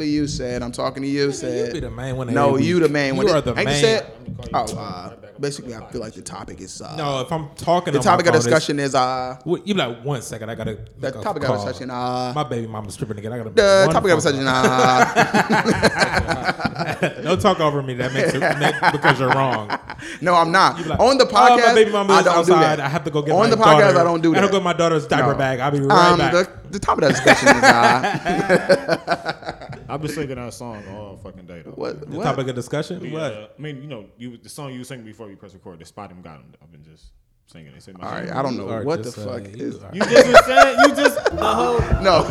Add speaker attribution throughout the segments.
Speaker 1: you, said. I'm talking to you, said.
Speaker 2: You be the main one. at
Speaker 1: No,
Speaker 2: every
Speaker 1: you
Speaker 2: week.
Speaker 1: the main one.
Speaker 2: You are the
Speaker 1: Ain't you
Speaker 2: main.
Speaker 1: said- oh, uh, basically, I feel like the topic is uh,
Speaker 2: No, if I'm talking,
Speaker 1: the
Speaker 2: on my
Speaker 1: topic of
Speaker 2: phone, it's-
Speaker 1: discussion is uh,
Speaker 2: Wait, You be like one second. I gotta.
Speaker 1: the
Speaker 2: make a
Speaker 1: topic of
Speaker 2: call.
Speaker 1: discussion uh,
Speaker 2: My baby mama's tripping again. I gotta.
Speaker 1: the
Speaker 2: one
Speaker 1: topic of
Speaker 2: phone
Speaker 1: discussion uh,
Speaker 2: call. Don't talk over me. That makes it that- because you're wrong.
Speaker 1: no, I'm not
Speaker 2: You be like,
Speaker 1: on the
Speaker 2: "Oh,
Speaker 1: podcast.
Speaker 2: my baby mama
Speaker 1: I
Speaker 2: is
Speaker 1: don't do
Speaker 2: outside.
Speaker 1: that.
Speaker 2: I have to go get
Speaker 1: on
Speaker 2: my
Speaker 1: the podcast.
Speaker 2: daughter.
Speaker 1: I don't do
Speaker 2: I
Speaker 1: that.
Speaker 2: don't go get my daughter's diaper
Speaker 1: No.
Speaker 2: bag. I'll be right
Speaker 1: um,
Speaker 2: back.
Speaker 1: the the topic of discussion is uh,
Speaker 3: I've been singing that song all fucking day though.
Speaker 1: what,
Speaker 2: The
Speaker 1: what?
Speaker 2: topic of discussion?
Speaker 3: Yeah,
Speaker 2: What?
Speaker 3: I mean, you know, you the song you was singing before we press record, the spot him got him. I've been just singing. They say my
Speaker 1: All right,
Speaker 3: song.
Speaker 1: I don't
Speaker 2: You
Speaker 1: know
Speaker 2: are
Speaker 1: what the
Speaker 2: just, uh,
Speaker 1: fuck
Speaker 2: you
Speaker 1: is
Speaker 2: are-
Speaker 3: You just was saying, you just the whole.
Speaker 1: no.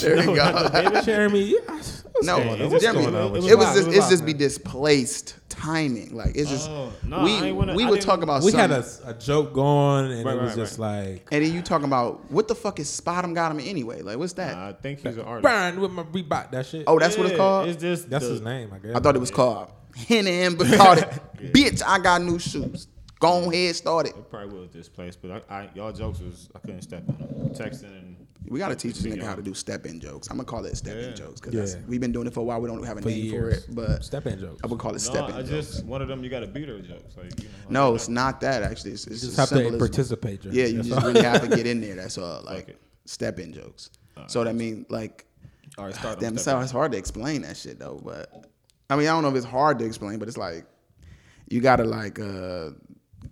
Speaker 1: there you go.
Speaker 2: Baby Jeremy, you- what's
Speaker 1: No,
Speaker 2: going on?
Speaker 1: it's
Speaker 2: What's
Speaker 1: Jeremy.
Speaker 2: going on with
Speaker 3: It
Speaker 2: you?
Speaker 1: It was
Speaker 3: live,
Speaker 1: just
Speaker 3: it was
Speaker 1: it's
Speaker 3: live,
Speaker 1: just be
Speaker 3: man.
Speaker 1: displaced timing. Like it's just
Speaker 3: Oh, no, I
Speaker 1: we
Speaker 3: ain't wanna-
Speaker 1: we
Speaker 3: I
Speaker 1: would
Speaker 3: didn't-
Speaker 1: talk about
Speaker 2: we
Speaker 1: something,
Speaker 2: had a, a joke going, and
Speaker 3: Right,
Speaker 2: it was
Speaker 3: right,
Speaker 2: just like
Speaker 1: and then you talking about what the fuck is Spottom got him anyway? Like what's that?
Speaker 3: I think he's an artist.
Speaker 2: burn with my Reebok. That shit.
Speaker 1: oh, that's what it's
Speaker 3: Yeah,
Speaker 1: called.
Speaker 3: It's just
Speaker 2: that's
Speaker 3: the-
Speaker 2: his name, I guess.
Speaker 1: I thought it was called Henna and Bacardi. Bitch, I got new shoes. Go ahead, start it.
Speaker 3: It probably was this place, but I, I y'all jokes was I couldn't step on them. Texting and
Speaker 1: We gotta teach this nigga how to do step in jokes. I'm gonna call it step in
Speaker 3: Yeah.
Speaker 1: jokes because
Speaker 2: Yeah.
Speaker 1: we've been doing it for a while. We don't have a
Speaker 2: for
Speaker 1: name
Speaker 2: years.
Speaker 1: for it, but
Speaker 2: step in joke.
Speaker 1: I would call it
Speaker 3: no,
Speaker 1: step in
Speaker 3: I
Speaker 1: jokes.
Speaker 3: just one of them you got to beat her jokes. Like you know,
Speaker 1: no, it's not that actually. It's, it's
Speaker 2: Just
Speaker 1: just
Speaker 2: have to
Speaker 1: symbolism.
Speaker 2: participate. Jeremy.
Speaker 1: Yeah, you
Speaker 2: That's
Speaker 1: just
Speaker 2: all.
Speaker 1: really have to get in there. That's all. Like
Speaker 3: it.
Speaker 1: step in jokes. so that mean like
Speaker 3: All right, start
Speaker 1: damn,
Speaker 3: them.
Speaker 1: it's hard- it's hard to explain that shit though. But I mean, I don't know if it's hard to explain, but it's like you gotta like uh,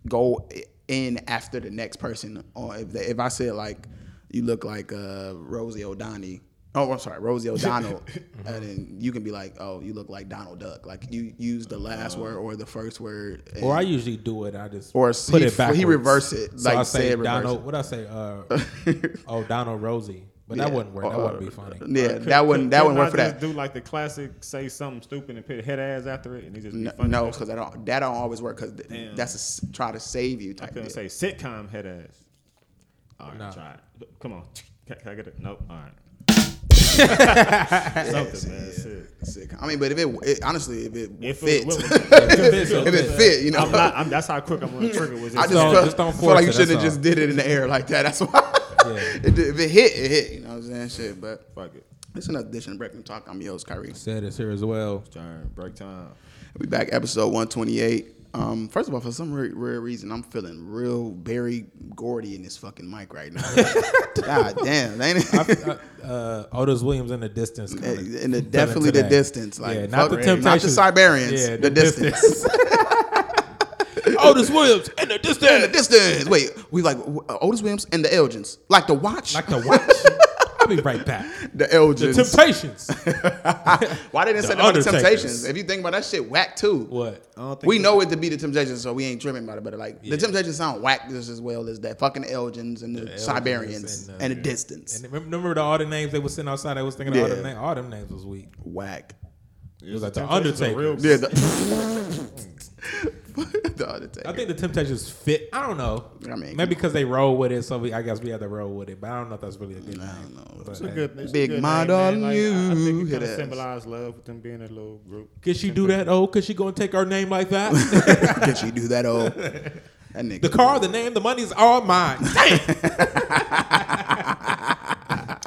Speaker 1: go in after the next person. Or if they, if I said like you look like uh, Rosie O'Donnell. Oh, I'm sorry, Rosie O'Donnell,
Speaker 2: Mm-hmm.
Speaker 1: and then you can be like, "Oh, you look like Donald Duck." Like you use the last word or the first word. and-
Speaker 2: Uh, Or I usually do it. I just
Speaker 1: Or
Speaker 2: put
Speaker 1: he-
Speaker 2: it back.
Speaker 1: he reverse it,
Speaker 2: So
Speaker 1: like,
Speaker 2: I
Speaker 1: say
Speaker 2: say
Speaker 1: it reverse
Speaker 2: Donald.
Speaker 1: it.
Speaker 2: What I say? Uh, oh, Donald Rosie. But that
Speaker 1: Yeah.
Speaker 2: wouldn't work. That
Speaker 1: Or-
Speaker 2: wouldn't be funny.
Speaker 3: Uh,
Speaker 1: yeah, that wouldn't that wouldn't work for that.
Speaker 3: Do like the classic, say something stupid and put head ass after it, and he just be
Speaker 1: No,
Speaker 3: funny.
Speaker 1: no, because that don't that don't always work. Because that's a s- try to save you
Speaker 3: I
Speaker 1: type.
Speaker 3: couldn't
Speaker 1: Deal.
Speaker 3: say sitcom head ass. All right,
Speaker 2: Nah.
Speaker 3: try it. Come on, can, can I get it? Nope. All right. Something, man. Shit.
Speaker 1: Sick. I mean, but if it, it honestly, if it,
Speaker 3: If it
Speaker 1: fits,
Speaker 3: was-
Speaker 1: if it fit, you know,
Speaker 3: I'm not, I'm, that's how quick I'm gonna trigger was.
Speaker 1: I just,
Speaker 3: it.
Speaker 2: don't-
Speaker 1: felt,
Speaker 2: just don't
Speaker 1: felt
Speaker 2: force
Speaker 1: like you
Speaker 2: it,
Speaker 1: shouldn't have
Speaker 2: that's
Speaker 1: just did it in the air like that. That's why.
Speaker 2: Yeah.
Speaker 1: It did- if it hit, it hit. You know what I'm saying? Shit, but
Speaker 3: fuck it.
Speaker 1: it's another edition of Breakfast Talk. I'm your host, Kyrie.
Speaker 2: Said it's here as well.
Speaker 3: Turn break time.
Speaker 1: We back episode 128. Um, first of all, for some re- rare reason, I'm feeling real Barry Gordy in this fucking mic right now. God damn, ain't it?
Speaker 2: I, I, uh, Otis Williams in the distance. kinda
Speaker 1: And Eh, the-
Speaker 2: feeling
Speaker 1: definitely the
Speaker 2: today.
Speaker 1: distance, like,
Speaker 2: yeah,
Speaker 1: fuck
Speaker 2: not the
Speaker 1: Ray. Not the
Speaker 2: Temptations,
Speaker 1: Siberians, the distance.
Speaker 2: Otis Williams in the
Speaker 1: in the
Speaker 2: distance,
Speaker 1: distance. Wait, we like uh, Otis Williams and the Elgins, like the watch,
Speaker 2: like the watch. I'll be right back.
Speaker 1: the
Speaker 2: The
Speaker 1: Elgins.
Speaker 2: Temptations.
Speaker 1: Why they didn't say that
Speaker 2: The
Speaker 1: about the
Speaker 2: Undertakers.
Speaker 1: Temptations? If you think about that shit, whack too.
Speaker 2: What?
Speaker 3: I don't think
Speaker 1: We know it to be the Temptations, so we ain't tripping about it. But like the Temptations sound whack just as well as that fucking Elgins and the, Siberians and,
Speaker 2: and the-
Speaker 1: the Distance.
Speaker 2: And remember, remember the, all the names they were sitting outside. I was thinking all the
Speaker 1: Yeah.
Speaker 2: name. All them names was weak.
Speaker 1: whack.
Speaker 3: It
Speaker 2: was like the Undertaker.
Speaker 1: Yeah, the, the Undertaker.
Speaker 2: I think the Temptations fit. I don't know.
Speaker 1: I mean,
Speaker 2: maybe because they roll with it, so we, I guess we had to roll with it. But I don't know if that's really a good
Speaker 1: I
Speaker 2: name.
Speaker 1: don't know.
Speaker 2: But,
Speaker 3: It's a
Speaker 2: hey.
Speaker 3: good, it's a
Speaker 1: Big
Speaker 3: good
Speaker 1: mind
Speaker 3: name,
Speaker 1: on
Speaker 3: man. Like, I- I
Speaker 1: you.
Speaker 3: think it
Speaker 1: Hit
Speaker 3: kind of
Speaker 1: us.
Speaker 3: symbolized love with them being a little group.
Speaker 2: Can she do that? Oh, could she go and take our name like that?
Speaker 1: Did she do that? Oh, that nigga.
Speaker 2: the car, the name, the money's all mine.
Speaker 3: I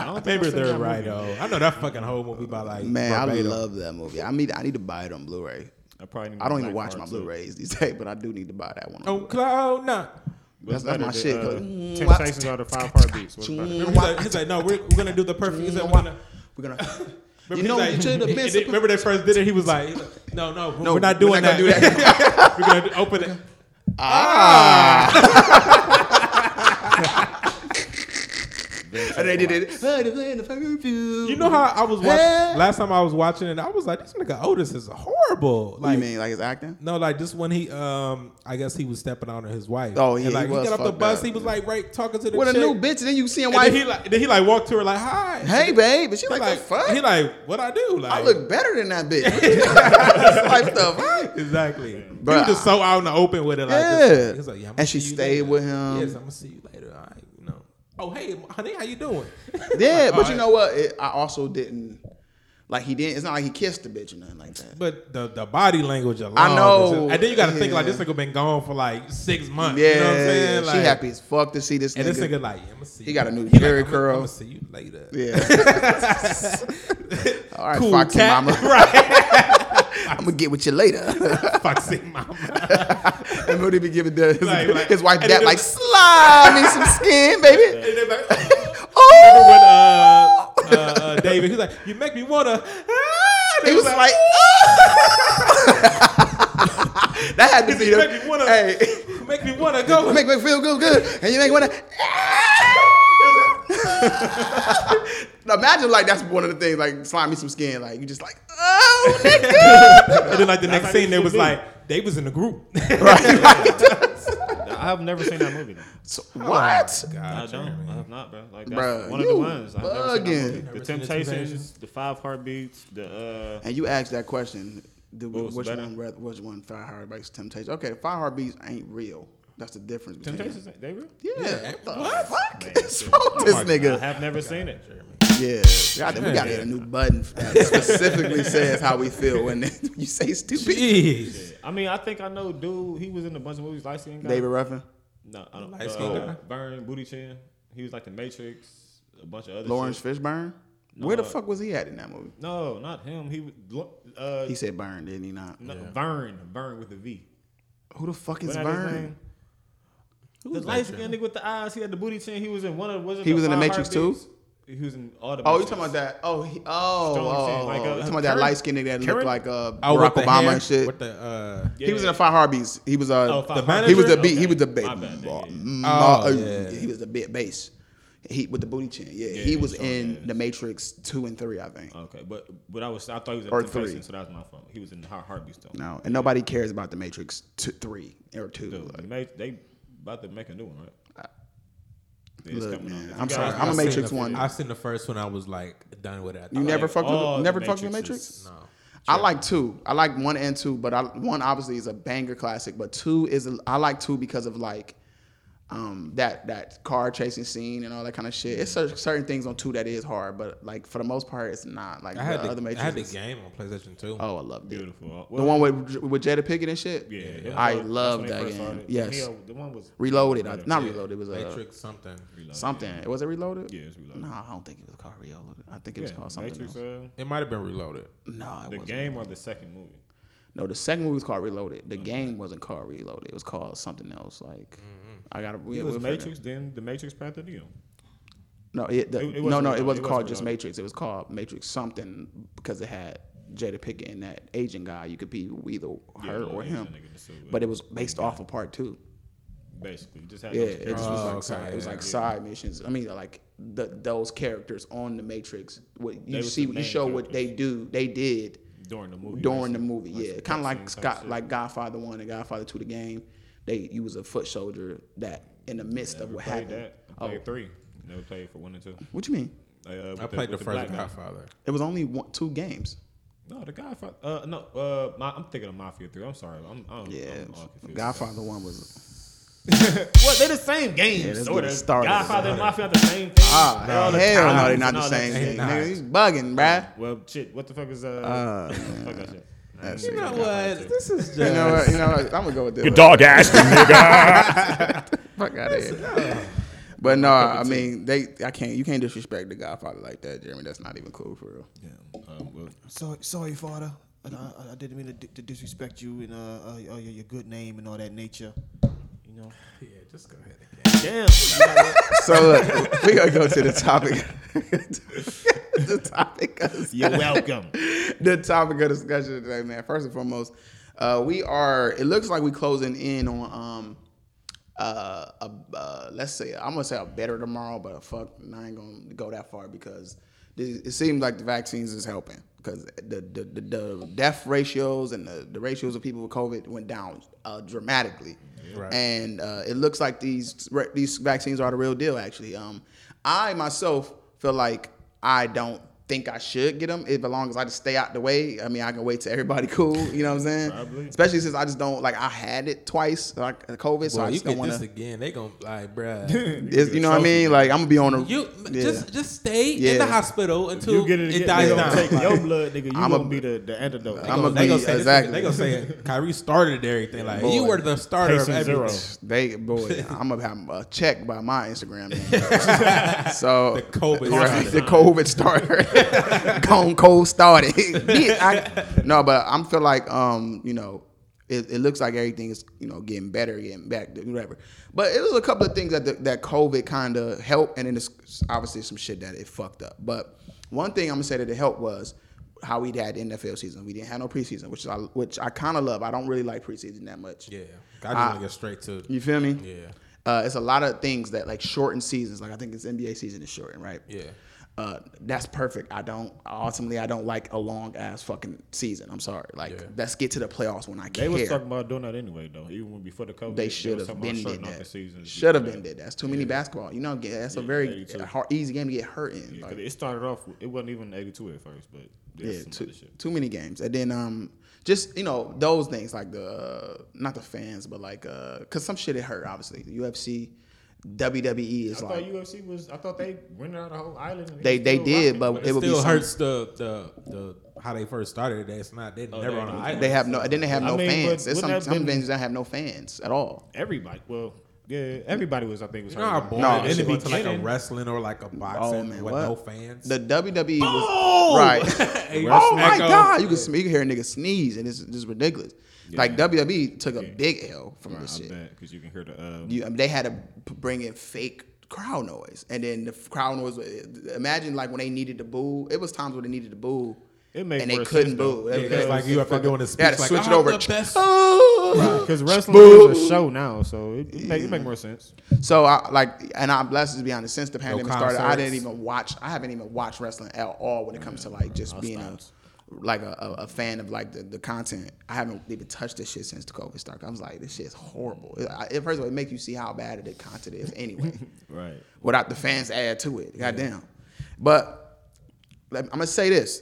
Speaker 3: don't
Speaker 2: Maybe
Speaker 3: I've seen
Speaker 2: they're
Speaker 3: that
Speaker 2: right
Speaker 3: movie.
Speaker 2: though. I know that fucking whole movie by like
Speaker 1: Man,
Speaker 2: verbatim.
Speaker 1: I love that movie. I mean, I need to buy it on Blu-ray.
Speaker 3: I, probably need
Speaker 1: I don't
Speaker 3: to
Speaker 1: even
Speaker 3: black
Speaker 1: watch my
Speaker 3: card, too.
Speaker 1: Blu-rays these days, but I do need to buy that one. on
Speaker 2: on Oh, cloud nine.
Speaker 1: That's-
Speaker 3: What's
Speaker 1: that's
Speaker 3: better
Speaker 1: my
Speaker 3: than,
Speaker 1: shit,
Speaker 3: uh,
Speaker 1: cause- Mm,
Speaker 3: Temptations are the five heartbeats. What's
Speaker 1: Blu-ray.
Speaker 3: better?
Speaker 2: He's like, he's like, no, we're, we're gonna do the perfect. He's like, we're gonna.
Speaker 1: We're gonna.
Speaker 2: Remember,
Speaker 1: Mm-hmm. You
Speaker 2: he's
Speaker 1: know,
Speaker 2: like-
Speaker 1: you should have been.
Speaker 2: and they- Remember they first did it. He was like, he's like, no, no, we're, we're not
Speaker 1: we're
Speaker 2: doing
Speaker 1: not gonna
Speaker 2: that.
Speaker 1: do
Speaker 2: we're gonna do- open it.
Speaker 1: And they did it. You
Speaker 2: You know how I was watching
Speaker 1: Yeah.
Speaker 2: last time I was watching it, I was like, this nigga Otis is horrible.
Speaker 1: You
Speaker 2: Like,
Speaker 1: mean like it's acting?
Speaker 2: no, like just when he, um, I guess he was stepping on his wife.
Speaker 1: Oh, yeah,
Speaker 2: and, like
Speaker 1: he
Speaker 2: he,
Speaker 1: was
Speaker 2: got off the
Speaker 1: fucked
Speaker 2: bus,
Speaker 1: up.
Speaker 2: he was like right talking to the
Speaker 1: With a
Speaker 2: chick.
Speaker 1: new bitch, and then you see him
Speaker 2: And
Speaker 1: like,
Speaker 2: then he like, then he like walked to her like, hi,
Speaker 1: hey babe, and she like,
Speaker 2: like
Speaker 1: the fuck?
Speaker 2: He like, what I do? Like,
Speaker 1: I look better than that bitch. like the fuck?
Speaker 2: exactly.
Speaker 1: Bruh.
Speaker 2: he was just so out in the open with it. Like,
Speaker 1: Yeah.
Speaker 2: he's like, yeah, I'ma
Speaker 1: And she
Speaker 2: see you
Speaker 1: stayed
Speaker 2: later.
Speaker 1: with him.
Speaker 2: Yes, I'm gonna see you later. All right, you know. Oh hey, honey, how you doing?
Speaker 1: Yeah,
Speaker 2: Like,
Speaker 1: but
Speaker 2: oh,
Speaker 1: you know what? It, I also didn't. Like he didn't. It's not like he kissed the bitch or nothing like that.
Speaker 2: But the, the body language alone.
Speaker 1: I know.
Speaker 2: is just- and then you got to think like
Speaker 1: Yeah.
Speaker 2: this nigga been gone for like six months.
Speaker 1: yeah,
Speaker 2: you know what I'm saying?
Speaker 1: she
Speaker 2: Like,
Speaker 1: happy as fuck to see this
Speaker 2: And
Speaker 1: nigga.
Speaker 2: this nigga like, yeah, I'ma see.
Speaker 1: He got a new Jerry curl.
Speaker 2: I'm gonna see you later.
Speaker 1: Yeah. All right,
Speaker 2: Cool
Speaker 1: Foxy
Speaker 2: cat.
Speaker 1: Mama.
Speaker 2: right?
Speaker 1: I'm gonna get with you later.
Speaker 2: Foxy mama.
Speaker 1: and Moody be giving the, his,
Speaker 2: Like, like-
Speaker 1: his wife
Speaker 2: and
Speaker 1: that
Speaker 2: then-
Speaker 1: like slide me some skin, baby.
Speaker 2: And they're like, oh.
Speaker 1: Oh,
Speaker 2: when uh, uh, uh, David, he's like, you make me wanna. Ah,
Speaker 1: it
Speaker 2: they
Speaker 1: was
Speaker 2: was
Speaker 1: like. "Oh." that had to be
Speaker 2: You make me
Speaker 1: the
Speaker 2: wanna.
Speaker 1: hey.
Speaker 2: Make me wanna go.
Speaker 1: Make me feel good, good, and you make me wanna. Now, Imagine like that's one of the things like slide me some skin like you just like oh nigga
Speaker 2: and then like the next
Speaker 3: how they
Speaker 2: scene, they
Speaker 3: should
Speaker 2: was
Speaker 3: be.
Speaker 2: like, they was in a group.
Speaker 3: I've never seen that movie. Though.
Speaker 1: So- what
Speaker 3: I don't. I have not, bro. Like that's
Speaker 1: Bruh,
Speaker 3: one of the
Speaker 1: you
Speaker 3: ones. I've never seen
Speaker 1: bugging.
Speaker 3: that movie. The
Speaker 2: seen The
Speaker 3: Temptations,
Speaker 2: Temptations.
Speaker 3: the Five Heartbeats, the uh,
Speaker 1: and you asked that question do we,
Speaker 3: What was
Speaker 1: which
Speaker 3: better?
Speaker 1: one rather- which one five heartbeats temptation okay five heartbeats ain't real that's the difference between
Speaker 3: Temptations. They real?
Speaker 1: yeah,
Speaker 2: Yeah,
Speaker 1: what the
Speaker 2: what?
Speaker 1: fuck is wrong with this
Speaker 3: I
Speaker 1: nigga
Speaker 3: have never seen it.
Speaker 1: Yeah, God, we gotta get a new button that specifically says how we feel when you say stupid.
Speaker 2: Jeez.
Speaker 3: I mean, I think I know, dude. He was in a bunch of movies. Light skin guy.
Speaker 1: David Ruffin,
Speaker 3: No, I don't.
Speaker 2: Light skinned
Speaker 3: Uh,
Speaker 2: guy?
Speaker 3: Burn Booty Chin. He was like the Matrix. A bunch of other.
Speaker 1: Lawrence
Speaker 3: shit.
Speaker 1: Fishburne. Where the
Speaker 3: uh,
Speaker 1: fuck was he at in that movie?
Speaker 3: No, not him. He was Lo- uh,
Speaker 1: He said Burn, didn't he not?
Speaker 3: no, Vern. Vern with the V.
Speaker 1: Who the fuck is
Speaker 3: What that his
Speaker 1: Vern?
Speaker 3: name? The
Speaker 2: that
Speaker 3: light
Speaker 2: Jeremy?
Speaker 3: skinned nigga with the eyes. He had the booty chin. He was in one of. Was it
Speaker 1: He was in The Matrix
Speaker 3: Five Heartbeats? He was in all the.
Speaker 1: Oh, you
Speaker 3: Matrix.
Speaker 1: talking about that? Oh, he, oh,
Speaker 3: Strong
Speaker 1: oh,
Speaker 3: shit, like,
Speaker 1: oh.
Speaker 3: uh,
Speaker 1: you talking about that
Speaker 3: Karen-
Speaker 1: light skinned nigga that looked
Speaker 3: Karen?
Speaker 1: like uh,
Speaker 2: Oh,
Speaker 1: Barack
Speaker 2: with the
Speaker 1: Obama
Speaker 2: hair,
Speaker 1: and shit.
Speaker 2: With the uh,
Speaker 1: He was in the Five Heartbeats. He was uh,
Speaker 3: Oh, Five
Speaker 2: The
Speaker 1: he was the
Speaker 2: manager?
Speaker 1: beat. He was the
Speaker 3: Okay,
Speaker 1: ba-
Speaker 3: my bad,
Speaker 1: ba-
Speaker 3: nigga.
Speaker 1: ma-
Speaker 2: Oh,
Speaker 1: uh,
Speaker 2: yeah.
Speaker 1: He was the bit bass. He with the booty chin. Yeah, he
Speaker 3: yeah,
Speaker 1: was
Speaker 3: so,
Speaker 1: in
Speaker 3: yeah.
Speaker 1: The Matrix two and three, I think.
Speaker 3: Okay, but but I was I thought he was in
Speaker 1: Or
Speaker 3: Temptations,
Speaker 1: three.
Speaker 3: so that was my fault. He was in the Heart- Heartbeats though.
Speaker 1: No, and nobody cares about the Matrix two, three or two.
Speaker 3: Dude,
Speaker 1: Like,
Speaker 3: they, made, they about to make a new one, right? Yeah, it's
Speaker 1: look,
Speaker 3: coming out.
Speaker 1: man,
Speaker 3: If you
Speaker 1: I'm
Speaker 3: guys
Speaker 1: sorry.
Speaker 3: not
Speaker 1: I'm a
Speaker 2: I seen
Speaker 1: Matrix
Speaker 2: the-
Speaker 1: one.
Speaker 2: I seen the first one. I was like done with it. I
Speaker 1: you
Speaker 2: thought,
Speaker 1: never
Speaker 3: like
Speaker 1: fucked
Speaker 3: all
Speaker 1: with
Speaker 3: the
Speaker 1: never fucked with
Speaker 3: Matrixes.
Speaker 1: Matrix.
Speaker 2: No.
Speaker 1: I like two. I like one and two, but I, one obviously is a banger classic. But two is a, I like two because of like um, that that car chasing scene and all that kind of shit. It's cer- certain things on two that is hard, but like for the most part, it's not like
Speaker 2: I had
Speaker 1: the
Speaker 2: the,
Speaker 1: other
Speaker 2: I had the
Speaker 1: Matrix.
Speaker 2: game on PlayStation 2.
Speaker 1: Oh, I loved it.
Speaker 3: beautiful. Uh,
Speaker 1: The one with with Jada Pickett and shit.
Speaker 3: yeah, yeah,
Speaker 1: I
Speaker 3: that's when
Speaker 1: love
Speaker 3: they
Speaker 1: that
Speaker 3: first
Speaker 1: game.
Speaker 3: started.
Speaker 1: Yes,
Speaker 3: Neo- the one was
Speaker 1: Reloaded. I- Not
Speaker 3: Yeah.
Speaker 1: Reloaded. It was uh,
Speaker 2: Matrix something.
Speaker 1: something. Was it Reloaded?
Speaker 3: Yeah, it's Reloaded.
Speaker 1: No, I don't think it was called Reloaded. I think it was
Speaker 3: Yeah,
Speaker 1: called something
Speaker 3: Matrix.
Speaker 1: else.
Speaker 3: Uh,
Speaker 2: It might have been reloaded.
Speaker 1: No, it
Speaker 3: the
Speaker 1: wasn't.
Speaker 3: game or the second movie.
Speaker 1: No, the second movie was called Reloaded.
Speaker 3: Mm-hmm.
Speaker 1: The game wasn't called Reloaded. It was called something else. Like
Speaker 3: Mm-hmm.
Speaker 1: I gotta. We,
Speaker 3: It was
Speaker 1: we'll figure
Speaker 3: Matrix, then the Matrix Path of Neo.
Speaker 1: No, it, the,
Speaker 3: It- it wasn't
Speaker 1: no, no, it
Speaker 3: Reloaded.
Speaker 1: wasn't
Speaker 3: It
Speaker 1: called
Speaker 3: wasn't
Speaker 1: just
Speaker 3: Reloaded.
Speaker 1: Matrix. It was called Matrix something because it had Jada Pickett and that agent guy. You could be either her
Speaker 3: Yeah,
Speaker 1: or
Speaker 3: yeah,
Speaker 1: him,
Speaker 3: that nigga, so, uh,
Speaker 1: but it was based off of part two.
Speaker 3: basically just had
Speaker 1: Yeah,
Speaker 3: those
Speaker 1: it
Speaker 3: characters.
Speaker 1: just was
Speaker 2: Oh,
Speaker 1: like
Speaker 2: okay,
Speaker 1: side, it was
Speaker 2: yeah,
Speaker 1: like
Speaker 2: yeah.
Speaker 1: side missions. I mean, like the, those characters on the Matrix. What you
Speaker 3: was
Speaker 1: see,
Speaker 3: the
Speaker 1: you
Speaker 3: main
Speaker 1: show what they do, they did
Speaker 3: during the movie.
Speaker 1: during the
Speaker 3: basically.
Speaker 1: movie. Yeah, kind of like
Speaker 3: cutscene type
Speaker 1: Scott,
Speaker 3: shit.
Speaker 1: like Godfather One and Godfather Two, the game. They you was a foot soldier that in the midst of what
Speaker 3: Played
Speaker 1: happened.
Speaker 3: that. I
Speaker 1: Oh,
Speaker 3: played three. Never played for one and two.
Speaker 1: what you mean?
Speaker 3: Uh, with
Speaker 2: I played the,
Speaker 3: with black
Speaker 2: first
Speaker 3: guy.
Speaker 2: Godfather.
Speaker 1: It was only one, two games.
Speaker 3: No, the Godfather. Uh, no, uh, my, I'm thinking of Mafia Three. I'm sorry, I'm, I'm
Speaker 1: Yeah,
Speaker 3: I'm all confused.
Speaker 1: Godfather One was
Speaker 3: Well, they're the same game,
Speaker 1: Yeah, let's get
Speaker 3: sort of.
Speaker 1: it started.
Speaker 3: Godfather and Mafia are the same thing.
Speaker 1: ah
Speaker 3: They're all the
Speaker 1: hell no,
Speaker 3: towns
Speaker 1: they're not
Speaker 3: and
Speaker 1: the
Speaker 3: all that
Speaker 1: same
Speaker 3: shit.
Speaker 1: thing.
Speaker 2: Nah.
Speaker 1: Nigga, he's bugging, bruh.
Speaker 3: Well, shit. What the fuck is uh?
Speaker 1: Ah,
Speaker 3: fuck that shit.
Speaker 1: That's-
Speaker 2: You know
Speaker 3: Godfather
Speaker 2: what?
Speaker 3: two.
Speaker 2: This is just.
Speaker 1: You know what? You know what? I'm gonna go with this. one.
Speaker 4: dog ass
Speaker 1: Fuck out of here. But no, I mean they. I can't. You can't disrespect the Godfather like that, Jeremy. That's not even cool for real.
Speaker 3: Yeah, um, well,
Speaker 5: So, sorry, father. And I, I- I didn't mean to, di- to disrespect you and uh, uh, uh, your, your good name and all that nature. You know,
Speaker 2: Yeah, just go ahead. Again.
Speaker 3: Damn.
Speaker 1: So look, we gonna go to the topic. the topic. Of
Speaker 3: You're welcome.
Speaker 1: the topic of discussion today, man. First and foremost, uh, we are. It looks like we closing in on um, uh, a, uh, let's say I'm gonna say a better tomorrow, but fuck, I ain't gonna go that far because this, it seems like the vaccines is helping because the the, the the death ratios and the, the ratios of people with COVID went down uh, dramatically,
Speaker 2: Right.
Speaker 1: and uh, it looks like these re- these vaccines are the real deal. Actually, um, I myself feel like I don't think I should get them. If as long as I just stay out the way, I mean, I can wait till everybody cool. You know what I'm saying?
Speaker 3: Probably.
Speaker 1: Especially since I just don't like I had it twice, like COVID, so
Speaker 2: Boy,
Speaker 1: I
Speaker 2: you
Speaker 1: just don't
Speaker 2: get
Speaker 1: want
Speaker 2: this
Speaker 1: to.
Speaker 2: again, they gonna like, bruh.
Speaker 1: You know what I mean? Like I'm gonna be on a.
Speaker 2: You
Speaker 1: yeah.
Speaker 2: just just stay in
Speaker 1: Yeah.
Speaker 2: the hospital until
Speaker 3: You get it
Speaker 2: it,
Speaker 3: again.
Speaker 2: dies
Speaker 3: they
Speaker 2: down.
Speaker 3: gonna take your blood, nigga. You
Speaker 1: I'm a-
Speaker 3: gonna be the, the antidote.
Speaker 1: I'm a-
Speaker 3: nigga.
Speaker 2: they gonna
Speaker 1: be-
Speaker 2: say
Speaker 1: exactly.
Speaker 2: they gonna say Kyrie started everything. Like you
Speaker 1: Boy.
Speaker 2: were the starter of
Speaker 3: Patient
Speaker 2: everything.
Speaker 3: zero.
Speaker 1: They boy, I'm gonna have a check by my Instagram. name. so
Speaker 2: The COVID
Speaker 1: Right,
Speaker 2: starter.
Speaker 1: the COVID starter, gone cold started. Bitch, I- no, but I'm feel like um you know it, it looks like everything is you know getting better, getting back, to whatever. But it was a couple of things that the, that COVID kind of helped, and then it's obviously some shit that it fucked up. But one thing I'm gonna say that it helped was how we had the NFL season. We didn't have no preseason, which I which I kind of love. I don't really like preseason that much.
Speaker 2: Yeah, I just wanna get straight to
Speaker 1: You feel me?
Speaker 2: Yeah.
Speaker 1: Uh, it's a lot of things that like shorten seasons. Like I think it's NBA season is shortened, right?
Speaker 2: Yeah.
Speaker 1: Uh, that's perfect. I don't ultimately I don't like a long ass fucking season. I'm sorry. Like
Speaker 2: Yeah.
Speaker 1: let's get to the playoffs when I
Speaker 3: They
Speaker 1: care.
Speaker 3: was talking about doing that anyway, though. Even when before the COVID,
Speaker 1: they
Speaker 3: was
Speaker 1: should have
Speaker 3: talking
Speaker 1: been
Speaker 3: about
Speaker 1: did
Speaker 3: shortening off the season.
Speaker 1: that. Should have been did that. That's too many basketball. You know, that's a very
Speaker 3: 82.
Speaker 1: hard, easy game to get hurt in.
Speaker 3: Yeah,
Speaker 1: Like,
Speaker 3: 'cause it started off. It wasn't even eighty-two at first, but
Speaker 1: yeah,
Speaker 3: yeah, some
Speaker 1: too,
Speaker 3: other shit.
Speaker 1: too many games. And then um just you know those things like the uh, not the fans but like uh cuz some shit it hurt obviously. The UFC, WWE
Speaker 3: I
Speaker 1: E is
Speaker 3: thought
Speaker 1: like
Speaker 3: UFC was. I thought they rented out the whole island. and
Speaker 1: They-
Speaker 3: was
Speaker 1: they
Speaker 3: still
Speaker 1: did,
Speaker 3: rocking,
Speaker 1: but
Speaker 2: It,
Speaker 1: It would be
Speaker 2: still
Speaker 1: some-
Speaker 2: hurts the, the the how they first started. That's not Oh, they never
Speaker 3: they-
Speaker 2: on an island.
Speaker 1: They have no. Then they have
Speaker 3: I
Speaker 1: no
Speaker 3: mean, but
Speaker 1: fans. There's some
Speaker 3: wouldn't that
Speaker 1: some
Speaker 3: been-
Speaker 1: venues that have no fans at all.
Speaker 3: everybody. Well, yeah, everybody was. I think was.
Speaker 2: You know how boring
Speaker 1: No,
Speaker 2: it is
Speaker 1: shit.
Speaker 2: to go to like a
Speaker 3: Beginning.
Speaker 2: wrestling or like a boxing
Speaker 1: Oh man,
Speaker 2: with
Speaker 1: what?
Speaker 2: no fans.
Speaker 1: The WWE was
Speaker 2: Oh!
Speaker 1: right.
Speaker 2: Hey,
Speaker 1: oh my
Speaker 2: Echo.
Speaker 1: god, you can sm- you can hear a nigga sneeze and it's just ridiculous. Like WWE took a big L from this shit.
Speaker 3: because you can hear the. Um,
Speaker 1: You, I mean, they had to p- bring in fake crowd noise, and then the f- crowd noise. uh, Imagine like when they needed to boo. It was times when they needed to boo,
Speaker 3: It make
Speaker 1: and they
Speaker 3: more
Speaker 1: couldn't
Speaker 3: sense, though.
Speaker 1: boo.
Speaker 2: Yeah,
Speaker 1: They-
Speaker 2: it's
Speaker 1: they
Speaker 2: like
Speaker 1: was
Speaker 2: you
Speaker 1: just
Speaker 2: have to
Speaker 1: fucking-
Speaker 2: doing the speech
Speaker 1: They had to
Speaker 2: like,
Speaker 1: switch it
Speaker 2: "I'm
Speaker 1: over.
Speaker 2: the best."
Speaker 3: Because wrestling
Speaker 1: Boom.
Speaker 3: is a show now, so it, it, make, it make more sense.
Speaker 1: So I like, and I'm blessed to be honest. Since the pandemic started, I
Speaker 2: concerts.
Speaker 1: didn't even watch. I haven't even watched wrestling at all when it comes to like just being a like a, a, a fan of like the, the content. I haven't even touched this shit since the COVID started. I was like, this shit is horrible. It, I, it- first of all, it makes you see how bad the content is anyway,
Speaker 3: Right.
Speaker 1: without the fans add to it. Goddamn. But like, I'm gonna say this.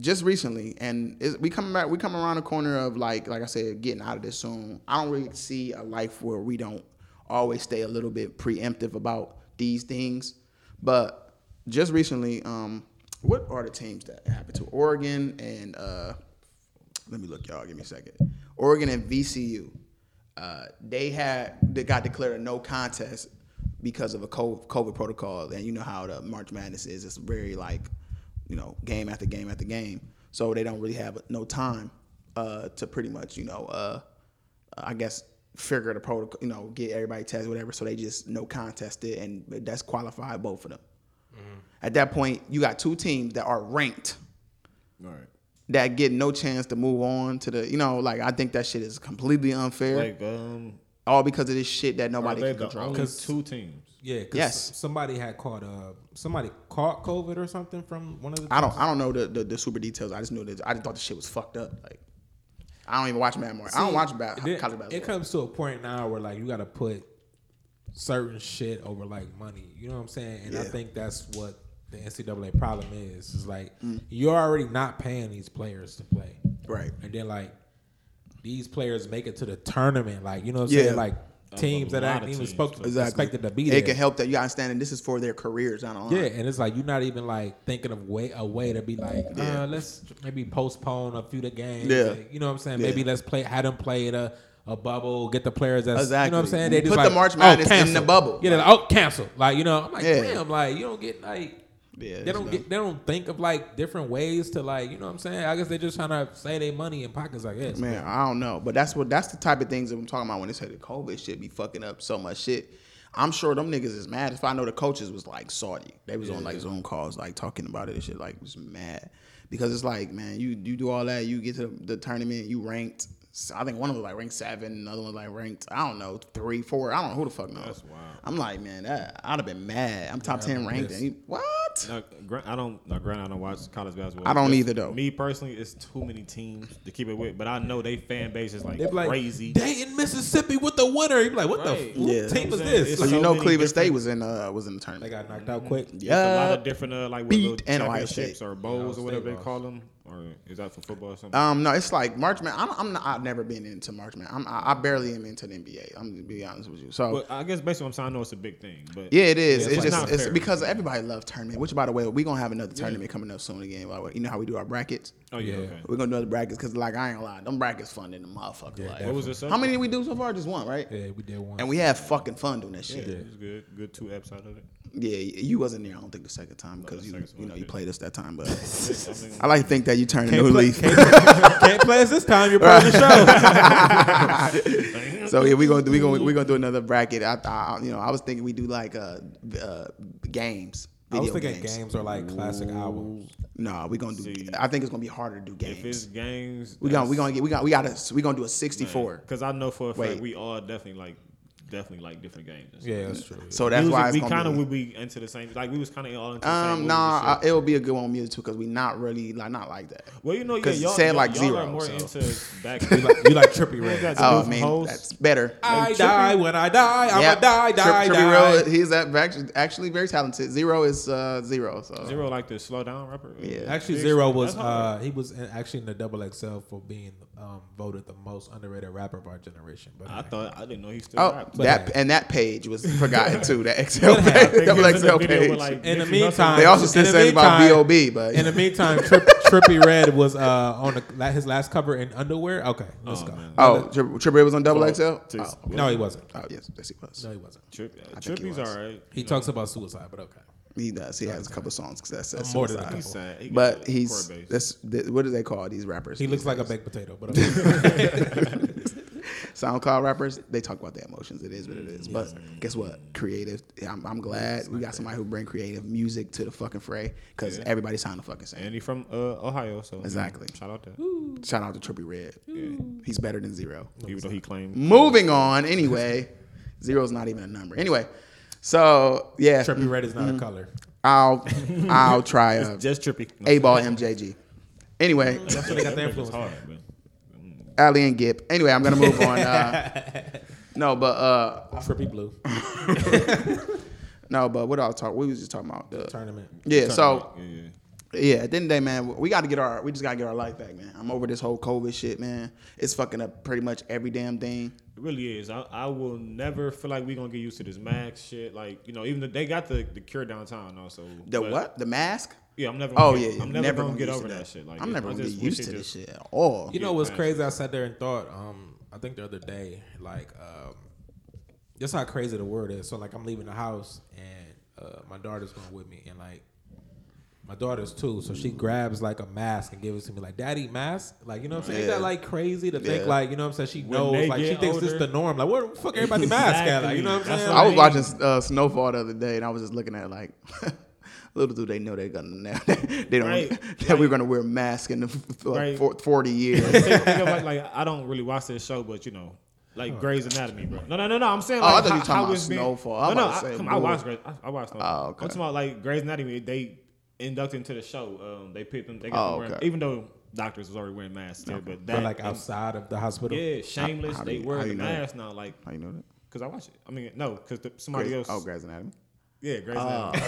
Speaker 1: Just recently, and it's, we come back. We come around the corner of like, like I said, getting out of this soon. I don't really see a life where we don't always stay a little bit preemptive about these things. But just recently, um, what are the teams that happened to Oregon and uh, let me look, y'all. Give me a second. Oregon and VCU, uh, they had they got declared a no contest because of a co- COVID protocol, and you know how the March Madness is. It's very like, you know, game after game after game. So they don't really have no time uh, to pretty much, you know, uh, I guess figure the protocol, you know, get everybody tested, whatever. So they just no contested, and that's qualified both of them. At that point, you got two teams that are ranked
Speaker 3: Right.
Speaker 1: that get no chance to move on to the you know like I think that shit is completely unfair.
Speaker 3: Like, um,
Speaker 1: all because of this shit that
Speaker 3: are
Speaker 1: nobody
Speaker 3: they
Speaker 1: can
Speaker 3: the
Speaker 1: control.
Speaker 3: only
Speaker 2: 'Cause-
Speaker 3: two teams?
Speaker 2: Yeah, 'cause
Speaker 1: Yes.
Speaker 2: s- somebody had caught uh somebody caught COVID or something from one of the.
Speaker 1: I don't I don't know the, the the super details. I just knew that I just thought the shit was fucked up. Like I don't even watch Mad More. I don't
Speaker 2: See,
Speaker 1: watch ba-
Speaker 2: then
Speaker 1: college basketball.
Speaker 2: It comes to a point now where like you got to put certain shit over like money. You know what I'm saying? And I
Speaker 1: Yeah.
Speaker 2: think that's what the NCAA problem is. Is like
Speaker 1: Mm.
Speaker 2: you're already not paying these players to play,
Speaker 1: Right.
Speaker 2: and then like these players make it to the tournament. Like you know what I'm saying?
Speaker 1: Yeah.
Speaker 2: Like teams that
Speaker 3: lot
Speaker 2: aren't
Speaker 3: of
Speaker 2: even
Speaker 3: teams.
Speaker 2: supposed to
Speaker 1: Exactly.
Speaker 2: expected to be there.
Speaker 1: It can help that you understand and this is for their careers. I don't know.
Speaker 2: Yeah, and it's like you're not even like thinking of way a way to be like, uh, let's maybe postpone a few of the games.
Speaker 1: Yeah.
Speaker 2: Like, you know what I'm saying?
Speaker 1: Yeah.
Speaker 2: Maybe let's play have them play in a, a bubble, get the players that's you know what I'm
Speaker 1: Exactly.
Speaker 2: saying? They
Speaker 1: Put
Speaker 2: just
Speaker 1: the
Speaker 2: like,
Speaker 1: March
Speaker 2: oh,
Speaker 1: Madness in
Speaker 2: cancel.
Speaker 1: the bubble.
Speaker 2: Yeah, they're like, oh cancel. Like, you know, I'm like,
Speaker 1: Yeah.
Speaker 2: damn, like you don't get like
Speaker 1: Yeah,
Speaker 2: they don't
Speaker 1: it's
Speaker 2: get they don't think of like different ways to like, you know what I'm saying? I guess they're just trying to save their money in pockets, I guess.
Speaker 1: Man, I don't know, but that's what that's the type of things that I'm talking about when they say the COVID shit be fucking up so much shit. I'm sure them niggas is mad. If I know the coaches was like salty, they was on like Zoom calls like talking about it and shit, like was mad because it's like, man, you you do all that, you get to the, the tournament, you ranked, so I think one of them was like ranked seven, another one was like ranked I don't know three, four. I don't know who the fuck knows.
Speaker 3: That's wild.
Speaker 1: I'm like, man, that, I'd have been mad. I'm top ten ranked.
Speaker 2: pissed.
Speaker 1: And you, what?
Speaker 3: No, Grant, I don't. No, Grant, I don't watch college basketball.
Speaker 1: I don't
Speaker 3: Just
Speaker 1: either, though.
Speaker 3: Me personally, it's too many teams to keep it with. But I know they fan base is like,
Speaker 2: They're like
Speaker 3: crazy.
Speaker 2: Dayton, Mississippi with the winner. You're like, what
Speaker 3: Right.
Speaker 2: the who
Speaker 1: Yeah.
Speaker 2: team is
Speaker 3: It's-
Speaker 2: this?
Speaker 3: it's
Speaker 1: So,
Speaker 2: Like,
Speaker 1: you
Speaker 3: so
Speaker 1: know, Cleveland
Speaker 3: many different-
Speaker 1: State was in uh was in the
Speaker 2: they
Speaker 1: tournament.
Speaker 2: got knocked out quick.
Speaker 3: It's a lot
Speaker 1: yeah.
Speaker 3: of different uh, like what
Speaker 1: beat
Speaker 3: little
Speaker 1: and Ohio
Speaker 3: championships
Speaker 1: State.
Speaker 3: or bowls
Speaker 2: Ohio
Speaker 3: or whatever
Speaker 2: State
Speaker 3: they
Speaker 2: lost.
Speaker 3: call them. Or is that for football or something?
Speaker 1: Um, no, it's like March Man. I'm, I'm not, I've never been into March Man. I'm, I, I barely am into the NBA. I'm gonna be honest with you. So
Speaker 3: but I guess basically, I'm saying I know it's a big thing. But
Speaker 1: yeah, it is.
Speaker 3: Yeah,
Speaker 1: it's
Speaker 3: it's
Speaker 1: just
Speaker 3: not
Speaker 1: it's
Speaker 3: fair.
Speaker 1: because everybody loves tournament. Which by the way, we're gonna have another tournament coming up soon again. By the way, you know how we do our brackets.
Speaker 3: Oh yeah.
Speaker 2: Yeah.
Speaker 3: Okay.
Speaker 1: We're gonna do other brackets because like I ain't gonna lie, them brackets fun than the motherfucker. like,
Speaker 3: What was this?
Speaker 1: how many did we do so far? Just one, right?
Speaker 2: Yeah, we did one.
Speaker 1: And we had fucking fun doing that shit.
Speaker 3: Yeah,
Speaker 1: Yeah,
Speaker 3: it was good. Good two eps out of it.
Speaker 1: you wasn't there. I don't think the second time because
Speaker 3: the
Speaker 1: you
Speaker 3: second time
Speaker 1: you
Speaker 3: I
Speaker 1: know you
Speaker 3: did.
Speaker 1: played us that time. But
Speaker 3: I think-
Speaker 1: I like to think that you turned a new
Speaker 2: can't, play,
Speaker 1: leaf.
Speaker 2: can't, can't play us this time. You're part of the show.
Speaker 1: So yeah, we gonna do we gonna we gonna do another bracket. I, I you know I was thinking we do like uh, uh games.
Speaker 2: I was
Speaker 1: video
Speaker 2: thinking games. or like classic albums.
Speaker 1: No, we gonna do.
Speaker 3: See.
Speaker 1: I think it's gonna be harder to do
Speaker 3: If it's
Speaker 1: games.
Speaker 3: games,
Speaker 1: We gonna we gonna get we got we gotta we gonna do a sixty four.
Speaker 3: Because I know for a fact
Speaker 1: Wait.
Speaker 3: we all definitely like definitely like different games. and stuff.
Speaker 2: Yeah, that's true.
Speaker 1: So that's
Speaker 3: Music,
Speaker 1: why it's
Speaker 3: we
Speaker 1: gonna
Speaker 3: kind of
Speaker 1: be.
Speaker 3: would be into the same. Like we was kind of all into the same.
Speaker 1: um,
Speaker 3: movies and
Speaker 1: nah,
Speaker 3: shit.
Speaker 1: I, it'll be a good one on music too because we not really like not like that.
Speaker 3: well, you know, yeah,
Speaker 1: 'cause
Speaker 3: y'all,
Speaker 1: said
Speaker 3: y'all,
Speaker 1: like
Speaker 3: y'all
Speaker 1: zero,
Speaker 3: are more
Speaker 1: so.
Speaker 3: into back.
Speaker 2: you, like, you like Trippy Red.
Speaker 1: Oh, I mean that's better.
Speaker 2: I die when I die. I'm
Speaker 1: Yep.
Speaker 2: gonna die, die,
Speaker 1: Tri- Trippie
Speaker 2: die.
Speaker 1: Redd, he's at- actually, actually very talented. Zero is uh, zero. So
Speaker 3: zero like the slow down rapper.
Speaker 1: Yeah.
Speaker 2: Actually,
Speaker 3: Big
Speaker 2: Zero
Speaker 3: Snoop.
Speaker 2: was
Speaker 3: That's hard.
Speaker 2: uh, he was in, actually in the double XL for being um, voted the most underrated rapper of our generation. But
Speaker 3: I thought I didn't know he still
Speaker 1: Oh,
Speaker 3: rapped.
Speaker 1: that and that page was forgotten too. That Excel page,
Speaker 3: They
Speaker 1: double
Speaker 3: was in
Speaker 1: XL
Speaker 3: the video with,
Speaker 1: page.
Speaker 3: like,
Speaker 2: in the
Speaker 3: Nipsey Hussle.
Speaker 2: meantime,
Speaker 1: They also
Speaker 2: Uh, in
Speaker 1: said
Speaker 2: the
Speaker 1: something about
Speaker 2: meantime-
Speaker 1: B.O.B., but-
Speaker 2: in the meantime, Trip, Trippy Red was uh, on the, la- his last cover in underwear. Okay, let's
Speaker 3: Oh,
Speaker 2: go.
Speaker 3: man.
Speaker 1: Oh, Tri- Trippie Redd was on double XL.
Speaker 3: Well,
Speaker 1: Oh,
Speaker 3: to-
Speaker 2: No, he wasn't.
Speaker 1: oh, yes, yes he was.
Speaker 2: No, he wasn't.
Speaker 3: Trip, uh,
Speaker 1: think he
Speaker 3: Trippy's
Speaker 1: was.
Speaker 3: all right.
Speaker 2: He talks about suicide, but okay.
Speaker 1: He does. He has a couple songs that says
Speaker 2: More than a
Speaker 1: suicide.
Speaker 2: couple.
Speaker 3: He's sad. He
Speaker 1: But
Speaker 3: got
Speaker 1: he's
Speaker 3: core base.
Speaker 1: that's th- what do they call these rappers?
Speaker 2: He looks
Speaker 1: these
Speaker 2: like a
Speaker 1: days?
Speaker 2: baked potato, but okay.
Speaker 1: SoundCloud rappers. They talk about their emotions. It is what it
Speaker 3: Mm,
Speaker 1: is. But guess what? Creative. I'm, I'm glad we got somebody who bring creative music to the fucking fray because everybody sound the fucking same.
Speaker 3: and he from uh, Ohio, so
Speaker 1: Exactly.
Speaker 3: Shout out to
Speaker 1: Shout out to Trippy Red. He's better than zero.
Speaker 3: even though he claimed
Speaker 1: Moving on. Anyway, zero's not even a number. Anyway, so yeah,
Speaker 2: Trippy Red is not a color.
Speaker 1: I'll I'll try a
Speaker 3: just Trippy. No,
Speaker 1: A ball MJG. Anyway,
Speaker 3: that's
Speaker 2: where they got their
Speaker 3: That was
Speaker 2: influence
Speaker 3: hard, man.
Speaker 1: Ali and Gip. Anyway, I'm gonna move on. Uh, no, but uh,
Speaker 2: Trippy Blue
Speaker 1: no, but what I was talking, we was just talking about the
Speaker 2: tournament.
Speaker 1: yeah. So
Speaker 3: Yeah, yeah.
Speaker 1: yeah, at the end of the day, man, we got to get our we just gotta get our life back, man. I'm over this whole COVID shit, man. It's fucking up pretty much every damn thing.
Speaker 3: It really is. I, I will never feel like we gonna get used to this max shit. Like you know, even the, they got the, the cure downtown also.
Speaker 1: The
Speaker 3: But-
Speaker 1: what? The mask?
Speaker 3: Yeah, I'm never. Gonna
Speaker 1: Oh
Speaker 3: get,
Speaker 1: yeah, yeah.
Speaker 3: I'm never, gonna, get
Speaker 1: used
Speaker 3: over
Speaker 1: to
Speaker 3: that. shit. Like
Speaker 1: I'm
Speaker 3: it-
Speaker 1: never
Speaker 3: I
Speaker 1: gonna get
Speaker 3: just wish
Speaker 1: used
Speaker 3: it
Speaker 1: to this
Speaker 3: just-
Speaker 1: shit at all.
Speaker 2: You know what's
Speaker 3: Yeah,
Speaker 2: crazy? I sat there and thought. Um, I think the other day, like, um, that's how crazy the world is. So like, I'm leaving the house and uh, my daughter's going with me, and like, my daughter's too. So she grabs like a mask and gives it to me, like, "Daddy, mask." Like, you know, what I'm saying? Ain't
Speaker 1: Yeah.
Speaker 2: that like crazy to think
Speaker 1: Yeah.
Speaker 2: like, you know, what I'm saying? She knows,
Speaker 3: they
Speaker 2: like, she
Speaker 3: get
Speaker 2: thinks this
Speaker 3: older-
Speaker 2: the norm. Like, where the fuck everybody mask at? Like, you know what I'm
Speaker 3: Exactly.
Speaker 2: saying?
Speaker 3: That's
Speaker 1: I was
Speaker 3: Right.
Speaker 1: watching uh, Snowfall the other day, and I was just looking at it like, little do they know they're gonna now they don't
Speaker 3: Right,
Speaker 1: that we're gonna wear masks in the, f- like
Speaker 3: Right.
Speaker 1: for- forty years.
Speaker 3: Think- think about, like I don't really watch this show, but you know, like Grey's Anatomy, bro. No, no, no, no. I'm saying
Speaker 1: Oh, I
Speaker 3: like
Speaker 1: thought you
Speaker 3: how,
Speaker 1: were talking
Speaker 3: how
Speaker 1: about
Speaker 3: it's been-
Speaker 1: Snowfall. I'm
Speaker 3: no, no,
Speaker 1: about
Speaker 3: I,
Speaker 1: to say,
Speaker 3: come, I
Speaker 1: boy.
Speaker 3: watched Grey's. I, I watched Snowfall.
Speaker 1: Oh,
Speaker 3: I'm
Speaker 1: okay.
Speaker 3: talking about like Grey's Anatomy. They inducted into the show. Um, they picked them. They got
Speaker 1: Oh,
Speaker 3: them wearing,
Speaker 1: okay.
Speaker 3: even though doctors was already wearing masks, too, but that
Speaker 2: But like outside of the hospital.
Speaker 3: yeah, shameless.
Speaker 1: How- how do
Speaker 3: they
Speaker 1: you-
Speaker 3: wear
Speaker 1: how
Speaker 3: the
Speaker 1: you know?
Speaker 3: mask now, like
Speaker 1: How you know that?
Speaker 3: because I watch it. I mean, no, because somebody else.
Speaker 1: oh, Grey's Ah, Anatomy.
Speaker 3: Yeah, Grey's Anatomy.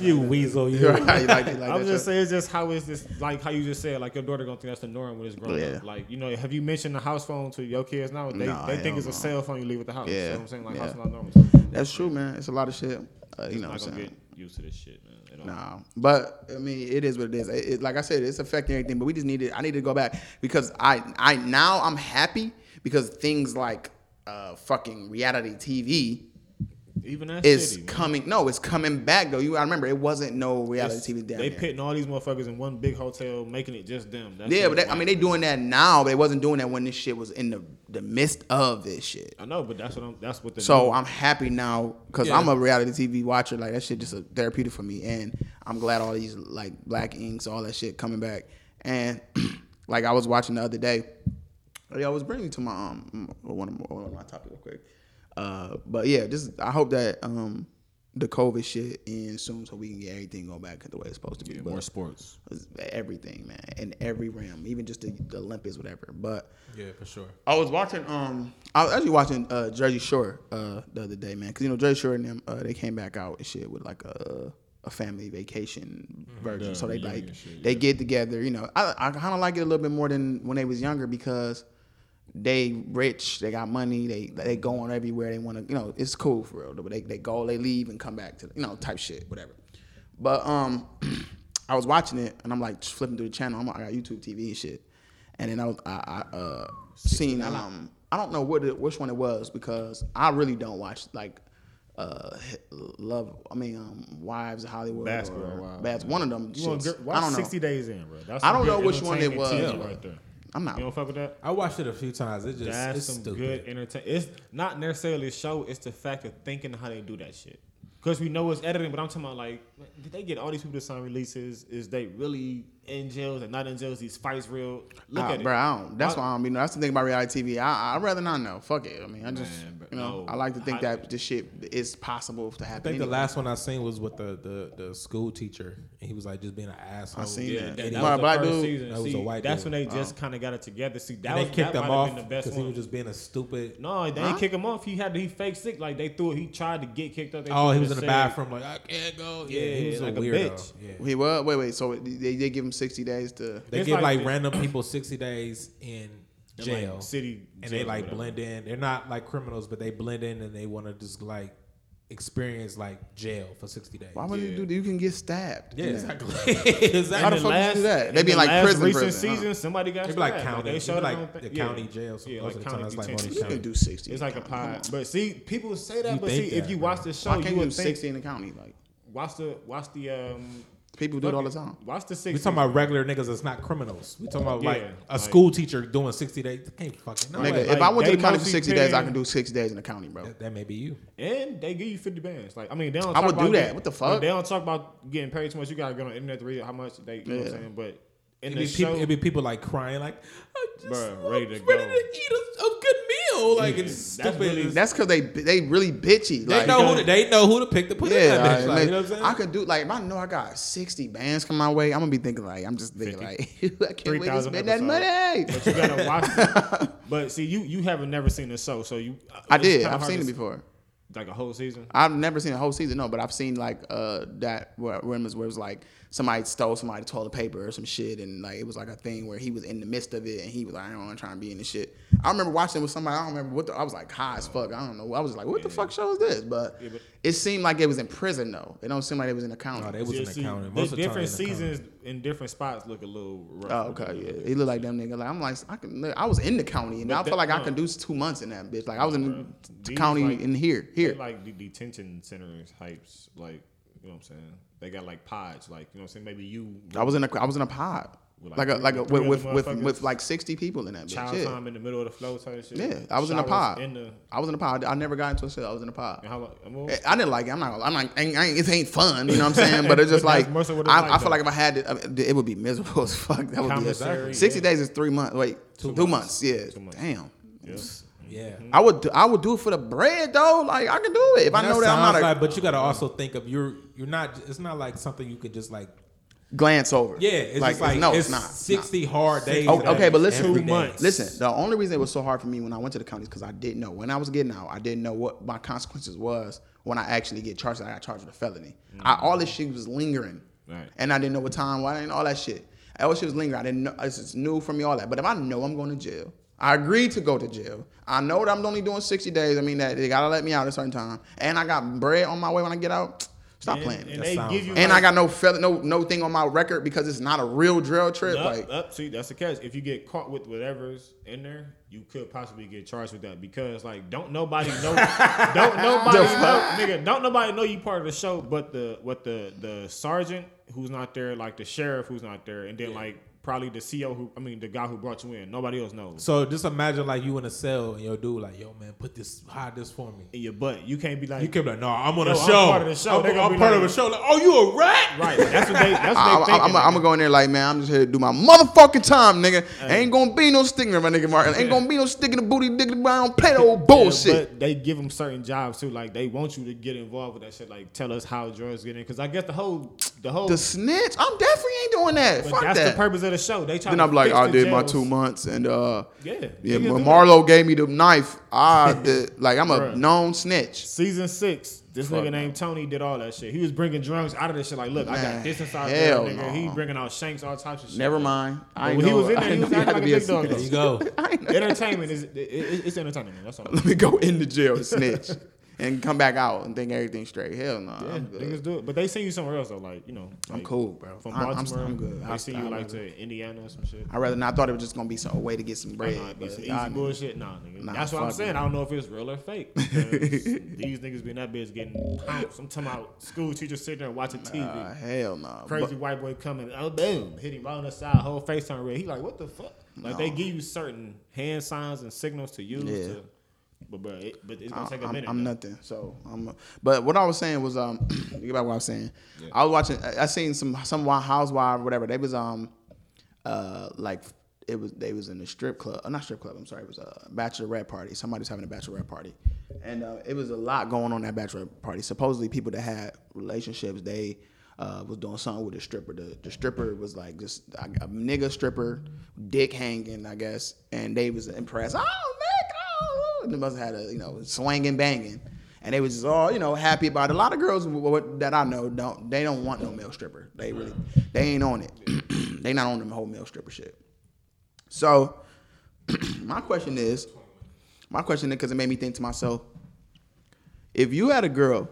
Speaker 2: You weasel, you.
Speaker 1: You're right. You like, you like
Speaker 3: I'm
Speaker 1: that
Speaker 3: just
Speaker 1: show?
Speaker 3: saying, it's just how is this like how you just said, like your daughter gonna think that's the norm when it's grown
Speaker 1: Yeah.
Speaker 3: up. Like you know, have you mentioned the house phone to your kids now? They,
Speaker 1: No,
Speaker 3: they
Speaker 1: hell
Speaker 3: think it's a
Speaker 1: no.
Speaker 3: cell phone you leave at the house. You
Speaker 1: Yeah.
Speaker 3: know what I'm saying like
Speaker 1: Yeah.
Speaker 3: house not normal. So I'm
Speaker 1: That's true, man. It's a lot of shit. Uh, you know what I'm
Speaker 3: not gonna get
Speaker 1: saying?
Speaker 3: used to this shit, man. At all.
Speaker 1: No, but I mean, it is what it is. It, it- like I said, it's affecting everything. But we just needed. I need to go back because I, I now I'm happy because things like uh, fucking reality TV
Speaker 3: Even that
Speaker 1: is
Speaker 3: shitty, man.
Speaker 1: coming. No, it's coming back though. You, I remember it wasn't no reality TV down
Speaker 3: They
Speaker 1: there.
Speaker 3: pitting all these motherfuckers in one big hotel, making it just them. That
Speaker 1: yeah,
Speaker 3: shit
Speaker 1: but
Speaker 3: is
Speaker 1: that, I mean,
Speaker 3: whack.
Speaker 1: they doing that now. But they wasn't doing that when this shit was in the the midst of this shit.
Speaker 3: I know, but that's what I'm. That's what the
Speaker 1: So
Speaker 3: new-
Speaker 1: I'm happy now because
Speaker 2: Yeah.
Speaker 1: I'm a reality TV watcher. Like that shit just a therapeutic for me, and I'm glad all these like black inks, all that shit coming back. And Like I was watching the other day. Oh, It always brings me to my um one of my, one of my topic real quick. Uh, but yeah, just I hope that um the COVID shit ends soon so we can get everything go back the way it's supposed to be. But
Speaker 4: More sports.
Speaker 1: everything, man, in every realm, even just the, the Olympics, whatever. But
Speaker 2: Yeah, for sure.
Speaker 1: I was watching. Um, I was actually watching uh, Jersey Shore uh, the other day, man. Because you know Jersey Shore and them, uh, they came back out and shit with like a a family vacation version. so they
Speaker 4: reunion
Speaker 1: like
Speaker 4: shit,
Speaker 1: they get together. You know, I I kind of like it a little bit more than when they was younger because they rich, they got money, they they go on everywhere they want to. You know, it's cool for real. But they they go, they leave and come back to you know type shit, whatever. But um, I was watching it and I'm like flipping through the channel. I'm like, I got YouTube TV and shit. And then I was I, I uh seen um I don't know what it, which one it was because I really don't watch like uh hi- love I mean um wives of Hollywood
Speaker 3: Basketball
Speaker 1: or
Speaker 3: Wives,
Speaker 1: Bats one of them
Speaker 3: You want
Speaker 1: shits.
Speaker 3: gir-
Speaker 1: I
Speaker 3: watch
Speaker 1: don't know
Speaker 3: 60 Days in, bro. That's
Speaker 1: I don't
Speaker 3: some
Speaker 1: know
Speaker 3: good
Speaker 1: which one it
Speaker 3: entertainment
Speaker 1: was,
Speaker 3: TV
Speaker 1: but
Speaker 3: right there.
Speaker 1: I'm not
Speaker 3: You don't fuck with that?
Speaker 2: I watched it a few times. It just
Speaker 3: That's
Speaker 2: it's
Speaker 3: some
Speaker 2: stupid.
Speaker 3: good entertainment. It's not necessarily a show. It's the fact of thinking how they do that shit. Because we know it's editing, but I'm talking about like, man, did they get all these people to sign releases? Is they really in jails and not in jails? These fights real? Look
Speaker 1: Ah,
Speaker 3: at
Speaker 1: bro,
Speaker 3: it.
Speaker 1: I don't, that's
Speaker 3: Why-
Speaker 1: why I don't be. That's the thing about reality TV. I I'd rather not know. Fuck it. I mean, I just
Speaker 4: Man, but
Speaker 1: you know
Speaker 3: no.
Speaker 1: I like to think
Speaker 3: How-
Speaker 1: that this shit is possible to happen.
Speaker 2: I think the
Speaker 1: anyway.
Speaker 2: last one I seen was with the, the, the school teacher, and he was like just being an asshole.
Speaker 1: I seen
Speaker 2: yeah,
Speaker 1: that.
Speaker 2: And
Speaker 1: Nah,
Speaker 2: was
Speaker 1: My
Speaker 2: the
Speaker 1: black
Speaker 2: first-
Speaker 1: dude-
Speaker 2: That was a
Speaker 3: See,
Speaker 2: white
Speaker 3: that's
Speaker 2: dude.
Speaker 3: when they just kind of got it together. See, that
Speaker 2: and
Speaker 3: was
Speaker 2: they kicked
Speaker 3: that
Speaker 2: him
Speaker 3: might have
Speaker 2: off
Speaker 3: been the best
Speaker 2: because he
Speaker 3: one.
Speaker 2: was just being a stupid.
Speaker 3: no, they
Speaker 1: Huh?
Speaker 3: didn't kick him off. He had he fake sick. Like they threw. He tried to get kicked out. They threw
Speaker 2: Oh, he
Speaker 3: him
Speaker 2: was in the
Speaker 3: sand.
Speaker 2: bathroom like I can't go. Yeah, he
Speaker 3: Yeah,
Speaker 2: was
Speaker 3: like
Speaker 2: a
Speaker 3: a
Speaker 2: weirdo.
Speaker 3: bitch.
Speaker 2: Yeah.
Speaker 1: He was wait wait. So they did give him sixty days to.
Speaker 2: They
Speaker 3: It's
Speaker 2: give
Speaker 3: like
Speaker 2: like,
Speaker 3: the-
Speaker 2: random people sixty days in
Speaker 3: Like,
Speaker 2: jail,
Speaker 3: city,
Speaker 2: and
Speaker 3: jail
Speaker 2: they
Speaker 3: or
Speaker 2: like
Speaker 3: whatever.
Speaker 2: blend in. They're not like criminals, but they blend in and they want to just like experience like jail for sixty days.
Speaker 1: Why would you do that? You can get stabbed.
Speaker 2: yeah,
Speaker 1: You know?
Speaker 2: exactly. exactly.
Speaker 1: How the
Speaker 3: In
Speaker 1: fuck you do that?
Speaker 3: in
Speaker 1: They be
Speaker 3: the
Speaker 1: like
Speaker 3: last
Speaker 1: prison,
Speaker 3: recent
Speaker 1: prison, Uh-huh. huh?
Speaker 3: season. Somebody got
Speaker 2: It'd be like
Speaker 3: stabbed.
Speaker 2: county.
Speaker 3: they
Speaker 2: It'd be
Speaker 3: showed it
Speaker 2: like
Speaker 3: on
Speaker 2: the
Speaker 3: thing. Yeah.
Speaker 2: county jail. So
Speaker 3: Yeah,
Speaker 2: most
Speaker 3: like
Speaker 2: of the time
Speaker 3: county
Speaker 2: it's like
Speaker 3: detention.
Speaker 2: Orange
Speaker 1: You can
Speaker 2: County.
Speaker 1: do sixty.
Speaker 3: It's like a
Speaker 1: Come on.
Speaker 3: pod. But see, people say that.
Speaker 2: You
Speaker 3: but see,
Speaker 2: think
Speaker 3: if
Speaker 2: that,
Speaker 3: you
Speaker 2: bro.
Speaker 3: watch the show,
Speaker 1: Why can't
Speaker 3: you
Speaker 1: you do
Speaker 3: would think
Speaker 1: sixty in the county? Like
Speaker 3: watch the watch the um.
Speaker 1: people do it all the time.
Speaker 3: Watch the
Speaker 2: We
Speaker 3: six.
Speaker 2: talking about regular niggas that's not criminals. We talking about like
Speaker 3: Yeah,
Speaker 2: a
Speaker 3: like-
Speaker 2: school teacher doing sixty days. Can't fucking no
Speaker 1: Nigga,
Speaker 2: way.
Speaker 1: if I went to
Speaker 3: they
Speaker 1: the county for
Speaker 3: mostly
Speaker 1: sixty days, I
Speaker 3: paying-
Speaker 1: can do six days in the county, bro.
Speaker 2: That, that may be you.
Speaker 3: and they give you fifty bands. Like I mean, they don't.
Speaker 1: I
Speaker 3: talk
Speaker 1: would do
Speaker 3: about
Speaker 1: that.
Speaker 3: getting-
Speaker 1: What the fuck?
Speaker 3: They don't talk about getting paid too much. You gotta go on the internet to read how much they. You know what
Speaker 1: Yeah.
Speaker 3: I'm saying? But
Speaker 2: It'd
Speaker 3: in the
Speaker 2: be, people,
Speaker 3: show,
Speaker 2: it'd be people like crying, like I just
Speaker 3: Bruh,
Speaker 2: I'm
Speaker 3: ready to go.
Speaker 2: eat a, a good meal. Like it's
Speaker 3: Yeah, that's
Speaker 2: stupid.
Speaker 3: really-
Speaker 2: It's-
Speaker 1: That's because they they really bitchy.
Speaker 2: they
Speaker 1: Like,
Speaker 2: know who to, they know who to pick to put
Speaker 1: Yeah,
Speaker 2: in that bitch.
Speaker 1: like,
Speaker 2: Like, you know
Speaker 1: like,
Speaker 2: what I'm saying?
Speaker 1: I could do like if I know I got sixty bands come my way, I'm gonna be thinking like I'm just thinking like I can't wait to
Speaker 3: 3,000
Speaker 1: spend that money.
Speaker 3: but you gotta watch. it. But see, you you haven't never seen the show, so you.
Speaker 1: I
Speaker 3: it's
Speaker 1: did.
Speaker 3: kinda
Speaker 1: I've
Speaker 3: hard
Speaker 1: seen
Speaker 3: to
Speaker 1: it
Speaker 3: s-
Speaker 1: before.
Speaker 3: Like a whole season.
Speaker 1: I've never seen a whole season, no, but I've seen like uh that where rumors where it was like somebody stole somebody's toilet paper or some shit, and like it was like a thing where he was in the midst of it and he was like, I don't want to try and be in this shit. I remember watching it with somebody. I don't remember what the, I was like high as fuck. I don't know. I was like, what the fuck show is this? But,
Speaker 3: but-
Speaker 1: it seemed like it was in prison though. It don't seem like it was in the county.
Speaker 2: No, they was in
Speaker 3: Yeah,
Speaker 2: the
Speaker 3: see,
Speaker 2: county.
Speaker 3: the
Speaker 2: Most of the time,
Speaker 3: different
Speaker 2: they in the county.
Speaker 3: seasons in different spots look a little rough.
Speaker 1: Oh, okay, yeah. He looked like them nigga. Like I'm like I can. I was in the county, and I
Speaker 3: that-
Speaker 1: felt like I
Speaker 3: no.
Speaker 1: can do two months in that bitch. Like I was in the
Speaker 3: These,
Speaker 1: county
Speaker 3: like-
Speaker 1: in here,
Speaker 3: They're
Speaker 1: here.
Speaker 3: like the detention centers hypes, like you know what I'm saying. They got like pods, like you know what I'm saying. Maybe you
Speaker 1: I was in a I was in a pod,
Speaker 3: With,
Speaker 1: like
Speaker 3: like,
Speaker 1: a like a
Speaker 3: three
Speaker 1: with
Speaker 3: other
Speaker 1: with with,
Speaker 3: motherfuckers?
Speaker 1: with like sixty people in that bitch.
Speaker 3: child
Speaker 1: Yeah.
Speaker 3: time in the middle of the flow type shit.
Speaker 1: Yeah, I was in a
Speaker 3: Showers
Speaker 1: pod.
Speaker 3: In the
Speaker 1: I was in a pod. I never got into a cell. I was in a pod.
Speaker 3: and how long? I'm all-
Speaker 1: I- I didn't like it. I'm not. I'm not. I ain't, I ain't, it ain't fun. You know what I'm saying? But it's just
Speaker 3: But that's
Speaker 1: like
Speaker 3: more so what it's
Speaker 1: I,
Speaker 3: like,
Speaker 1: I feel
Speaker 3: though.
Speaker 1: like if I had it, I mean, it would be miserable as fuck. That would be
Speaker 3: Commissary,
Speaker 1: sixty
Speaker 3: yeah.
Speaker 1: days is three months. Wait, two, months. Yeah.
Speaker 3: months.
Speaker 1: Damn.
Speaker 2: Yeah.
Speaker 1: I would. do- I would do it for the bread though. Like I can do it if Mm-hmm. I know that I'm
Speaker 2: sounds
Speaker 1: not a
Speaker 2: like, but you gotta also think of you're you're not. It's not like something you could just like.
Speaker 1: glance over.
Speaker 2: Yeah, it's just like
Speaker 1: no,
Speaker 2: it's,
Speaker 1: it's, not it's not.
Speaker 2: sixty hard days.
Speaker 1: Oh,
Speaker 2: of
Speaker 1: okay,
Speaker 2: that
Speaker 1: but listen,
Speaker 2: every
Speaker 3: Two
Speaker 2: day.
Speaker 3: months.
Speaker 1: Listen, the only reason it was so hard for me when I went to the county is because I didn't know. When I was getting out, I didn't know what my consequences was when I actually get charged. I got charged with a felony. I, all this shit was lingering,
Speaker 3: Mm-hmm. Right.
Speaker 1: and I didn't know what time. Why I didn't all that shit? All shit was lingering. I didn't know. It's it's new for me. All that. But if I know I'm going to jail, I agreed to go to jail. I know that I'm only doing 60 days. I mean that they gotta let me out at a certain time, and I got bread on my way when I get out. Stop playing.
Speaker 3: and, and
Speaker 2: That
Speaker 3: they
Speaker 2: sounds
Speaker 3: give you
Speaker 2: like-
Speaker 1: and
Speaker 3: like,
Speaker 1: I got no fel- no no thing on my record because it's not a real drill trip.
Speaker 3: up,
Speaker 1: like
Speaker 3: up. See, that's the catch. If you get caught with whatever's in there, you could possibly get charged with that because, like, don't nobody know, don't nobody
Speaker 1: The
Speaker 3: know, nigga, don't nobody know you part of the show, but the what the the sergeant who's not there, like the sheriff who's not there, and then like probably the CEO who, I mean, the guy who brought you in. Nobody else knows.
Speaker 2: So just imagine like you in a cell and your dude like, yo man, put this hide this for me.
Speaker 3: in your butt, you can't be like,
Speaker 2: You can be like, no, I'm on
Speaker 3: Yo,
Speaker 2: a
Speaker 3: I'm
Speaker 2: show.
Speaker 3: part of the show. They
Speaker 2: I'm,
Speaker 3: gonna
Speaker 2: I'm
Speaker 3: be
Speaker 2: part
Speaker 3: like-
Speaker 2: of a show. Like, oh, you a rat?
Speaker 3: right? That's what they. That's
Speaker 1: I'm,
Speaker 3: what they thinking.
Speaker 1: gonna go in there like, man, I'm just here to do my motherfucking time, nigga. Ain't gonna be no sticking my nigga Martin. Ain't gonna be no sticking the booty, digging brown, play the old
Speaker 3: Yeah,
Speaker 1: bullshit.
Speaker 3: but they give them certain jobs too. Like they want you to get involved with that shit. Like tell us how drugs get in. Because I guess the whole, the whole,
Speaker 1: the snitch, I'm definitely ain't doing that.
Speaker 3: but
Speaker 1: Fuck
Speaker 3: that's
Speaker 1: that.
Speaker 3: the purpose of the show. They try.
Speaker 1: then
Speaker 3: to
Speaker 1: I'm like,
Speaker 3: fix
Speaker 1: I
Speaker 3: the
Speaker 1: did my
Speaker 3: jails.
Speaker 1: two months, and uh,
Speaker 3: Yeah,
Speaker 1: yeah.
Speaker 3: niggas
Speaker 1: When
Speaker 3: do
Speaker 1: Marlo gave me the knife, I did, like I'm a known snitch.
Speaker 3: Season six, this
Speaker 1: Fuck
Speaker 3: nigga
Speaker 1: no.
Speaker 3: named Tony did all that shit. He was bringing drugs out of this shit. Like, look, I
Speaker 1: Man,
Speaker 3: got this inside there,
Speaker 1: hell
Speaker 3: nigga.
Speaker 1: no.
Speaker 3: He bringing out shanks, all types of shit.
Speaker 1: Never mind. I
Speaker 3: But
Speaker 1: ain't
Speaker 3: when he
Speaker 1: know-
Speaker 3: was in
Speaker 1: I
Speaker 3: there, he
Speaker 1: ain't
Speaker 3: was
Speaker 1: know had
Speaker 3: acting
Speaker 1: to
Speaker 3: like
Speaker 1: be
Speaker 3: a
Speaker 1: a
Speaker 3: big dog.
Speaker 1: secret.
Speaker 2: There you go.
Speaker 1: I ain't know.
Speaker 3: Entertainment is it, it, it's entertainment. That's all.
Speaker 1: Let me go into jail and snitch and come back out and think everything's straight. Hell no.
Speaker 3: Yeah,
Speaker 1: I'm good.
Speaker 3: niggas do it, but they send you somewhere else though. Like you know,
Speaker 1: I'm
Speaker 3: like,
Speaker 1: cool, bro.
Speaker 3: From
Speaker 1: I'm- I'm-
Speaker 3: Baltimore,
Speaker 1: I'm good.
Speaker 3: They
Speaker 1: I-
Speaker 3: send
Speaker 1: I
Speaker 3: you like
Speaker 1: rather-
Speaker 3: to Indiana or some shit.
Speaker 1: I rather not. I thought it was just gonna be some way to get some bread.
Speaker 3: Nah, it'd be
Speaker 1: but
Speaker 3: some
Speaker 1: y'all
Speaker 3: Uh-huh, easy
Speaker 1: niggas-
Speaker 3: bullshit. Nah, nigga.
Speaker 1: Nah,
Speaker 3: That's what I'm
Speaker 1: fuck
Speaker 3: saying.
Speaker 1: it.
Speaker 3: I don't know if it's real or fake. 'cause these niggas be in that bitch getting pounced. I'm talking about school teachers sitting there watching TV.
Speaker 1: Uh, hell no.
Speaker 3: Crazy white boy coming, oh boom, hit him right on the side, whole face turn red. He like, what the fuck? Like they
Speaker 1: No.
Speaker 3: give you certain hand signs and signals to use.
Speaker 1: Yeah.
Speaker 3: To, but bro, it, but it's gonna
Speaker 1: I,
Speaker 3: take a
Speaker 1: am
Speaker 3: minute.
Speaker 1: Uh, I'm
Speaker 3: though.
Speaker 1: nothing. So I'm. a- But what I was saying was um. get back what I was saying. I was watching. I, I seen some some Wild housewife whatever. They was um, uh, like it was they was in a strip club. uh, Not strip club. I'm sorry. It was a bachelorette party. Somebody was having a bachelorette party, and uh, it was a lot going on at that bachelorette party. Supposedly people that had relationships they. Uh, was doing something with a stripper. The, the stripper was like just a, a nigga stripper, dick hanging, I guess. And they was impressed. Oh, nigga, oh, and they must have had a you know swinging banging and they was just all you know happy about it. a lot of girls w- w- that i know don't they don't want no male stripper they really they ain't on it they not on the whole male stripper shit so my question is my question is because it made me think to myself if you had a girl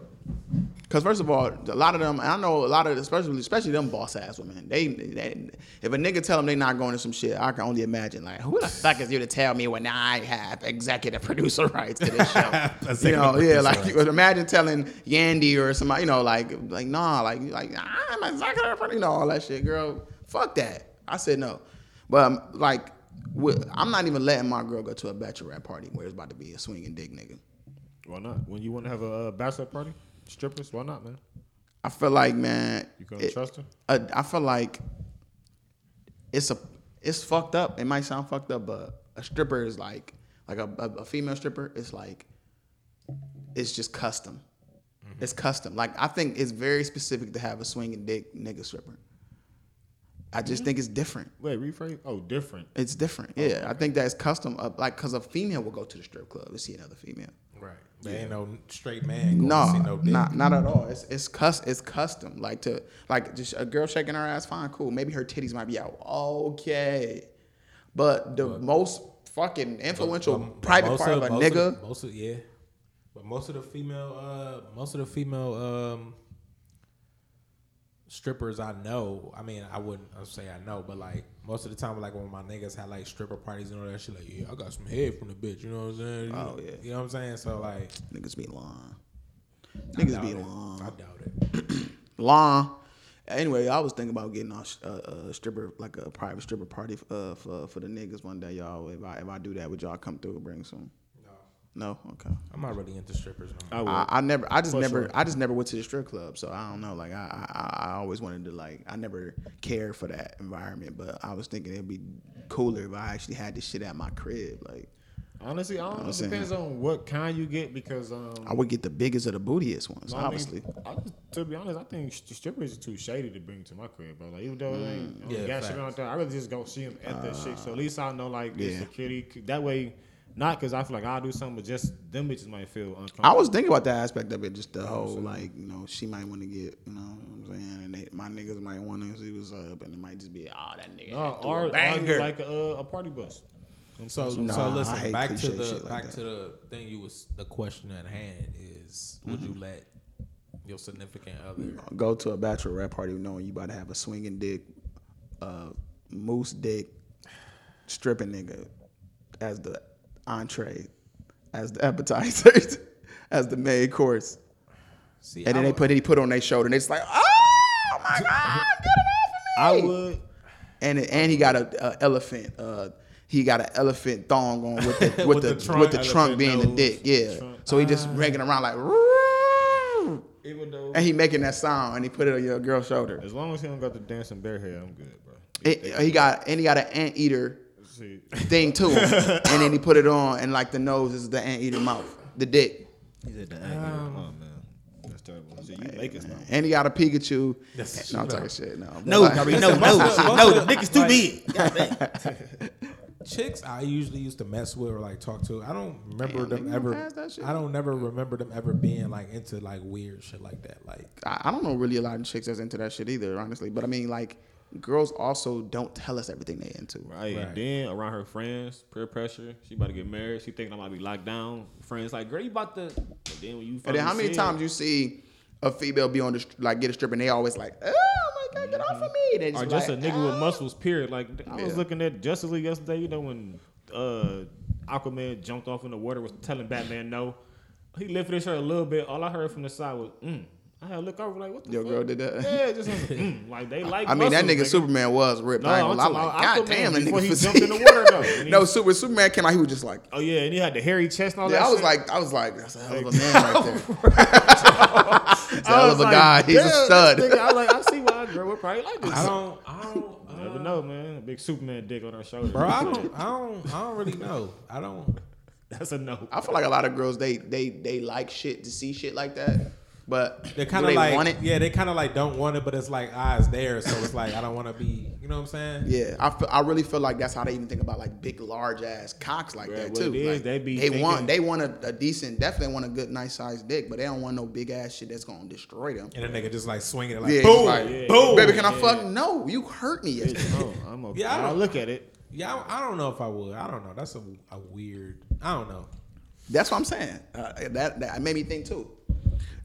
Speaker 1: because first of all a lot of them and i know a lot of especially especially them boss ass women they, they if a nigga tell them they not going to some shit i can only imagine like who the fuck is you to tell me when i have executive producer rights to this show you
Speaker 2: Executive
Speaker 1: know, yeah,
Speaker 2: producer
Speaker 1: like
Speaker 2: rights.
Speaker 1: imagine telling Yandy or somebody, you know, like like nah, like like "Ah, I'm executive, producer," you know, all that shit, girl. Fuck that. I said no, but um, like wi- I'm not even letting my girl go to a bachelorette party where it's about to be a swinging dick nigga.
Speaker 3: Why not? When you want to have a uh, bachelor party, strippers, why not, man?
Speaker 1: I feel like man,
Speaker 3: You gonna
Speaker 1: it-
Speaker 3: trust her?
Speaker 1: I, I feel like it's a it's fucked up. It might sound fucked up, but a stripper is like like a, a, a female stripper. It's like it's just custom.
Speaker 3: Mm-hmm.
Speaker 1: It's custom. Like I think it's very specific to have a swinging dick nigga stripper. I
Speaker 3: Mm-hmm.
Speaker 1: just think it's different.
Speaker 3: Wait, rephrase. Oh, different.
Speaker 1: It's different.
Speaker 3: Oh,
Speaker 1: Yeah, I think that's custom. Of, like because a female will go to the strip club to see another female.
Speaker 2: Right. There ain't no straight man. Going
Speaker 1: No,
Speaker 2: to see no dick.
Speaker 1: not not at all. It's it's cus it's custom. Like to like just a girl shaking her ass, fine, cool. Maybe her titties might be out. Okay. But the most fucking influential
Speaker 2: But
Speaker 1: private
Speaker 2: most
Speaker 1: part of a
Speaker 2: most
Speaker 1: nigga.
Speaker 2: the- most of yeah, but most of the female, uh, most of the female um, strippers I know. I mean, I wouldn't say I know, but like most of the time, like when my niggas had like stripper parties and all that shit, like yeah, I got some head from the bitch. You know what I'm saying? You
Speaker 1: Oh,
Speaker 2: know-
Speaker 1: yeah.
Speaker 2: You know what I'm saying? So like,
Speaker 1: niggas be lying.
Speaker 2: I
Speaker 1: Niggas
Speaker 2: doubt
Speaker 1: be
Speaker 2: it.
Speaker 1: lying.
Speaker 2: I doubt it.
Speaker 1: Long. Anyway, I was thinking about getting a, sh- a, a stripper, like a private stripper party uh, for for the niggas one day, y'all. If I if I do that, would y'all come through and bring some?
Speaker 2: No,
Speaker 1: No, okay.
Speaker 2: I'm not really into strippers. No.
Speaker 3: I would.
Speaker 1: I, I never, I just
Speaker 3: For
Speaker 1: never,
Speaker 3: sure.
Speaker 1: I just never went to the strip club, so I don't know. Like I, I, I- I always wanted to like, I never cared for that environment, but I was thinking it'd be cooler if I actually had this shit at my crib. Like
Speaker 3: Honestly, I don't know.
Speaker 1: I'm
Speaker 3: It
Speaker 1: saying.
Speaker 3: depends on what kind you get because um.
Speaker 1: I would get the biggest of the bootiest ones,
Speaker 3: I mean,
Speaker 1: obviously.
Speaker 3: I just, to be honest, I think st- strippers are too shady to bring to my crib, bro. Like even though they
Speaker 5: Mm.
Speaker 3: ain't I don't
Speaker 2: Yeah,
Speaker 3: got shit
Speaker 2: facts.
Speaker 3: out there, I really just go see them at that shit. So at least I know like the
Speaker 1: yeah.
Speaker 3: security. That way, not because I feel like I'll do something, but just them bitches might feel uncomfortable.
Speaker 1: I was thinking about that aspect of it, just the whole like, you know, she might want to get, you know, what I'm saying, and they, my niggas might want to see what's up, and it might just be, oh, that nigga,
Speaker 3: No,
Speaker 1: threw
Speaker 3: or,
Speaker 1: a
Speaker 3: or
Speaker 1: banger.
Speaker 3: you like a, a party bus.
Speaker 2: So,
Speaker 1: Nah,
Speaker 2: so
Speaker 1: I
Speaker 2: listen.
Speaker 1: hate
Speaker 2: Back to
Speaker 1: cliche
Speaker 2: the
Speaker 1: shit like
Speaker 2: back
Speaker 1: that.
Speaker 2: to the thing you was the question at hand is would
Speaker 1: Mm-hmm.
Speaker 2: you let your significant other
Speaker 1: go to a bachelorette party knowing you about to have a swinging dick, uh, moose dick, stripping nigga as the entree, as the appetizer, as the main course,
Speaker 2: see?
Speaker 1: and then
Speaker 2: I
Speaker 1: they
Speaker 2: would-
Speaker 1: put it, he put it on their shoulder, and it's like, oh my god, get it off of me!
Speaker 3: I would.
Speaker 1: and and he got a, a elephant. Uh, he got an elephant thong on with the with,
Speaker 2: With
Speaker 1: the,
Speaker 2: the trunk,
Speaker 1: with the trunk
Speaker 2: elephant
Speaker 1: being the
Speaker 2: nose,
Speaker 1: dick. Yeah.
Speaker 3: trunk.
Speaker 1: So he just ragging around like, "Roo!"
Speaker 3: Even though,
Speaker 1: and he making that sound, and he put it on your girl's shoulder.
Speaker 3: as long as he don't got the dancing bear hair, I'm good, bro.
Speaker 1: It- he got and he got an anteater
Speaker 3: See,
Speaker 1: thing to him, and then he put it on, and like the nose is the anteater mouth, the dick.
Speaker 5: He said the anger.
Speaker 3: Um,
Speaker 5: Come on, man. That's terrible. So you Lakers now.
Speaker 1: And he got a Pikachu.
Speaker 2: That's-
Speaker 1: no, I'm talking shit. No, but
Speaker 5: No,
Speaker 1: like-
Speaker 5: Kyrie, no, no,
Speaker 2: Most of the-
Speaker 5: no. The dick is too
Speaker 2: like-
Speaker 5: big.
Speaker 2: chicks I usually used to mess with or like talk to. I don't remember
Speaker 1: Damn,
Speaker 2: them
Speaker 1: nigga,
Speaker 2: ever.
Speaker 1: pass that shit.
Speaker 2: I don't never remember them ever being like into like weird shit like that. Like
Speaker 1: I, I don't know really a lot of chicks that's into that shit either, honestly. But I mean, like, girls also don't tell us everything they into.
Speaker 3: right.
Speaker 2: Right.
Speaker 3: And then around her friends, peer pressure. She about to get married. She thinking I might be locked down. Friends like, girl, you about to. And then when you.
Speaker 1: And then how many times you see a female be on the str- like get a strip and they always like, oh my god, get off of me. They
Speaker 3: Or
Speaker 1: just,
Speaker 3: just
Speaker 1: like,
Speaker 3: a nigga
Speaker 1: "Ah."
Speaker 3: with muscles. Period. Like I was
Speaker 1: Yeah.
Speaker 3: looking at Justice League yesterday. You know when uh, Aquaman jumped off in the water was telling Batman no. He lifted his shirt a little bit. All I heard from the side was, mm. I had to look over like, what the
Speaker 1: Your
Speaker 3: fuck?
Speaker 1: girl did that?
Speaker 3: Yeah, just was, mm. like they like.
Speaker 1: I mean, that
Speaker 3: muscles,
Speaker 1: nigga Superman was ripped.
Speaker 3: No,
Speaker 1: I
Speaker 3: I'm
Speaker 1: ain't gonna lie. I'm
Speaker 3: talking
Speaker 1: like,
Speaker 3: about
Speaker 1: god damn, that
Speaker 3: Aquaman before
Speaker 1: nigga
Speaker 3: he
Speaker 1: physique.
Speaker 3: jumped in the water, though. And he-
Speaker 1: no, super, Superman came out. He was just like,
Speaker 3: Oh yeah, and he had the hairy chest and all Oh, that.
Speaker 1: yeah, I was
Speaker 3: shit.
Speaker 1: like, I was like, that's a hell of a man right there. It's a hell of a
Speaker 3: like,
Speaker 1: guy. He's
Speaker 3: "Damn,
Speaker 1: a
Speaker 3: this
Speaker 1: stud.
Speaker 3: nigga," I was like, I see why a girl would probably like this.
Speaker 2: I don't, I don't, I
Speaker 3: You never
Speaker 2: don't
Speaker 3: know, man. A big Superman dick on her shoulder,
Speaker 2: bro. I don't, I don't, I don't really know. I don't.
Speaker 3: That's a no.
Speaker 1: I feel like a lot of girls they they they like shit to see shit like that, but
Speaker 2: They're
Speaker 1: do
Speaker 2: kind of
Speaker 1: they
Speaker 2: like,
Speaker 1: want it?
Speaker 2: yeah, they kind of like don't want it, but it's like ah, it's there, so it's like I don't want to be. You know what I'm saying?
Speaker 1: Yeah, I, feel, I really feel like that's how they even think about like big, large ass cocks like
Speaker 3: Bruh,
Speaker 1: that
Speaker 3: what
Speaker 1: too.
Speaker 3: it is,
Speaker 1: Like,
Speaker 3: they be
Speaker 1: want
Speaker 3: thinking-
Speaker 1: they want a, a decent, definitely want a good, nice sized dick, but they don't want no big ass shit that's gonna destroy them.
Speaker 2: And the nigga just like swinging it like
Speaker 1: Yeah,
Speaker 2: boom,
Speaker 1: like,
Speaker 3: yeah.
Speaker 2: boom.
Speaker 1: Baby, can I
Speaker 3: Yeah.
Speaker 1: fuck? No, you hurt me yesterday.
Speaker 3: No, I'm okay.
Speaker 2: Yeah, I don't-
Speaker 3: I'll look at it.
Speaker 2: Yeah, I, I don't know if I would. I don't know. That's a, a weird. I don't know.
Speaker 1: That's what I'm saying. Uh, that that made me think too,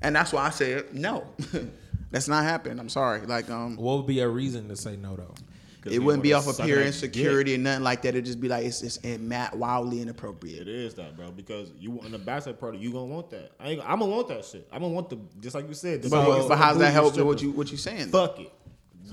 Speaker 1: and that's why I said no. that's not happening. I'm sorry. Like um,
Speaker 2: What would be a reason to say no though?
Speaker 1: it wouldn't be off of
Speaker 3: Sucking
Speaker 1: pure
Speaker 3: that
Speaker 1: insecurity or nothing like that. It'd just be like it's it's and Matt wildly
Speaker 3: It
Speaker 1: inappropriate.
Speaker 3: is that, bro, because you want in a bachelor party, you gonna want that. I ain't, I'm gonna want that shit. I'm gonna want the just like you said. The
Speaker 1: But,
Speaker 3: biggest
Speaker 1: but how's that
Speaker 3: booty
Speaker 1: help you?
Speaker 3: stripper.
Speaker 1: What you what you saying?
Speaker 3: Fuck it.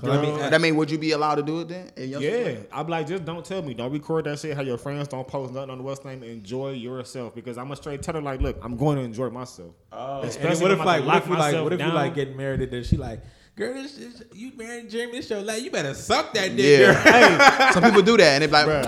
Speaker 2: So let me
Speaker 3: Girl.
Speaker 2: ask-
Speaker 1: That mean, would you be allowed to do it then? in your
Speaker 3: Yeah,
Speaker 1: situation?
Speaker 3: I'm like, just don't tell me. Don't record that shit. How your friends don't post nothing on the West name. Enjoy yourself because I'm a straight teller. Like, look, I'm going to enjoy myself. Oh,
Speaker 2: And then what if like what if you like what if you like getting married and then she like, girl, this, this you married Jeremy, this your last. You better suck that dick. girl."
Speaker 1: Yeah. Some people do that and they're like,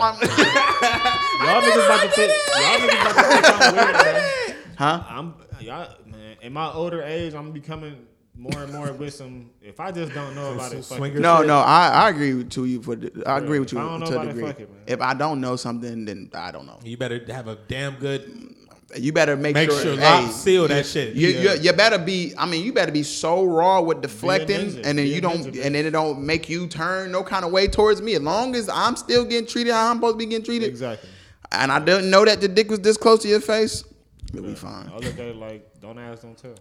Speaker 3: Y'all niggas about to think. Y'all niggas about to think I'm weird, man.
Speaker 1: huh?
Speaker 3: I'm y'all man. In my older age, I'm becoming more and more with some. If I just don't know about
Speaker 2: some
Speaker 3: it, fuck
Speaker 2: swinger
Speaker 3: it.
Speaker 1: No, no, I, I agree with to you for the, I agree with you
Speaker 3: If I don't know
Speaker 1: to a
Speaker 3: about it,
Speaker 1: degree.
Speaker 3: fuck it, man.
Speaker 1: if I don't know something, then I don't know.
Speaker 2: You better have a damn good
Speaker 1: You better make,
Speaker 2: make
Speaker 1: sure,
Speaker 2: sure,
Speaker 1: hey,
Speaker 2: lock seal that shit.
Speaker 1: you, you, you better be. I mean, you better be so raw with deflecting,
Speaker 3: ninja.
Speaker 1: and then
Speaker 3: Be a
Speaker 1: you don't,
Speaker 3: ninja,
Speaker 1: and then it don't make you turn no kind of way towards me. As long as I'm still getting treated how I'm supposed to be getting treated,
Speaker 3: Exactly.
Speaker 1: and I didn't know that the dick was this close to your face, you'll be fine.
Speaker 3: I look at it like, don't ask, don't tell.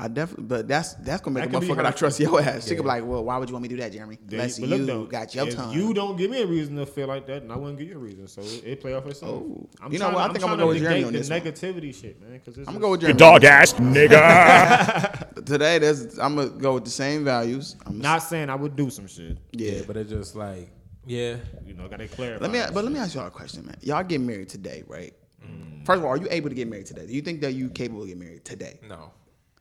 Speaker 1: I definitely, but that's that's gonna make
Speaker 3: That
Speaker 1: a
Speaker 3: could be
Speaker 1: motherfucker not
Speaker 3: hurtful.
Speaker 1: trust your ass. She could be like, "Well, why would you want me to do that, Jeremy?
Speaker 3: Then-
Speaker 1: Unless
Speaker 3: but
Speaker 1: you
Speaker 3: though,
Speaker 1: got your
Speaker 3: if
Speaker 1: tongue."
Speaker 3: You don't give me a reason to feel like that, and I wouldn't give you a reason. So it, it play off itself.
Speaker 1: Oh.
Speaker 3: I'm
Speaker 1: You know what? I
Speaker 3: tryna-
Speaker 1: think I'm
Speaker 3: tryna
Speaker 1: gonna go with Jeremy
Speaker 3: negate
Speaker 1: on this
Speaker 3: the
Speaker 1: one.
Speaker 3: negativity shit, man. Because
Speaker 1: I'm gonna go with
Speaker 4: You
Speaker 1: Jeremy
Speaker 4: dog ass nigga.
Speaker 1: today. That's I'm gonna go with the same values. I'm
Speaker 3: Not saying I would do some shit.
Speaker 1: yeah.
Speaker 2: Yeah, but it's just like, yeah,
Speaker 3: You know, gotta clarify.
Speaker 1: let me,
Speaker 3: that
Speaker 1: but let
Speaker 3: shit.
Speaker 1: me ask y'all a question, man. Y'all get married today, right?
Speaker 3: Mm.
Speaker 1: First of all, are you able to get married today? Do you think that you capable of getting married today?
Speaker 2: no.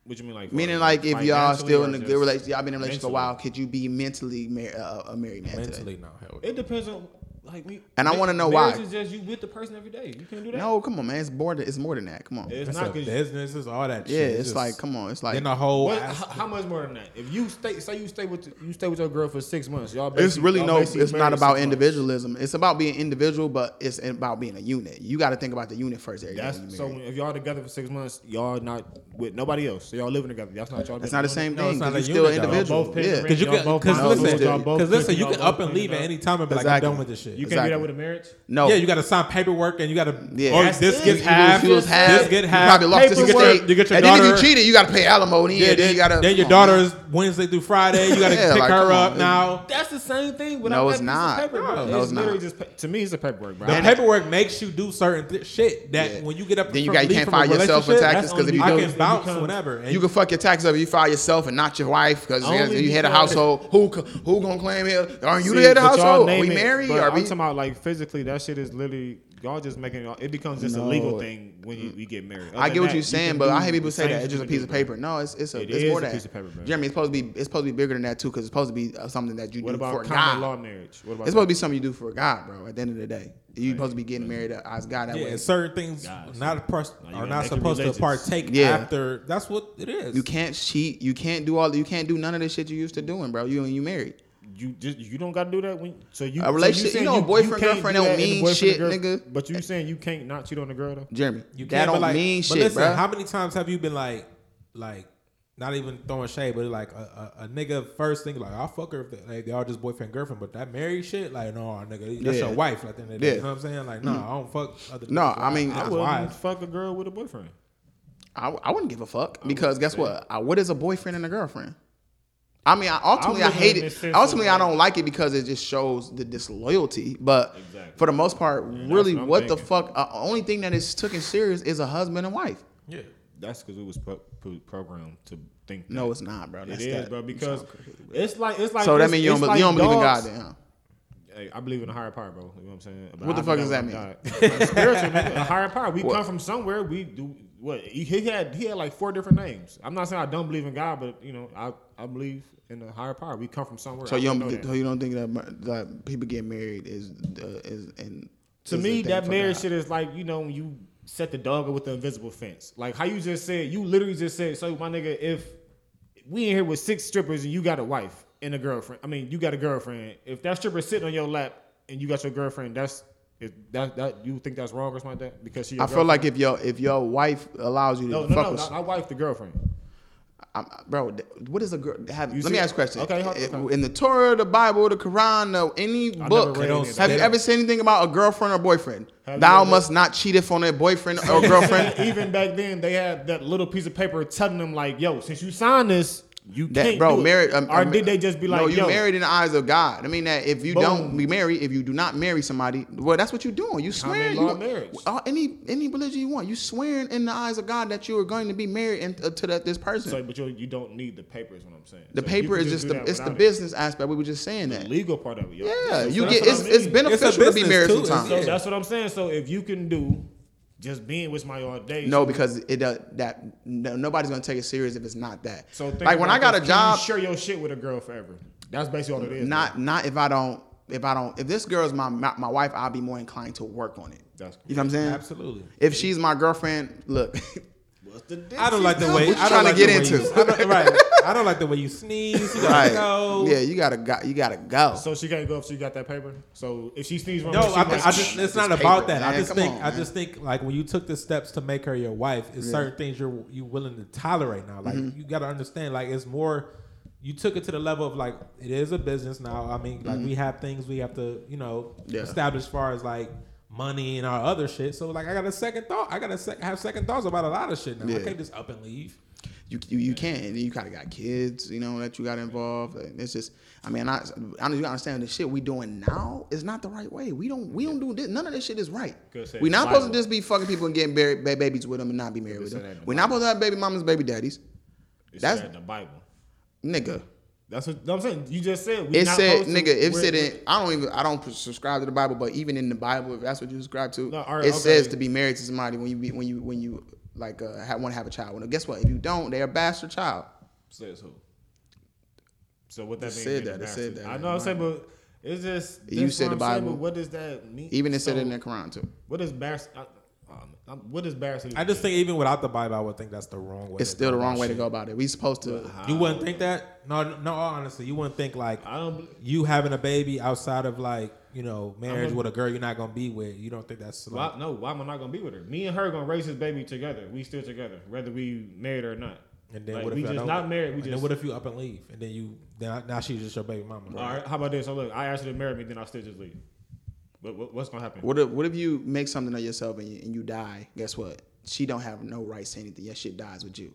Speaker 3: What you mean, like?
Speaker 1: Meaning,
Speaker 3: for-
Speaker 1: like, if y'all
Speaker 3: financially
Speaker 1: still
Speaker 3: or
Speaker 1: in a good
Speaker 3: just-
Speaker 1: relationship, y'all been in a relationship for a
Speaker 3: mentally?
Speaker 1: while, could you be mentally mar- uh, a married man today?
Speaker 2: Mentally, no. Hell,
Speaker 3: It depends on like me.
Speaker 1: And I
Speaker 3: ma-
Speaker 1: wanna know why.
Speaker 3: marriage Is just you with the person every day. You can't do that.
Speaker 1: No, come on, man. It's more. Than, it's more than that. Come on.
Speaker 3: it's
Speaker 2: it's
Speaker 3: not
Speaker 2: not
Speaker 3: because.
Speaker 2: business. It's all that.
Speaker 1: yeah,
Speaker 2: shit.
Speaker 1: it's,
Speaker 2: just-
Speaker 1: like, come on. It's like
Speaker 2: Then the whole.
Speaker 3: What,
Speaker 2: ass-
Speaker 3: how, how much more than that? If you stay, say you stay with you stay with your girl for six months, y'all.
Speaker 1: It's
Speaker 3: basically-
Speaker 1: really
Speaker 3: y'all
Speaker 1: no.
Speaker 3: basically
Speaker 1: It's not
Speaker 3: married
Speaker 1: about
Speaker 3: six months.
Speaker 1: individualism. It's about being individual, but it's about being a unit. You got to think about the unit first. Every
Speaker 3: That's
Speaker 1: time you
Speaker 3: so.
Speaker 1: marry.
Speaker 3: When, if y'all together for six months, y'all not with nobody else. So y'all living together. That's not y'all.
Speaker 1: It's not the
Speaker 3: business.
Speaker 1: same
Speaker 2: No,
Speaker 1: thing.
Speaker 2: it's not
Speaker 1: 'cause
Speaker 2: a
Speaker 1: you're still
Speaker 2: unit, though.
Speaker 1: individual.
Speaker 3: Both pay the
Speaker 1: Yeah.
Speaker 3: rent.
Speaker 2: Cause you
Speaker 3: Y'all
Speaker 2: can,
Speaker 3: both
Speaker 2: cause
Speaker 1: cooking.
Speaker 2: listen,
Speaker 1: Y'all
Speaker 2: cause
Speaker 1: both
Speaker 2: listen,
Speaker 3: cooking.
Speaker 2: you
Speaker 3: Y'all
Speaker 2: can
Speaker 3: both
Speaker 2: up and
Speaker 3: cleaning
Speaker 2: leave at
Speaker 3: up.
Speaker 2: any time and be like,
Speaker 1: Exactly.
Speaker 2: I'm done with this shit.
Speaker 3: You can't
Speaker 1: Exactly.
Speaker 3: do that with a marriage.
Speaker 1: No.
Speaker 2: Yeah, you got to sign paperwork and you got to.
Speaker 1: Yeah.
Speaker 2: Oh,
Speaker 1: That's
Speaker 2: this
Speaker 3: it.
Speaker 2: gets
Speaker 3: You
Speaker 2: half.
Speaker 1: You lose half.
Speaker 2: This get
Speaker 1: You
Speaker 2: half.
Speaker 1: probably lost this
Speaker 2: you, get
Speaker 1: estate.
Speaker 2: your, you get your
Speaker 1: and
Speaker 2: daughter.
Speaker 1: then if you cheated, you got to pay alimony.
Speaker 2: yeah,
Speaker 1: and then, you got to.
Speaker 2: then your daughter's Wednesday through Friday. You got to
Speaker 1: Yeah,
Speaker 2: pick
Speaker 1: like,
Speaker 2: her
Speaker 1: come
Speaker 2: up
Speaker 1: on.
Speaker 2: now.
Speaker 3: That's the same thing. Without
Speaker 1: No,
Speaker 3: that
Speaker 1: it's
Speaker 3: piece of
Speaker 1: not.
Speaker 3: Paper, bro.
Speaker 2: No,
Speaker 1: no, it's
Speaker 3: literally
Speaker 1: not.
Speaker 3: Just, pa- to me, it's a paperwork, bro.
Speaker 2: The
Speaker 3: I-
Speaker 2: paperwork makes you do certain th- shit that
Speaker 1: Yeah.
Speaker 2: when you get up,
Speaker 1: Then you
Speaker 2: from-
Speaker 1: got- you
Speaker 2: leave
Speaker 1: can't
Speaker 2: from a
Speaker 1: fire yourself with
Speaker 2: relationship,
Speaker 1: taxes 'cause if you
Speaker 2: I
Speaker 1: do-
Speaker 2: can
Speaker 1: it
Speaker 2: bounce
Speaker 3: becomes-
Speaker 2: whenever. And
Speaker 1: You can fuck your tax up if you fire yourself and not your wife because
Speaker 3: Only
Speaker 1: you head of
Speaker 3: because-
Speaker 1: household. Who c- who gonna claim it? Are you
Speaker 3: See,
Speaker 1: the head of
Speaker 3: but y'all
Speaker 1: household? Are
Speaker 3: name
Speaker 1: we
Speaker 3: it,
Speaker 1: married?
Speaker 3: but
Speaker 1: Are
Speaker 3: I'm
Speaker 1: we?
Speaker 3: talking about like physically. That shit is literally y'all just making it. It becomes just a legal
Speaker 1: No.
Speaker 3: thing when you, you get married. Other
Speaker 1: I get
Speaker 3: than
Speaker 1: what
Speaker 3: that,
Speaker 1: you're
Speaker 3: you
Speaker 1: saying,
Speaker 3: can
Speaker 1: but
Speaker 3: do
Speaker 1: I hear people
Speaker 3: the
Speaker 1: say
Speaker 3: same
Speaker 1: that it's
Speaker 3: shit
Speaker 1: just a
Speaker 3: you
Speaker 1: piece
Speaker 3: do,
Speaker 1: of
Speaker 3: bro.
Speaker 1: paper. No, it's it's a
Speaker 3: It
Speaker 1: it's
Speaker 3: is
Speaker 1: more
Speaker 3: a
Speaker 1: than that.
Speaker 3: piece of paper, bro.
Speaker 1: Jeremy, it's supposed to be it's supposed to be bigger than that too because it's supposed to be uh, something that you
Speaker 3: What
Speaker 1: do for
Speaker 3: about
Speaker 1: a
Speaker 3: common law
Speaker 1: guy.
Speaker 3: marriage? What
Speaker 1: It's
Speaker 3: about
Speaker 1: supposed to be something you do for a guy, bro. At the end of the day, you're supposed to be getting married uh, as God that
Speaker 2: Yeah,
Speaker 1: way.
Speaker 2: and certain things
Speaker 3: Nah, it's
Speaker 2: not a pers-
Speaker 3: nah, you
Speaker 2: are
Speaker 3: gotta
Speaker 2: not
Speaker 3: make it
Speaker 2: supposed to
Speaker 3: religious.
Speaker 2: partake
Speaker 1: Yeah.
Speaker 2: after. That's what it is.
Speaker 1: You can't cheat. You can't do all. You can't do none of the shit you used to doing, bro. You and you married.
Speaker 3: you just you don't gotta do that when so you
Speaker 1: A relationship-
Speaker 3: so
Speaker 1: you know,
Speaker 3: saying
Speaker 1: boyfriend,
Speaker 3: can't
Speaker 1: girlfriend
Speaker 3: do
Speaker 1: don't
Speaker 3: that in the
Speaker 1: mean
Speaker 3: boyfriend
Speaker 1: shit,
Speaker 3: and girl-
Speaker 1: nigga.
Speaker 3: But you saying you can't not cheat on the girl though?
Speaker 1: Jeremy,
Speaker 2: You
Speaker 1: that
Speaker 2: can't, but
Speaker 1: don't
Speaker 2: like,
Speaker 1: mean
Speaker 2: but
Speaker 1: shit,
Speaker 2: listen,
Speaker 1: bro.
Speaker 2: How many times have you been like, like, not even throwing shade, but like a, a, a nigga first thing like I'll fuck her if they, like, they all just boyfriend girlfriend, but that married shit like no nigga that's
Speaker 1: Yeah.
Speaker 2: your wife like the yeah.
Speaker 1: Yeah.
Speaker 2: you know what I'm saying like no I don't fuck other
Speaker 1: No,
Speaker 2: niggas,
Speaker 1: I mean,
Speaker 2: like,
Speaker 3: I
Speaker 2: that's
Speaker 1: I
Speaker 3: wouldn't
Speaker 2: why
Speaker 3: fuck a girl with a boyfriend.
Speaker 1: I, I wouldn't give a fuck because guess what? I, what is a boyfriend and a girlfriend? I mean, I, ultimately I
Speaker 3: looking
Speaker 1: hate
Speaker 3: in the
Speaker 1: it.
Speaker 3: sense of
Speaker 1: Ultimately, I
Speaker 3: like-
Speaker 1: don't like it because it just shows the disloyalty. But
Speaker 3: Exactly.
Speaker 1: for the most part, really,
Speaker 3: what I'm
Speaker 1: what, the
Speaker 3: thinking.
Speaker 1: fuck? Uh, only thing that is taken serious is a husband and wife.
Speaker 2: yeah
Speaker 3: That's because we was pro- pro- programmed to think.
Speaker 1: No,
Speaker 3: that.
Speaker 1: it's not, bro.
Speaker 3: it
Speaker 1: That's
Speaker 3: is,
Speaker 1: that.
Speaker 3: bro. Because it's like it's like
Speaker 1: so that
Speaker 3: it's-
Speaker 1: means you don't,
Speaker 3: it's
Speaker 1: be-
Speaker 3: like
Speaker 1: you don't believe in God,
Speaker 3: dogs-
Speaker 1: then? huh?
Speaker 3: Hey, I believe in a higher power, bro. You know what I'm saying? But
Speaker 1: What the
Speaker 3: I
Speaker 1: fuck does
Speaker 3: forgot
Speaker 1: that
Speaker 3: what I'm not. Spiritual, nigga, a higher power. We come from somewhere. We do what he, he had. He had like four different names. I'm not saying I don't believe in God, but you know, I I believe in a higher power. We come from somewhere.
Speaker 1: So
Speaker 3: I
Speaker 1: you
Speaker 3: know
Speaker 1: don't,
Speaker 3: that.
Speaker 1: so you don't think that, mar- that people get married is uh, is and
Speaker 3: to
Speaker 1: is
Speaker 3: me,
Speaker 1: a thing
Speaker 3: that
Speaker 1: for
Speaker 3: marriage
Speaker 1: God.
Speaker 3: shit is like you know when you set the dog up with the invisible fence. Like how you just said, you literally just said, so my nigga, if we in here with six strippers and you got a wife and a girlfriend, I mean you got a girlfriend. If that stripper sitting on your lap and you got your girlfriend, that's if that that you think that's wrong or something like that because she. your
Speaker 1: I feel like
Speaker 3: girlfriend?
Speaker 1: if your if your wife allows you to
Speaker 3: no,
Speaker 1: fuck
Speaker 3: no, no,
Speaker 1: with
Speaker 3: not, not wife, the girlfriend.
Speaker 1: I'm, bro, th- what is a girl? Have,
Speaker 3: You
Speaker 1: let
Speaker 3: see-
Speaker 1: me ask you a question.
Speaker 3: okay, hold-
Speaker 1: It-
Speaker 3: okay.
Speaker 1: In the Torah, the Bible, the Quran, the, any book,
Speaker 3: read
Speaker 2: any of
Speaker 1: have you
Speaker 2: that.
Speaker 1: ever seen anything about a girlfriend or boyfriend?
Speaker 3: Have you
Speaker 1: Thou
Speaker 3: ever-
Speaker 1: must not cheat if on a boyfriend or girlfriend.
Speaker 3: Even back then, they had that little piece of paper telling them like, "Yo, since you signed this, you
Speaker 1: That
Speaker 3: can't."
Speaker 1: bro,
Speaker 3: do it.
Speaker 1: married um,
Speaker 3: or
Speaker 1: um,
Speaker 3: did they just be like,
Speaker 1: no? You
Speaker 3: "Yo,
Speaker 1: married in the eyes of God. I mean that if you
Speaker 3: Boom.
Speaker 1: don't be married, if you do not marry somebody, well, that's what you're doing. You swearing
Speaker 3: law
Speaker 1: you-
Speaker 3: marriage.
Speaker 1: uh, any any religion you want, you swearing in the eyes of God that you are going to be married and, uh, to that this person.
Speaker 3: So, but you you don't need the paper is what I'm saying.
Speaker 1: the
Speaker 3: So you
Speaker 1: paper
Speaker 3: can
Speaker 1: is just
Speaker 3: do
Speaker 1: the
Speaker 3: that
Speaker 1: it's the
Speaker 3: without it.
Speaker 1: business aspect. We were just saying that.
Speaker 3: legal part of it. Yo.
Speaker 1: Yeah,
Speaker 3: So
Speaker 1: you
Speaker 3: that's
Speaker 1: get
Speaker 3: what
Speaker 1: it's,
Speaker 3: I
Speaker 1: it's
Speaker 3: mean.
Speaker 1: beneficial to be
Speaker 2: business,
Speaker 1: married
Speaker 2: too.
Speaker 1: sometimes.
Speaker 2: It's-
Speaker 3: So that's what I'm saying. So if you can do just being with my all day,
Speaker 1: No, because it does that. No, nobody's gonna take it serious if it's not that.
Speaker 3: So think
Speaker 1: like when
Speaker 3: about
Speaker 1: I got
Speaker 3: this.
Speaker 1: a
Speaker 3: Can
Speaker 1: job,
Speaker 3: you share your shit with a girl forever. That's basically all it is.
Speaker 1: not not if I don't if I don't if this girl's my my, my wife, I'll be more inclined to work on it.
Speaker 3: That's-
Speaker 1: you know what I'm saying.
Speaker 2: absolutely
Speaker 1: If she's my girlfriend, look,
Speaker 5: What's the difference?
Speaker 2: I don't like the way
Speaker 1: What you
Speaker 2: I
Speaker 1: trying to
Speaker 2: don't like
Speaker 1: get
Speaker 2: the way
Speaker 1: into?
Speaker 2: you- I don't- right I don't like the way you sneeze you gotta
Speaker 1: right?
Speaker 2: go
Speaker 1: Yeah, you gotta go. You gotta go.
Speaker 3: bro. So she can't go if she got that paper. So if she sneezes,
Speaker 2: No, I, I just, it's
Speaker 1: It's
Speaker 2: not
Speaker 1: paper,
Speaker 2: about that. I
Speaker 1: man.
Speaker 2: just
Speaker 1: Come
Speaker 2: think
Speaker 1: on,
Speaker 2: I
Speaker 1: man.
Speaker 2: just think like when you took the steps to make her your wife, it's certain things you're you willing to tolerate now. Like
Speaker 1: Mm-hmm.
Speaker 2: you got to understand, like it's more. You took it to the level of like it is a business now. I mean, like we have things we have to you know
Speaker 1: Mm-hmm. Yeah.
Speaker 2: establish as far as like money and our other shit. So like I got a second thought. I got to sec- have second thoughts about a lot of shit now. I
Speaker 1: Yeah.
Speaker 2: can't just up and leave.
Speaker 1: you you, you can. And you kind of got kids, you know, that you got involved. And it's just, I mean, I, I know you understand the shit we doing now is not the right way. We don't we don't do this. None of this shit is right.
Speaker 3: Good say
Speaker 1: We're not supposed to
Speaker 3: Bible.
Speaker 1: just be fucking people and getting buried, ba- babies with them and not be married with
Speaker 3: say that
Speaker 1: them.
Speaker 3: in the
Speaker 1: We're not supposed to have baby mamas, baby daddies,
Speaker 3: that's
Speaker 1: that's-
Speaker 3: in the Bible.
Speaker 1: nigga.
Speaker 3: That's what no, I'm saying. You just said we
Speaker 1: It
Speaker 3: not
Speaker 1: said,
Speaker 3: supposed to-
Speaker 1: nigga. It
Speaker 3: we're-
Speaker 1: said in. I don't even. I don't subscribe to the Bible, but even in the Bible, if that's what you subscribe to,
Speaker 3: No, all right,
Speaker 1: it
Speaker 3: okay.
Speaker 1: says to be married to somebody when you be, when you when you like uh, want to have a child. Well, guess what? If you don't, they're a bastard child.
Speaker 3: Says who? So what that
Speaker 1: It
Speaker 3: means?
Speaker 1: said
Speaker 3: being
Speaker 1: that, it
Speaker 3: a
Speaker 1: said
Speaker 3: bastard?
Speaker 1: that
Speaker 3: I
Speaker 1: in
Speaker 3: know.
Speaker 1: the
Speaker 3: I'm saying, but it's just
Speaker 1: You
Speaker 3: that's
Speaker 1: said
Speaker 3: what
Speaker 1: the
Speaker 3: I'm saying,
Speaker 1: Bible.
Speaker 3: but what does that mean?
Speaker 1: Even it said
Speaker 3: So-
Speaker 1: it in the Quran too.
Speaker 3: What is Barris? I, um, I'm- what is Barris?
Speaker 2: I just think even without the Bible, I would think that's the wrong way.
Speaker 1: It's
Speaker 2: to
Speaker 1: still the
Speaker 2: go
Speaker 1: wrong
Speaker 2: about
Speaker 1: way to
Speaker 2: shit.
Speaker 1: go about it. We supposed to.
Speaker 2: You wouldn't think that? No, no. Honestly, you wouldn't think like
Speaker 3: I don't. bel-
Speaker 2: you having a baby outside of like you know marriage
Speaker 3: I'm a-
Speaker 2: with a girl you're not gonna be with. You don't think that's like,
Speaker 3: Why, no, why am I not gonna be with her? Me and her gonna raise this baby together. We still together, whether we married or not.
Speaker 2: and then
Speaker 3: Like,
Speaker 2: what if
Speaker 3: we
Speaker 2: I
Speaker 3: just
Speaker 2: don't-
Speaker 3: not married? We
Speaker 2: and then
Speaker 3: just.
Speaker 2: what if you up and leave and then you then now she's just your baby mama.
Speaker 3: all right, how about this? So look, I asked her to marry me, then I still just leave. What, what, what's gonna happen?
Speaker 1: What if what if you make something of yourself and you, and you die? Guess what? She don't have no rights to anything. Your shit dies with you.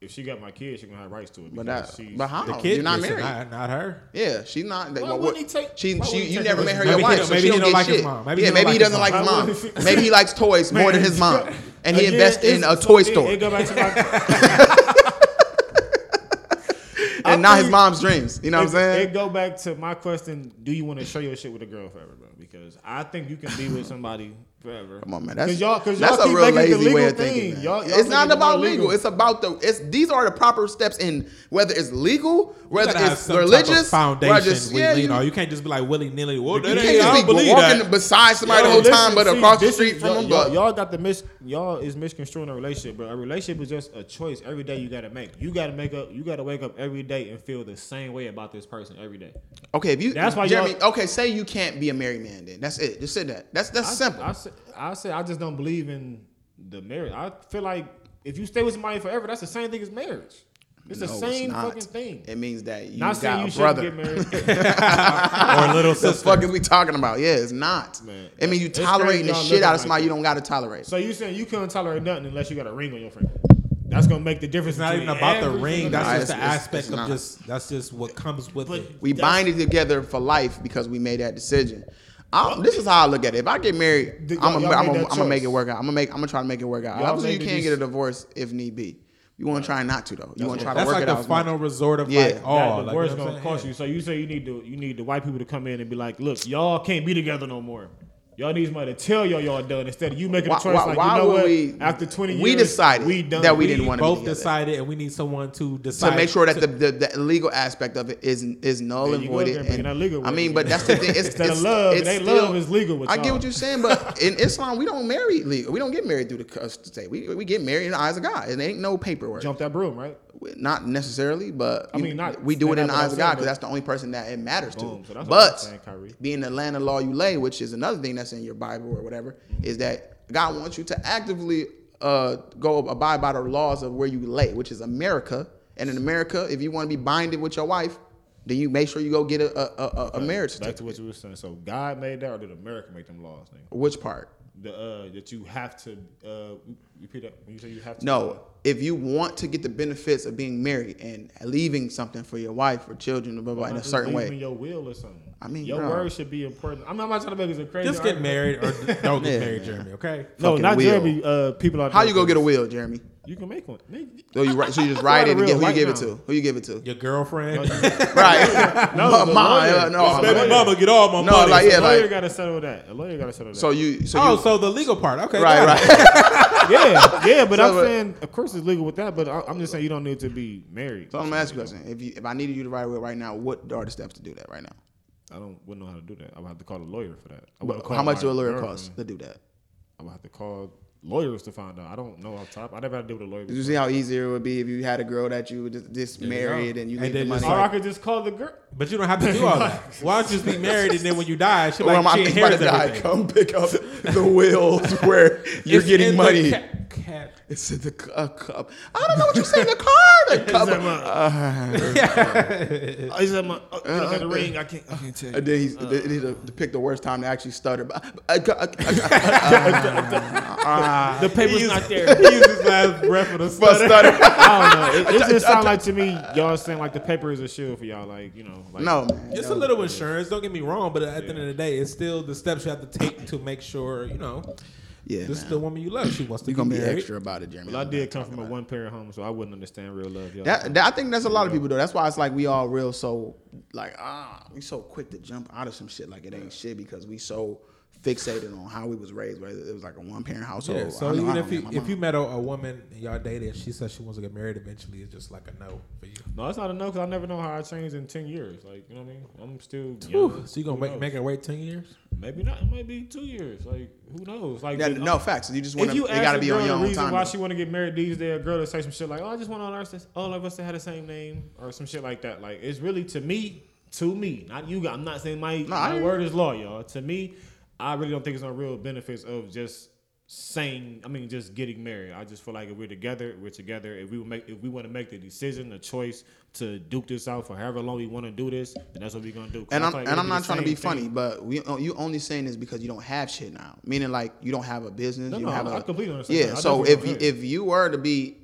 Speaker 3: If she got my kids, she gonna have rights to it.
Speaker 1: But
Speaker 3: because
Speaker 1: that,
Speaker 3: she's-
Speaker 1: but how?
Speaker 2: The kid,
Speaker 1: Oh, You're not
Speaker 2: listen,
Speaker 1: married.
Speaker 2: Not, not her.
Speaker 1: Yeah, she's not. Why
Speaker 3: wouldn't he take-
Speaker 1: she,
Speaker 3: why
Speaker 1: she,
Speaker 3: wouldn't he
Speaker 1: you
Speaker 3: take
Speaker 1: never
Speaker 3: her
Speaker 1: met her your
Speaker 2: husband? Maybe he
Speaker 1: wife,
Speaker 2: don't-
Speaker 1: so
Speaker 2: maybe
Speaker 1: she
Speaker 2: he
Speaker 1: don't,
Speaker 2: don't
Speaker 1: get
Speaker 2: like his
Speaker 1: shit.
Speaker 2: mom. Maybe he
Speaker 1: yeah,
Speaker 2: don't
Speaker 1: maybe
Speaker 2: like
Speaker 1: he
Speaker 2: his
Speaker 1: doesn't like his
Speaker 3: mom.
Speaker 1: mom. maybe he likes toys more than his mom, and he
Speaker 3: Again,
Speaker 1: invested in a
Speaker 3: it's-
Speaker 1: toy
Speaker 3: it- It
Speaker 1: store
Speaker 3: go back to my,
Speaker 1: and not his
Speaker 3: think-
Speaker 1: mom's dreams. You know what I'm
Speaker 3: it,
Speaker 1: saying?
Speaker 3: it go back to my question: Do you want to show your shit with a girl forever, bro? Because I think you can be with somebody forever.
Speaker 1: Come on, man. That's,
Speaker 3: Cause y'all, cause
Speaker 1: that's
Speaker 3: y'all
Speaker 1: a
Speaker 3: keep
Speaker 1: real
Speaker 3: making the
Speaker 1: lazy
Speaker 3: legal
Speaker 1: way of
Speaker 3: thing.
Speaker 1: thinking. man.
Speaker 3: Y'all, y'all
Speaker 1: it's not
Speaker 3: thinking
Speaker 1: about legal. It's about the. It's these are the proper steps in whether it's legal, whether
Speaker 2: gotta have
Speaker 1: it's
Speaker 2: some type of
Speaker 1: religious,
Speaker 2: foundation.
Speaker 1: Or just,
Speaker 2: we
Speaker 1: yeah,
Speaker 2: lean
Speaker 1: you,
Speaker 2: on. You can't just be like willy nilly. Well,
Speaker 1: you
Speaker 2: that ain't-
Speaker 1: can't
Speaker 2: I
Speaker 1: just
Speaker 2: don't
Speaker 1: be
Speaker 2: believe
Speaker 1: walking
Speaker 2: that.
Speaker 1: beside somebody
Speaker 3: Yo,
Speaker 1: the whole
Speaker 3: listen,
Speaker 1: time, but
Speaker 3: see,
Speaker 1: across the
Speaker 3: this
Speaker 1: street
Speaker 3: is-
Speaker 1: from
Speaker 3: y'all-
Speaker 1: them.
Speaker 3: Y'all,
Speaker 1: But
Speaker 3: y'all got the mis y'all is misconstruing a relationship, bro. A relationship is just a choice every day you gotta make. You gotta make up you gotta wake up every day and feel the same way about this person every day.
Speaker 1: okay, if you
Speaker 3: That's why
Speaker 1: Jeremy.
Speaker 3: y'all-
Speaker 1: Okay, say you can't be a married man. Then that's it. Just say that. That's that's
Speaker 3: I,
Speaker 1: simple.
Speaker 3: I, say- I say I just don't believe in the marriage. I feel like if you stay with somebody forever, that's the same thing as marriage. It's
Speaker 1: No,
Speaker 3: the same
Speaker 1: not.
Speaker 3: fucking thing.
Speaker 1: It means that you
Speaker 3: Not saying
Speaker 1: got
Speaker 3: you
Speaker 1: a
Speaker 3: shouldn't
Speaker 1: brother.
Speaker 3: get married.
Speaker 2: or
Speaker 1: the
Speaker 2: little sister.
Speaker 1: fuck is we talking about? Yeah, it's not.
Speaker 3: Man,
Speaker 1: I mean, you
Speaker 3: it's
Speaker 1: tolerating
Speaker 3: crazy
Speaker 1: the
Speaker 3: y'all
Speaker 1: shit out
Speaker 3: living
Speaker 1: of somebody
Speaker 3: like
Speaker 1: you don't gotta tolerate.
Speaker 3: So you saying you couldn't tolerate nothing unless you got a ring on your finger? That's gonna make the difference.
Speaker 2: It's not even
Speaker 3: between
Speaker 2: about the
Speaker 3: every
Speaker 2: ring.
Speaker 3: single
Speaker 2: That's
Speaker 1: Nah,
Speaker 2: just the
Speaker 1: it's- it's-
Speaker 2: aspect
Speaker 1: it's
Speaker 2: of
Speaker 1: not.
Speaker 2: just that's just what comes with it.
Speaker 1: We binded together for life because we made that decision. I, this is how I look at it. If I get married,
Speaker 3: Th- y'all-
Speaker 1: I'm
Speaker 3: y'all made that
Speaker 1: gonna
Speaker 3: choice.
Speaker 1: make it work out. I'm gonna make. I'm gonna try to make it work out.
Speaker 3: Y'all
Speaker 1: Obviously, you
Speaker 3: made the
Speaker 1: can
Speaker 3: dec-
Speaker 1: get a divorce if need be. You want to try not to though. You want to try to
Speaker 2: That's
Speaker 1: work
Speaker 2: like
Speaker 1: it
Speaker 2: the
Speaker 1: out. as much-
Speaker 2: final resort of
Speaker 1: Yeah.
Speaker 2: like
Speaker 3: that
Speaker 2: all.
Speaker 3: the
Speaker 2: like,
Speaker 3: worst
Speaker 2: you know what
Speaker 3: gonna
Speaker 2: I'm
Speaker 3: cost you.
Speaker 2: saying?
Speaker 3: So you say you need to you need the white people to come in and be like, look, y'all can't be together no more. Y'all need somebody to tell y'all y'all done instead of you making
Speaker 1: Why-
Speaker 3: a choice
Speaker 1: why-
Speaker 3: like
Speaker 1: why
Speaker 3: you know
Speaker 1: would
Speaker 3: what
Speaker 1: we-
Speaker 3: after twenty years
Speaker 1: we decided
Speaker 3: we done
Speaker 1: that we
Speaker 2: We
Speaker 1: didn't wanna be
Speaker 2: both
Speaker 1: together.
Speaker 2: decided, and we need someone to decide
Speaker 1: to make sure that the, the, the legal aspect of it is is null
Speaker 3: There
Speaker 1: and
Speaker 3: you go,
Speaker 1: voided.
Speaker 3: Grandpa, you're not legal
Speaker 1: I
Speaker 3: with
Speaker 1: mean,
Speaker 3: it.
Speaker 1: but that's the thing. It's,
Speaker 3: Instead of
Speaker 1: it's,
Speaker 3: love,
Speaker 1: it's
Speaker 3: it ain't
Speaker 1: still-
Speaker 3: love, it's legal with
Speaker 1: I get
Speaker 3: y'all.
Speaker 1: what you're saying, but in Islam, we don't marry legal. We don't get married through the cus- state. We, we get married in the eyes of God, and there ain't no paperwork.
Speaker 3: jump that broom, right?
Speaker 1: Not necessarily, but
Speaker 3: I
Speaker 1: you-
Speaker 3: mean, not-
Speaker 1: we do it in the
Speaker 3: that's what
Speaker 1: eyes
Speaker 3: I'm
Speaker 1: of
Speaker 3: saying,
Speaker 1: God because
Speaker 3: but-
Speaker 1: that's the only person that it matters
Speaker 3: Boom.
Speaker 1: to.
Speaker 3: So that's what I'm
Speaker 1: but
Speaker 3: saying, Kyrie.
Speaker 1: being the land of law you lay, which is another thing that's in your Bible or whatever, is that God wants you to actively uh, go abide by the laws of where you lay, which is America. And in America, if you want to be binded with your wife, then you make sure you go get a, a, a, a marriage
Speaker 3: Back to
Speaker 1: certificate.
Speaker 3: what you were saying. So God made that, or did America make them laws? Nigga?
Speaker 1: Which part?
Speaker 3: The uh, that you have to uh, repeat that when you say you have to. uh,
Speaker 1: No, if you want to get the benefits of being married and leaving something for your wife or children, blah, blah, blah, in a
Speaker 3: Just
Speaker 1: certain
Speaker 3: leave
Speaker 1: way.
Speaker 3: in your will or something.
Speaker 1: I mean,
Speaker 3: your
Speaker 1: bro.
Speaker 3: words should be important. I'm not, I'm not trying to make it a crazy.
Speaker 2: just get
Speaker 3: argument.
Speaker 2: married or don't get
Speaker 1: Yeah.
Speaker 2: married, Jeremy. Okay.
Speaker 3: No,
Speaker 1: Fucking
Speaker 3: not
Speaker 1: will.
Speaker 3: Jeremy. Uh, people out
Speaker 1: How
Speaker 3: there
Speaker 1: you go
Speaker 3: that-
Speaker 1: get a will, Jeremy?
Speaker 3: You can make one. Nigga,
Speaker 1: So Oh, you, ri- so you just write it and
Speaker 3: Real
Speaker 1: get who you
Speaker 3: right
Speaker 1: give it
Speaker 3: now.
Speaker 1: to. Who you give it to?
Speaker 2: Your girlfriend,
Speaker 1: Right.
Speaker 3: No,
Speaker 1: Ma-
Speaker 3: the
Speaker 1: ma-
Speaker 3: lawyer.
Speaker 1: uh, no,
Speaker 3: It's
Speaker 1: I'm
Speaker 3: baby
Speaker 1: like-
Speaker 3: mama.
Speaker 2: get all my
Speaker 1: No, like yeah,
Speaker 3: a lawyer
Speaker 1: like
Speaker 3: gotta settle that. A lawyer gotta settle that.
Speaker 1: so you so
Speaker 2: oh,
Speaker 1: you
Speaker 2: so the legal part. Okay,
Speaker 1: right
Speaker 2: got it.
Speaker 1: right.
Speaker 3: yeah, yeah, but
Speaker 1: So,
Speaker 3: I'm
Speaker 1: but-
Speaker 3: saying, of course, it's legal with that. But I, I'm just saying you don't need to be married.
Speaker 1: So I'm gonna ask you a question. If you if I needed you to write away right now, what are the steps to do that right now?
Speaker 3: I don't wouldn't know how to do that. I would have to call a lawyer for that. I wouldn't
Speaker 1: But
Speaker 3: call
Speaker 1: how much
Speaker 3: my
Speaker 1: do a lawyer
Speaker 3: girlfriend.
Speaker 1: cost to do that?
Speaker 3: I would have to call lawyers to find out. I don't know off top. I never had to deal with a lawyer.
Speaker 1: Did you
Speaker 3: Before.
Speaker 1: see how easy it would be if you had a girl that you just, just married
Speaker 2: go.
Speaker 1: and you
Speaker 2: And
Speaker 1: need the
Speaker 2: then
Speaker 1: money?
Speaker 2: just
Speaker 3: Or I could just call the girl.
Speaker 2: But you don't have to do all that. Why don't you just be married and then when you die, she
Speaker 1: Or am
Speaker 2: like
Speaker 1: I
Speaker 2: she
Speaker 1: thinking about
Speaker 2: inherits
Speaker 1: to die?
Speaker 2: everything.
Speaker 1: Come pick up the wills where you're
Speaker 2: It's in
Speaker 1: getting
Speaker 2: the
Speaker 1: money.
Speaker 2: ca- ca-
Speaker 1: It's in the cu- uh, cup. I don't know what you say in the car. The cup.
Speaker 3: that
Speaker 2: Uh,
Speaker 3: I just had my uh,
Speaker 1: got the
Speaker 3: the ring. I can't.
Speaker 5: I can't tell you.
Speaker 1: And then he's, then he's uh, to pick the worst time to actually stutter. But uh, I got- I got-
Speaker 3: the paper's
Speaker 2: He's-
Speaker 3: not there.
Speaker 2: He used his last breath with a
Speaker 1: for a
Speaker 2: stutter.
Speaker 1: stutter.
Speaker 3: I don't know. It, it just sounds like to me, y'all saying like the paper is a shield for y'all. Like you know, like,
Speaker 1: No, man.
Speaker 2: It's a little insurance. Don't get me wrong, but at the end of the day, it's still the steps you have to take to make sure you know
Speaker 1: Yeah,
Speaker 2: this is
Speaker 1: man.
Speaker 2: the woman you love. She wants to
Speaker 1: You're gonna
Speaker 2: be
Speaker 1: be
Speaker 2: married.
Speaker 1: extra about it, Jeremy.
Speaker 3: Well, I did come from a one parent home, so I wouldn't understand real love, y'all.
Speaker 1: That, that- I think that's a lot of people though. That's why it's like we all real so like ah we so quick to jump out of some shit like it ain't shit because we so fixated on how we was raised. Whether it was like a one parent household.
Speaker 2: Yeah,
Speaker 1: I
Speaker 2: so
Speaker 1: know I
Speaker 2: even
Speaker 1: don't
Speaker 2: if you
Speaker 1: have my
Speaker 2: if you
Speaker 1: mom.
Speaker 2: met a, a woman and y'all dated, and she says she wants to get married eventually, it's just like a no for you.
Speaker 3: no, it's not a no because I never know how I changed in ten years. Like you know what I mean? I'm still
Speaker 2: Whew,
Speaker 3: young.
Speaker 2: so you gonna
Speaker 3: Who
Speaker 2: make,
Speaker 3: knows?
Speaker 2: make her wait ten years?
Speaker 3: maybe not. It might be two years. Like who knows? Like
Speaker 1: Yeah,
Speaker 3: the-
Speaker 1: no facts. You just want
Speaker 3: If
Speaker 1: to.
Speaker 3: you
Speaker 1: It
Speaker 3: ask
Speaker 1: gotta
Speaker 3: a
Speaker 1: be
Speaker 3: girl
Speaker 1: on your
Speaker 3: the
Speaker 1: own
Speaker 3: reason
Speaker 1: time.
Speaker 3: why she want to get married these days, a girl to say some shit like, "Oh, I just want all of us to, all of us to have the same name" or some shit like that. Like it's really to me, to me, not you. guys. I'm not saying my,
Speaker 1: I
Speaker 3: my
Speaker 1: hear
Speaker 3: word is law, y'all. To me, I really don't think it's no real benefits of just saying I mean just getting married. I just feel like if we're together, we're together. If we make if we want to make the decision, the choice to duke this out for however long we want to do this, then that's what we're gonna do. 'Cause
Speaker 1: And
Speaker 3: I
Speaker 1: I'm
Speaker 3: feel like
Speaker 1: and
Speaker 3: it'll
Speaker 1: I'm
Speaker 3: the
Speaker 1: not trying to be
Speaker 3: same thing.
Speaker 1: funny, but we uh, you only saying this because you don't have shit now. Meaning like you don't have a business.
Speaker 3: No,
Speaker 1: you
Speaker 3: no,
Speaker 1: don't have
Speaker 3: I-
Speaker 1: a
Speaker 3: I completely understand
Speaker 1: Yeah.
Speaker 3: that. I
Speaker 1: so if
Speaker 3: definitely
Speaker 1: you,
Speaker 3: don't care.
Speaker 1: if you were to be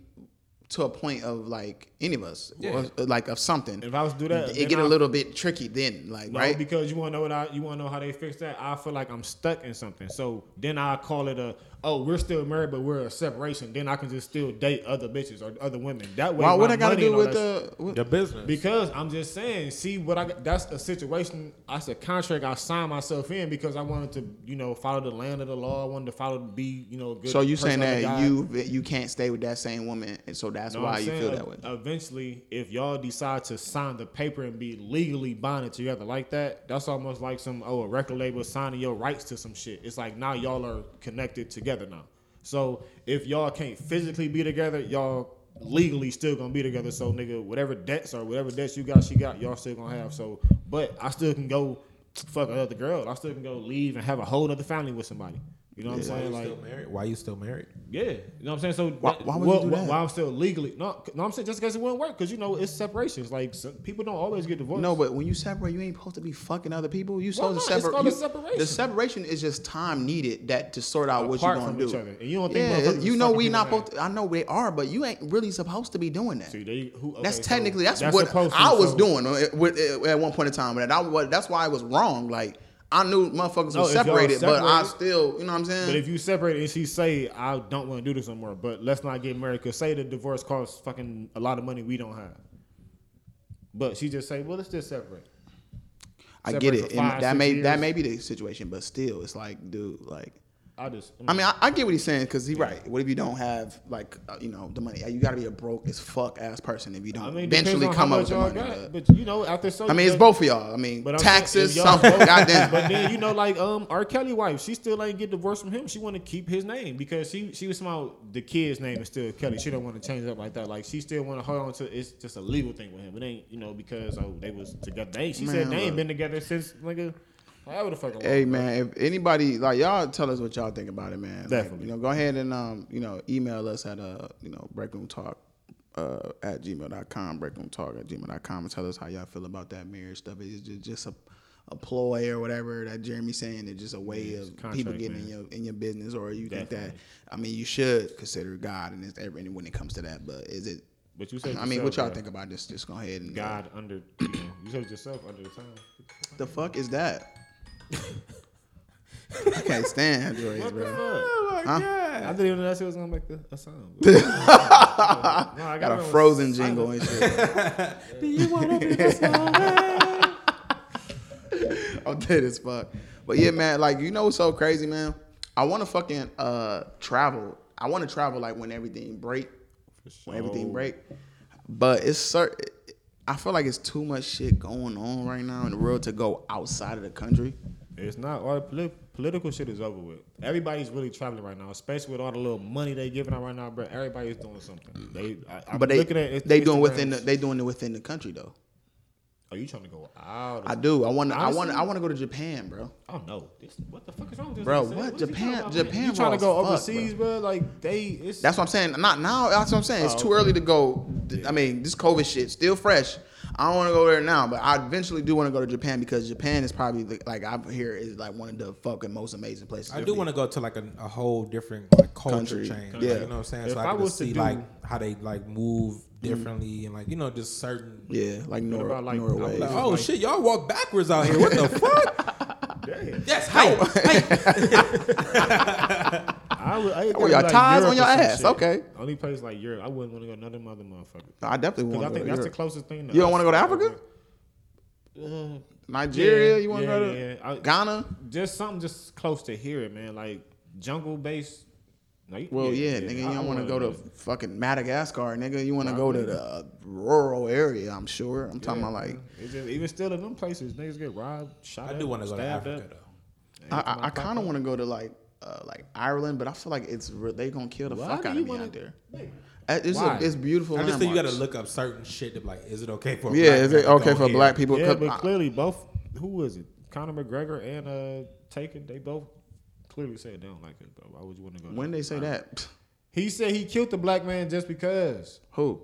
Speaker 1: to a point of like any of us, or, uh, like of something,
Speaker 3: If I was to do that,
Speaker 1: it
Speaker 3: then
Speaker 1: get a
Speaker 3: I-
Speaker 1: little bit tricky then. Like
Speaker 3: No,
Speaker 1: right.
Speaker 3: Oh, because you want to know what I, you want to know how they fix that. I feel like I'm stuck in something, so then I call it a oh we're still married but we're a separation. Then I can just still date other bitches or other women. That way,
Speaker 1: Why what
Speaker 3: my
Speaker 1: I got to
Speaker 3: money and
Speaker 1: do
Speaker 3: all
Speaker 1: with
Speaker 3: that
Speaker 1: the? What,
Speaker 2: The business.
Speaker 3: Because I'm just saying, see what I got- that's a situation. That's a contract I signed myself in because I wanted to, you know, follow the land of the law. I wanted to follow, be, you know, a good.
Speaker 1: so you saying
Speaker 3: person of
Speaker 1: that
Speaker 3: God.
Speaker 1: you you can't stay with that same woman, and so that's
Speaker 3: Know what
Speaker 1: why
Speaker 3: I'm
Speaker 1: you
Speaker 3: saying?
Speaker 1: feel that way.
Speaker 3: E- Eventually, if y'all decide to sign the paper and be legally bonded together like that, that's almost like some oh a record label signing your rights to some shit. It's like now y'all are connected together now. So if y'all can't physically be together, y'all legally still gonna be together. So nigga, whatever debts or whatever debts you got, she got, y'all still gonna have. So, but I still can go fuck another girl. I still can go leave and have a whole other family with somebody. You know what
Speaker 2: Why
Speaker 3: I'm saying?
Speaker 2: you
Speaker 3: Like
Speaker 2: still married? Why you still married?
Speaker 3: yeah, you know what I'm saying. So
Speaker 1: Why-
Speaker 3: that-
Speaker 1: why would
Speaker 3: well,
Speaker 1: you do that?
Speaker 3: Why I'm still legally no, no, I'm saying just because it wouldn't work because you know it's separations. Like some, people don't always get divorced.
Speaker 1: No, but when you separate, you ain't supposed to be fucking other people. You supposed to
Speaker 3: not? It's
Speaker 1: separate.
Speaker 3: called
Speaker 1: you,
Speaker 3: a separation.
Speaker 1: The separation is just time needed that to sort out what you're
Speaker 3: Apart
Speaker 1: gonna
Speaker 3: from
Speaker 1: do.
Speaker 3: each other. And you don't think
Speaker 1: yeah,
Speaker 3: motherfuckers is
Speaker 1: you know
Speaker 3: fucking
Speaker 1: we
Speaker 3: people
Speaker 1: not
Speaker 3: now.
Speaker 1: supposed. To, I know they are, but you ain't really supposed to be doing that.
Speaker 3: See, they- who-
Speaker 1: that's
Speaker 3: okay, so
Speaker 1: technically that's,
Speaker 3: that's
Speaker 1: what
Speaker 3: supposed to-
Speaker 1: I was
Speaker 3: so-
Speaker 1: doing uh, with- uh, at one point in time. But that was, that's why I was wrong. Like I knew motherfuckers
Speaker 3: No,
Speaker 1: were
Speaker 3: if y'all
Speaker 1: separated, but I
Speaker 3: separated-
Speaker 1: still, you know what I'm saying.
Speaker 3: But if you separate and she say I don't want to do this no more, but let's not get married because say the divorce costs fucking a lot of money we don't have. But she just say, well, let's just separate.
Speaker 1: I get
Speaker 3: separate
Speaker 1: it.
Speaker 3: for
Speaker 1: And
Speaker 3: five,
Speaker 1: that
Speaker 3: six
Speaker 1: may that
Speaker 3: years.
Speaker 1: may be the situation, but still, it's like, dude, like.
Speaker 3: I just,
Speaker 1: I mean, I, I get what he's saying because he's right. What if you don't have like uh, you know the money? You got to be a broke as fuck ass person if you don't
Speaker 3: I mean, depends
Speaker 1: eventually
Speaker 3: on
Speaker 1: come
Speaker 3: how
Speaker 1: up
Speaker 3: much
Speaker 1: with the
Speaker 3: y'all
Speaker 1: money.
Speaker 3: got,
Speaker 1: but-
Speaker 3: But you know, after so,
Speaker 1: I mean, it's
Speaker 3: but-
Speaker 1: both for y'all. I mean,
Speaker 3: But I'm
Speaker 1: taxes,
Speaker 3: saying, if y'all
Speaker 1: something.
Speaker 3: both-
Speaker 1: Goddamn.
Speaker 3: But then you know, like um, R. Kelly wife, she still ain't get divorced from him. She want to keep his name because she she was small. The kid's name is still Kelly. She don't want to change it up like that. Like she still want to hold on to. It's just a legal thing with him. It ain't you know because oh they was together. They she
Speaker 1: Man,
Speaker 3: said they
Speaker 1: look.
Speaker 3: ain't been together since nigga. However the fuck. it was,
Speaker 1: Hey
Speaker 3: bro.
Speaker 1: man, if anybody like y'all tell us what y'all think about it, man. Like,
Speaker 3: Definitely.
Speaker 1: you know, go ahead and um, you know, email us at uh, you know, breakroom talk uh at gmail.com, breakroom talk at gmail.com and tell us how y'all feel about that marriage stuff. Is it ju- just a a ploy or whatever that Jeremy's saying it's just a way of
Speaker 3: contract,
Speaker 1: people getting in
Speaker 3: man.
Speaker 1: your in your business or you think
Speaker 3: Definitely.
Speaker 1: that I mean you should consider God and it's every when it comes to that, but is it
Speaker 3: But you said
Speaker 1: I mean what
Speaker 3: yourself,
Speaker 1: y'all
Speaker 3: uh,
Speaker 1: think about this? Just go ahead and uh,
Speaker 3: God under you, know, you said yourself under the time.
Speaker 1: the fuck is that? I can't stand Androids,
Speaker 3: What the
Speaker 1: bro.
Speaker 3: fuck?
Speaker 2: Oh my
Speaker 3: I
Speaker 2: god!
Speaker 3: didn't even know that shit was gonna make the, a sound. no, I
Speaker 1: Got a
Speaker 3: it on
Speaker 1: frozen
Speaker 3: silent.
Speaker 1: jingle and shit.
Speaker 2: Do you wanna be this way?
Speaker 1: I'm dead as fuck. But yeah, man, like you know what's so crazy, man? I wanna fucking uh travel. I wanna travel like when everything break. When everything
Speaker 3: Oh.
Speaker 1: break. But it's certain I feel like it's too much shit going on right now in the world to go outside of the country.
Speaker 3: It's not all the polit- political shit is over with. Everybody's really traveling right now, especially with all the little money they giving out right now, bro. Everybody's doing something. They, I, I'm
Speaker 1: But they
Speaker 3: looking at
Speaker 1: they doing within the,
Speaker 3: Instagrams.
Speaker 1: they doing it within the country though.
Speaker 3: Are you trying to go out?
Speaker 1: I do. I wanna I wanna
Speaker 3: Honestly?
Speaker 1: I wanna go to Japan, bro.
Speaker 3: I don't know. This, what the fuck is wrong with this?
Speaker 1: Bro,
Speaker 3: nigga saying?
Speaker 1: what?
Speaker 3: is he talking
Speaker 1: Japan-
Speaker 3: about, man?
Speaker 1: Japan
Speaker 3: You trying to
Speaker 1: raw
Speaker 3: go
Speaker 1: as fuck,
Speaker 3: overseas, bro. Like they, it's
Speaker 1: That's what I'm saying. Not now. That's what I'm saying. It's
Speaker 3: Oh,
Speaker 1: too
Speaker 3: okay.
Speaker 1: early to go. Th- I mean, this COVID shit still fresh. I don't want to go there now, but I eventually do want to go to Japan because Japan is probably the, like I hear is like one of the fucking most amazing places.
Speaker 2: I
Speaker 1: to
Speaker 2: do
Speaker 1: be.
Speaker 2: want to go to like a, a whole different like culture
Speaker 1: Country. Yeah.
Speaker 2: change. Like, you know what I'm saying?
Speaker 3: If
Speaker 2: so
Speaker 3: I
Speaker 2: I, can
Speaker 3: was
Speaker 2: just
Speaker 3: to
Speaker 2: see
Speaker 3: do-
Speaker 2: like how they like move differently and like you know just certain.
Speaker 1: Yeah, like, Nor-
Speaker 3: about, like,
Speaker 1: Norway.
Speaker 2: Like,
Speaker 3: Yeah.
Speaker 2: oh shit, y'all walk backwards out here. What the fuck?
Speaker 3: Damn.
Speaker 2: That's hype. hype.
Speaker 3: I would. I would
Speaker 1: Oh, your
Speaker 3: like
Speaker 1: ties
Speaker 3: Europe
Speaker 1: on your
Speaker 3: or some
Speaker 1: ass.
Speaker 3: shit.
Speaker 1: Okay.
Speaker 3: Only place like Europe, I wouldn't want to go none of them other motherfuckers.
Speaker 1: I definitely want to
Speaker 3: Because I think
Speaker 1: go.
Speaker 3: that's
Speaker 1: To
Speaker 3: the
Speaker 1: Europe.
Speaker 3: closest thing.
Speaker 1: You don't wanna go to
Speaker 3: us.
Speaker 1: Africa?
Speaker 3: Uh,
Speaker 1: Nigeria,
Speaker 3: Yeah,
Speaker 1: you want to
Speaker 3: yeah,
Speaker 1: go to
Speaker 3: yeah. I-
Speaker 1: Ghana?
Speaker 3: just something just close to here, man. Like jungle based. Like,
Speaker 1: Well, yeah, nigga, you don't want to go to fucking Madagascar, nigga. You want to go to
Speaker 3: Probably.
Speaker 1: the rural area, I'm sure. I'm talking about like
Speaker 3: It's just, even still in them places, niggas get robbed, shot.
Speaker 2: I do want
Speaker 3: to
Speaker 2: to go to Africa though.
Speaker 1: I, I, I kind of want to go to like uh, like Ireland, but I feel like it's re- they gonna kill the
Speaker 3: Why
Speaker 1: fuck
Speaker 3: do
Speaker 1: out
Speaker 3: you
Speaker 1: of me
Speaker 3: wanna-
Speaker 1: out there.
Speaker 3: Nigga.
Speaker 1: Uh, It's a,
Speaker 3: Why?
Speaker 1: it's beautiful.
Speaker 2: I just think you got to
Speaker 1: landmarks.
Speaker 2: look up certain shit. To be like, is it okay for? A
Speaker 1: Yeah,
Speaker 2: black
Speaker 1: is
Speaker 2: man
Speaker 1: it
Speaker 2: to
Speaker 1: okay
Speaker 2: go
Speaker 1: for
Speaker 2: here?
Speaker 1: black people?
Speaker 3: Yeah,
Speaker 1: Cause
Speaker 3: but
Speaker 1: I-
Speaker 3: clearly both. Who was it? Conor McGregor and uh Taken. They both clearly said they don't like us, bro. Why would you want to go?
Speaker 1: When
Speaker 3: there?
Speaker 1: they say that,
Speaker 3: he said he killed the black man just because.
Speaker 1: who?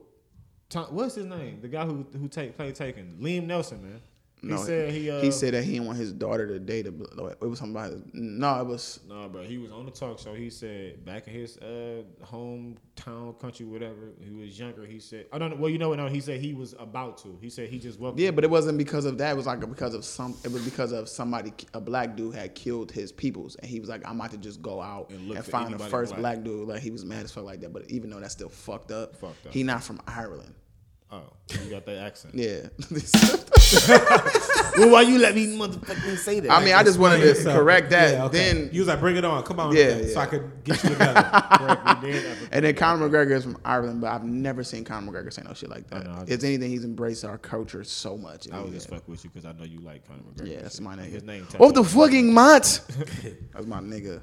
Speaker 3: Tom, what's his name? The guy who who take, played Taken, Liam Nelson, man. He said he. Uh,
Speaker 1: he said that he didn't want his daughter to date a. bl- It was somebody. No, it was
Speaker 3: No, nah, bro. He was on the talk show. He said back in his uh, hometown, country, whatever. He was younger. He said, "I don't know." Well, you know what? No, he said he was about to. He said he just welcomed.
Speaker 1: Yeah, but it wasn't because of that. It was like because of some. It was because of somebody. A black dude had killed his peoples, and he was like, "I'm about to just go out
Speaker 3: And
Speaker 1: and,
Speaker 3: look for
Speaker 1: find the
Speaker 3: anybody
Speaker 1: first
Speaker 3: black."
Speaker 1: black. dude." Like he was mad as fuck like that. But even though that's still fucked up,
Speaker 3: Fucked up.
Speaker 1: he not from Ireland.
Speaker 3: Oh, you got that accent.
Speaker 1: Yeah,
Speaker 5: well, why you let me motherfucking say that?
Speaker 1: I mean, I just wanted to
Speaker 2: So,
Speaker 1: correct that.
Speaker 2: yeah, okay.
Speaker 1: Then
Speaker 2: you was like, bring it on, come on,
Speaker 1: Yeah,
Speaker 2: so
Speaker 1: yeah.
Speaker 2: I could get you together.
Speaker 3: Correct, we did have a-
Speaker 1: and then Conor McGregor is from Ireland, but I've never seen Conor McGregor say no shit like that.
Speaker 3: know, I-
Speaker 1: If anything, he's embraced our culture so much.
Speaker 3: I was just
Speaker 1: yeah.
Speaker 3: fuck with you because I know you like Conor McGregor.
Speaker 1: yeah, that's my name.
Speaker 3: His name.
Speaker 1: Off the fucking mutt. that's my nigga.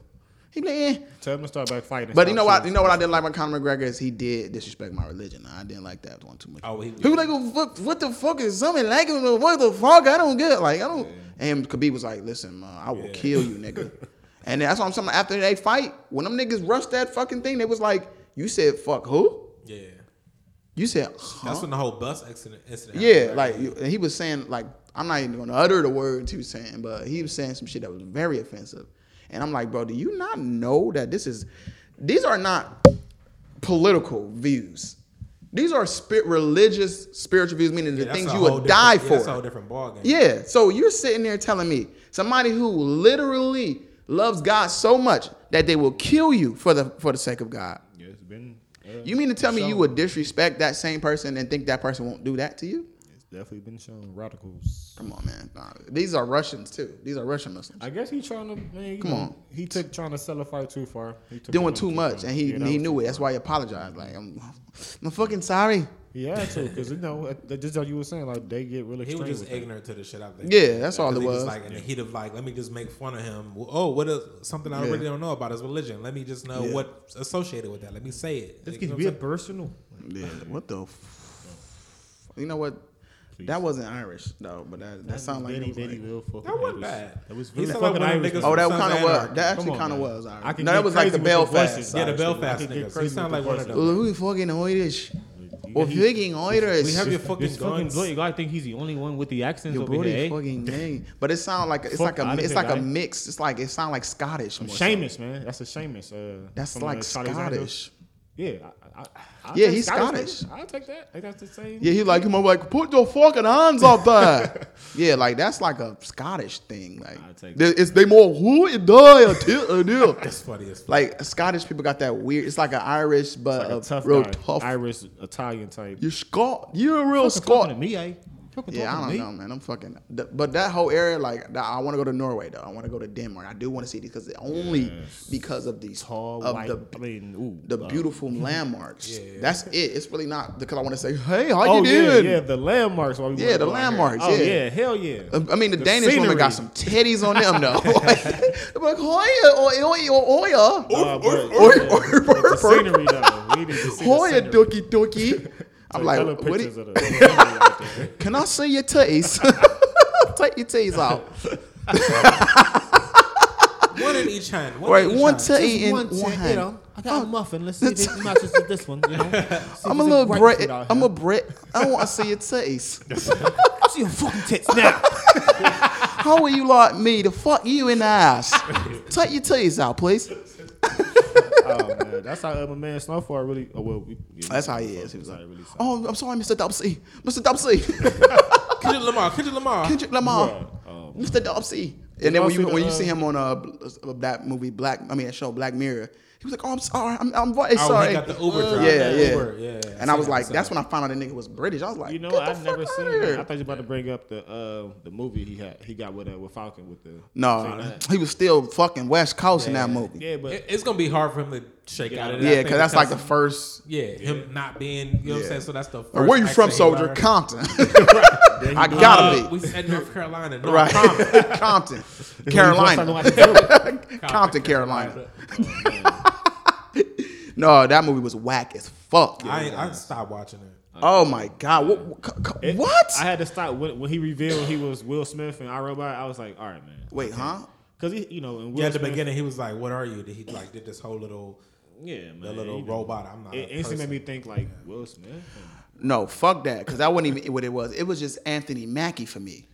Speaker 1: He be like, eh.
Speaker 3: Tell him to start back fighting. and
Speaker 1: But you know
Speaker 3: stop
Speaker 1: what? You
Speaker 3: shooting.
Speaker 1: know what I didn't like about Conor McGregor is he did disrespect my religion. I didn't like that one too much.
Speaker 2: Oh, he-
Speaker 1: he was like, what, what the fuck is something like it? What the fuck? I don't get. Like I don't. And Khabib was like, listen, man, I will kill you, nigga. and that's what I'm saying. After they fight, when them niggas rushed that fucking thing, they was like, you said fuck who?
Speaker 2: yeah,
Speaker 1: You said huh?
Speaker 2: that's when the whole bus accident incident.
Speaker 1: Yeah,
Speaker 2: happened, right?
Speaker 1: like you- and he was saying, like I'm not even going to utter the words he was saying, but he was saying some shit that was very offensive, and I'm like, bro, do you not know that this is, these are not political views, these are spirit, religious, spiritual views, meaning the
Speaker 2: Yeah, that's
Speaker 1: things
Speaker 2: a
Speaker 1: you
Speaker 2: whole
Speaker 1: would
Speaker 2: different-
Speaker 1: die
Speaker 2: yeah,
Speaker 1: for.
Speaker 2: That's a whole different ballgame.
Speaker 1: Yeah. So you're sitting there telling me somebody who literally loves God so much that they will kill you for the for the sake of God.
Speaker 3: Yeah, it's been. Uh,
Speaker 1: You mean to tell me you
Speaker 3: shown.
Speaker 1: would disrespect that same person and think that person won't do that to you?
Speaker 3: It's definitely been shown radicals.
Speaker 1: Come on, man. Nah, these are Russians too. These are Russian Muslims
Speaker 3: I guess he trying to man. You
Speaker 1: Come
Speaker 3: know,
Speaker 1: on.
Speaker 3: he took trying to sell a fight too far. He took
Speaker 1: doing
Speaker 3: it
Speaker 1: too much,
Speaker 3: far.
Speaker 1: and he
Speaker 3: Yeah, that
Speaker 1: he
Speaker 3: was
Speaker 1: knew
Speaker 3: too
Speaker 1: it. That's why he apologized. Like I'm, I'm fucking sorry.
Speaker 3: He had to because you know uh, just like you were saying, like they get really.
Speaker 2: He was
Speaker 3: extreme
Speaker 2: just
Speaker 3: with that.
Speaker 2: ignorant to the shit out there.
Speaker 1: Yeah, that's all it
Speaker 2: he
Speaker 1: was.
Speaker 2: Like in the heat of like, let me just make fun of him. Well, Oh, what is something I
Speaker 1: Yeah.
Speaker 2: really don't know about is religion. Let me just know
Speaker 1: Yeah.
Speaker 2: what's associated with that. Let me say it.
Speaker 3: This
Speaker 2: You
Speaker 3: gets
Speaker 2: know what
Speaker 3: real
Speaker 2: I'm
Speaker 3: personal.
Speaker 1: Yeah. What the? F- you know what? That wasn't Irish though, but that that sounds like.
Speaker 3: Diddy,
Speaker 1: it was
Speaker 3: Diddy
Speaker 1: like-
Speaker 3: Will fucking
Speaker 2: That wasn't
Speaker 3: Irish.
Speaker 2: bad.
Speaker 3: That was
Speaker 2: He
Speaker 3: really
Speaker 2: sound like one
Speaker 3: fucking
Speaker 2: of
Speaker 3: Irish.
Speaker 2: them niggas
Speaker 1: Oh, that
Speaker 2: Sons
Speaker 1: kind
Speaker 2: of
Speaker 1: of was.
Speaker 2: Anarchy.
Speaker 1: That actually
Speaker 3: Come on,
Speaker 1: kind of
Speaker 3: man.
Speaker 1: was.
Speaker 3: I
Speaker 1: Irish.
Speaker 3: can
Speaker 1: No, that
Speaker 3: get
Speaker 1: was like
Speaker 3: crazy
Speaker 1: the
Speaker 3: with the
Speaker 1: Belfast.
Speaker 3: voices.
Speaker 2: Yeah, the
Speaker 1: Irish.
Speaker 2: Belfast
Speaker 3: I could get
Speaker 2: niggas. He
Speaker 3: crazy
Speaker 2: sound
Speaker 3: with
Speaker 2: like
Speaker 3: the
Speaker 2: one of
Speaker 3: voices.
Speaker 2: them.
Speaker 1: Oh, we fucking Irish.
Speaker 3: You
Speaker 1: Oh,
Speaker 3: got- he-
Speaker 1: fucking Irish.
Speaker 2: We have your fucking
Speaker 3: This fucking
Speaker 2: guns.
Speaker 3: blood. I think he's the only one with the accents
Speaker 1: Your
Speaker 3: over here.
Speaker 1: booty
Speaker 3: eh?
Speaker 1: fucking name. But it sound like it's
Speaker 3: Fuck
Speaker 1: like
Speaker 3: out
Speaker 1: a
Speaker 3: of
Speaker 1: it's
Speaker 3: here,
Speaker 1: like a
Speaker 3: guy.
Speaker 1: mix. It's like it sound like Scottish. more so.
Speaker 3: Seamus, man. That's a Seamus. Uh,
Speaker 1: That's
Speaker 3: from, uh,
Speaker 1: like
Speaker 3: Charlie's Angels.
Speaker 1: Scottish.
Speaker 3: Yeah. I, I, I,
Speaker 1: Yeah,
Speaker 3: I
Speaker 1: he's
Speaker 3: nigga. I'll take that. Like, that's the same.
Speaker 1: Yeah, he like him. I'm like, put your fucking hands up there. yeah, like that's like a Scottish thing.
Speaker 3: I'll
Speaker 1: Like,
Speaker 3: take
Speaker 1: they, it's they more who it die until until.
Speaker 2: That's funny as fuck.
Speaker 1: Like Scottish people got that weird. It's like an Irish, but
Speaker 3: Like
Speaker 1: a
Speaker 3: a tough
Speaker 1: real
Speaker 3: guy.
Speaker 1: tough.
Speaker 3: Irish, Italian type.
Speaker 1: You're Scot. You're a real
Speaker 3: Fucking talking
Speaker 1: Scot.
Speaker 3: to me, eh? Fucking
Speaker 1: Yeah, I
Speaker 3: talking
Speaker 1: don't
Speaker 3: to
Speaker 1: know,
Speaker 3: me.
Speaker 1: man. I'm fucking. th- But that whole area, like, th- I want to go to Norway though. I want to go to Denmark. I do want to see these because only because of these
Speaker 3: Tall,
Speaker 1: of
Speaker 3: white.
Speaker 1: the
Speaker 3: I mean, ooh,
Speaker 1: the
Speaker 3: uh,
Speaker 1: beautiful landmarks.
Speaker 2: Yeah, yeah.
Speaker 1: That's it. It's really not because I want to say, hey, how
Speaker 3: Oh
Speaker 1: you
Speaker 3: yeah,
Speaker 1: doing?
Speaker 3: yeah, the landmarks. while we
Speaker 1: Yeah,
Speaker 3: wanna
Speaker 1: the
Speaker 3: go out here.
Speaker 1: landmarks,
Speaker 3: Oh
Speaker 1: yeah.
Speaker 3: yeah, hell yeah.
Speaker 1: I mean, the,
Speaker 3: The
Speaker 1: Danish woman got some
Speaker 3: scenery.
Speaker 1: titties on them though. like, they're like, hoya, oh, oya, oya, oya,
Speaker 3: Nah, Uh, but-
Speaker 1: or-
Speaker 3: yeah,
Speaker 1: or-
Speaker 3: but the scenery though. We need to see
Speaker 1: hoya,
Speaker 3: the scenery.
Speaker 1: dookie, dookie. I'm
Speaker 3: Take
Speaker 1: like,
Speaker 3: hella
Speaker 1: what
Speaker 3: pictures
Speaker 1: do-
Speaker 3: of the- the scenery out there.
Speaker 1: can I see your titties? Take your titties out.
Speaker 2: One in each hand. One
Speaker 1: Right,
Speaker 2: in each
Speaker 1: one
Speaker 2: hand.
Speaker 1: titty in one
Speaker 5: you
Speaker 1: hand. Oh,
Speaker 5: know, I got a muffin. Let's see if it matches with this one. You know, See if
Speaker 1: I'm a
Speaker 5: it's
Speaker 1: little
Speaker 5: bright
Speaker 1: Brit.
Speaker 5: food out
Speaker 1: I'm
Speaker 5: here.
Speaker 1: a Brit. I don't want to see your titties.
Speaker 5: see your fucking tits now.
Speaker 1: How are you like me to fuck you in the ass? Take your titties out, please.
Speaker 3: Oh man, that's how uh, my man Snowfall really. Oh well, we, yeah,
Speaker 1: That's how he is. He was
Speaker 3: That's
Speaker 1: like,
Speaker 3: how really sound.
Speaker 1: oh, I'm sorry, Mr. Dubsy. Mr. Dubsy.
Speaker 2: Kendrick Lamar. Kendrick Lamar.
Speaker 1: Kendrick Lamar.
Speaker 3: Bruh, um,
Speaker 1: Mr. Dopsy. And then when you
Speaker 3: also the,
Speaker 1: when you
Speaker 3: uh,
Speaker 1: see him on uh, bl- uh, that movie Black, I mean that show Black Mirror, he was like, "Oh, I'm sorry, I'm, I'm very
Speaker 2: Oh,
Speaker 1: sorry."
Speaker 2: he got the Uber
Speaker 1: Uh,
Speaker 2: driver.
Speaker 1: yeah, yeah.
Speaker 2: Uber, yeah.
Speaker 1: And I was like, that's when I found out the nigga was British. I was like,
Speaker 3: You know,
Speaker 1: "Get the
Speaker 3: I've
Speaker 1: fuck
Speaker 3: never
Speaker 1: outta
Speaker 3: seen
Speaker 1: here."
Speaker 3: it. I thought you were about to bring up the uh, the movie he had. He got with uh, with Falcon with the same
Speaker 1: no,
Speaker 3: name.
Speaker 1: he was still fucking West Coast in that movie. Yeah,
Speaker 3: Yeah, but
Speaker 2: It- it's gonna be hard for him to shake out of that.
Speaker 1: because
Speaker 2: thing
Speaker 1: that's like the first.
Speaker 2: Yeah, him not being, you know what I'm
Speaker 1: Yeah.
Speaker 2: saying? So that's the first.
Speaker 1: Or where you from,
Speaker 2: accent he
Speaker 1: soldier?
Speaker 2: learned.
Speaker 1: Compton.
Speaker 3: he
Speaker 1: I gotta
Speaker 2: Uh,
Speaker 1: be
Speaker 2: We said North Carolina. No,
Speaker 1: right.
Speaker 2: Compton.
Speaker 1: Compton,
Speaker 3: He was
Speaker 1: Carolina,
Speaker 3: like, "Look,
Speaker 1: Compton, Carolina. No, that movie was whack as fuck.
Speaker 2: I, ain't- I stopped watching it.
Speaker 1: oh my god, what? What?
Speaker 3: It-
Speaker 1: what?
Speaker 3: I had to stop when, when he revealed he was Will Smith and iRobot. I was like, all right, man.
Speaker 1: Wait, huh?
Speaker 3: because he, you know, and
Speaker 2: Yeah, at the beginning he was like, "What are you?" Did he like did this whole little
Speaker 3: yeah, man,
Speaker 2: the little
Speaker 3: you know,
Speaker 2: robot? I'm not.
Speaker 3: It
Speaker 2: a
Speaker 3: instantly
Speaker 2: person.
Speaker 3: made me think like Will Smith.
Speaker 1: No, fuck that, because that wasn't even what it was. It was just Anthony Mackie for me.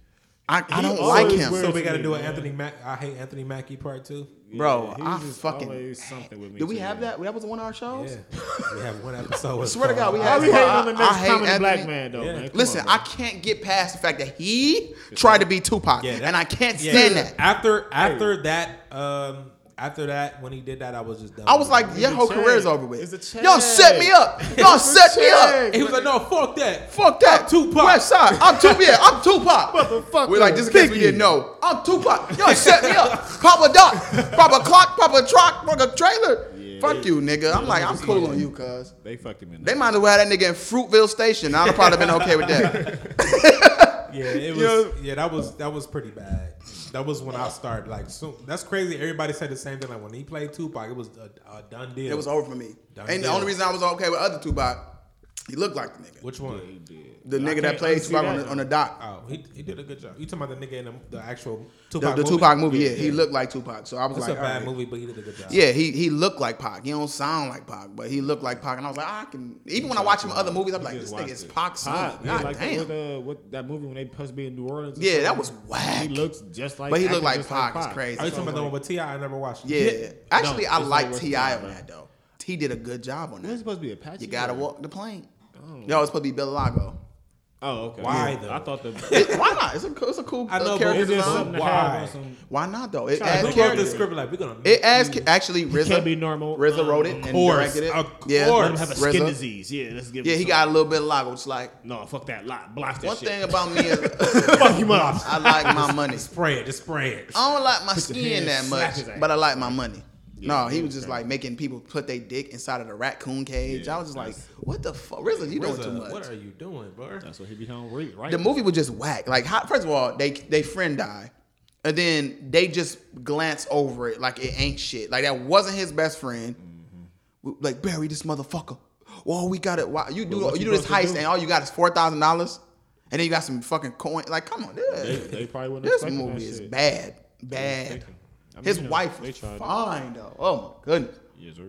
Speaker 1: I, I
Speaker 3: He
Speaker 1: don't like
Speaker 3: always
Speaker 1: him,
Speaker 3: wears-
Speaker 2: So we got to
Speaker 3: me,
Speaker 2: do an
Speaker 3: man.
Speaker 2: Anthony Mac. I hate Anthony Mackie part two.
Speaker 1: bro.
Speaker 3: he
Speaker 1: I
Speaker 3: was just
Speaker 1: fucking.
Speaker 3: always something with me.
Speaker 1: Did we
Speaker 3: too,
Speaker 1: have
Speaker 3: man.
Speaker 1: that? That was one of our shows.
Speaker 2: Yeah, we have one episode.
Speaker 1: Swear to God, we
Speaker 3: Why
Speaker 1: had-
Speaker 3: we hating on the
Speaker 1: I-
Speaker 3: next
Speaker 1: I hate
Speaker 3: common black
Speaker 1: Anthony-
Speaker 3: man though,
Speaker 2: Yeah.
Speaker 3: man? Come
Speaker 1: Listen,
Speaker 3: on,
Speaker 1: I
Speaker 3: man.
Speaker 1: can't get past the fact that he tried to be Tupac,
Speaker 2: Yeah, that-
Speaker 1: and I can't
Speaker 2: Yeah.
Speaker 1: stand that.
Speaker 2: After after that, um, after that, when he did that, I was just done.
Speaker 1: I was
Speaker 2: with it.
Speaker 1: like, your
Speaker 3: a
Speaker 1: whole
Speaker 3: check.
Speaker 1: career's over
Speaker 3: It's
Speaker 1: with.
Speaker 3: a
Speaker 1: Y'all
Speaker 3: check.
Speaker 1: set me up. Y'all
Speaker 3: It's a
Speaker 1: set me
Speaker 3: check.
Speaker 1: up.
Speaker 2: he was like, no, fuck that.
Speaker 1: Fuck that.
Speaker 2: I'm Tupac.
Speaker 1: West side. I'm Tupac. Yeah, I'm Tupac.
Speaker 3: Motherfucker.
Speaker 1: We're like, just in case we
Speaker 3: Biggie.
Speaker 1: didn't know. I'm Tupac. Y'all set me up. Papa Doc. Papa Clock. Papa Truck. Papa Trailer. Fuck you, nigga. I'm like, I'm cool on you, cuz.
Speaker 3: They fucked him in.
Speaker 1: They
Speaker 3: there.
Speaker 1: might have had that nigga in Fruitville Station. I'd have probably been okay with that.
Speaker 2: Yeah, it was.
Speaker 1: Yeah.
Speaker 2: Yeah, that was that was pretty bad. That was when I started like. So, that's crazy. Everybody said the same thing. Like when he played Tupac, it was a, a done deal.
Speaker 1: It was over for me.
Speaker 2: Done
Speaker 1: and the
Speaker 2: deal.
Speaker 1: only reason I was okay with other Tupac, he looked like the nigga.
Speaker 2: Which one?
Speaker 1: The
Speaker 3: I
Speaker 1: nigga that
Speaker 3: can't
Speaker 1: played
Speaker 3: unsee
Speaker 1: Tupac on
Speaker 3: that.
Speaker 1: the, on the dock.
Speaker 2: Oh, he, he did a good job. You talking about the nigga in the, the actual
Speaker 1: The,
Speaker 2: Tupac
Speaker 1: the
Speaker 2: movie?
Speaker 1: Tupac movie, yeah, He
Speaker 2: yeah.
Speaker 1: looked like Tupac. So I was
Speaker 2: It's
Speaker 1: like,
Speaker 2: a bad
Speaker 1: alright.
Speaker 2: movie, but he did a good job.
Speaker 1: Yeah, he he looked like Pac. He don't sound like Pac, but he looked like Pac. And I was like, I can. Even when I watch him other movies, I'm like, this
Speaker 3: Just
Speaker 1: nigga
Speaker 3: watched
Speaker 1: is
Speaker 3: it.
Speaker 1: Pac's son.
Speaker 3: Hot,
Speaker 1: God
Speaker 3: yeah, like
Speaker 1: damn.
Speaker 3: With, uh, with that movie when they supposed to be in New Orleans. and
Speaker 1: yeah,
Speaker 3: shit.
Speaker 1: that was whack.
Speaker 3: He looks just like.
Speaker 1: but he looked
Speaker 3: acted
Speaker 1: like
Speaker 3: just
Speaker 1: Pac. It's crazy.
Speaker 2: Are Oh, you
Speaker 1: So
Speaker 2: talking
Speaker 1: I
Speaker 2: about
Speaker 1: was
Speaker 2: the one with Ti? I never watched. it.
Speaker 1: like, yeah. Actually, I
Speaker 3: it's the
Speaker 1: like
Speaker 3: worst
Speaker 1: Ti
Speaker 3: thing
Speaker 1: on
Speaker 3: ever.
Speaker 1: that though. He did a good job on
Speaker 3: It was
Speaker 1: that.
Speaker 3: supposed to be Apache.
Speaker 1: You gotta
Speaker 3: or-
Speaker 1: walk the plane.
Speaker 3: Oh.
Speaker 1: No, it's supposed to be Bill Lago.
Speaker 3: Oh, okay.
Speaker 2: Why,
Speaker 3: Yeah.
Speaker 2: though?
Speaker 3: I thought the.
Speaker 1: It- why not? It's a cool- it's a cool
Speaker 2: I
Speaker 1: uh,
Speaker 2: know, but
Speaker 1: character
Speaker 3: It's just
Speaker 1: design.
Speaker 3: something to
Speaker 2: Why?
Speaker 3: have on some.
Speaker 1: Why not though? It
Speaker 3: Try to
Speaker 1: adds
Speaker 2: Who
Speaker 3: look
Speaker 2: wrote the
Speaker 1: character.
Speaker 2: script? Like we're gonna.
Speaker 1: It adds ca- actually RZA.
Speaker 3: can't be normal.
Speaker 1: RZA wrote it
Speaker 3: Of
Speaker 1: and
Speaker 2: course,
Speaker 1: directed it.
Speaker 2: of
Speaker 1: yeah,
Speaker 2: course.
Speaker 3: Let him have a skin
Speaker 1: RZA.
Speaker 3: disease. Yeah, let's give.
Speaker 1: Yeah,
Speaker 3: him
Speaker 1: he
Speaker 3: some-
Speaker 1: got a little bit of Lago. It's like
Speaker 3: No, fuck that. Lot, block that
Speaker 1: one
Speaker 3: shit.
Speaker 1: thing about me is.
Speaker 3: fuck him up.
Speaker 1: I like my money.
Speaker 2: spray it. Just spray it.
Speaker 1: I don't like my
Speaker 2: your
Speaker 1: skin
Speaker 2: hand,
Speaker 1: that
Speaker 2: slap his
Speaker 1: much,
Speaker 2: ass.
Speaker 1: but I like my money. no, he
Speaker 3: yeah,
Speaker 1: was just
Speaker 3: right.
Speaker 1: like making people put their dick inside of the raccoon cage.
Speaker 3: Yeah,
Speaker 1: I was just like, what the fuck? RZA, you doing
Speaker 2: RZA,
Speaker 1: too much.
Speaker 2: What are you doing, bro?
Speaker 3: That's what he become re- right.
Speaker 1: the movie was just whack. Like, how, first of all, they they friend die, and then they just glance over it like it ain't shit. Like that wasn't his best friend. We- Like bury this motherfucker. Well, we got it. Why you do
Speaker 3: what
Speaker 1: you
Speaker 3: you
Speaker 1: do this
Speaker 3: supposed to
Speaker 1: heist
Speaker 3: do?
Speaker 1: and all you got is four thousand dollars, and then you got some fucking coin. Like, come on, dude.
Speaker 3: They, they probably wouldn't.
Speaker 1: This
Speaker 3: expecting
Speaker 1: movie
Speaker 3: that
Speaker 1: is
Speaker 3: shit.
Speaker 1: bad, bad.
Speaker 3: thinking. I mean,
Speaker 1: His
Speaker 3: you know,
Speaker 1: wife
Speaker 3: they
Speaker 1: was
Speaker 3: tried it.
Speaker 1: fine though. Oh my goodness,
Speaker 3: Yes, sir.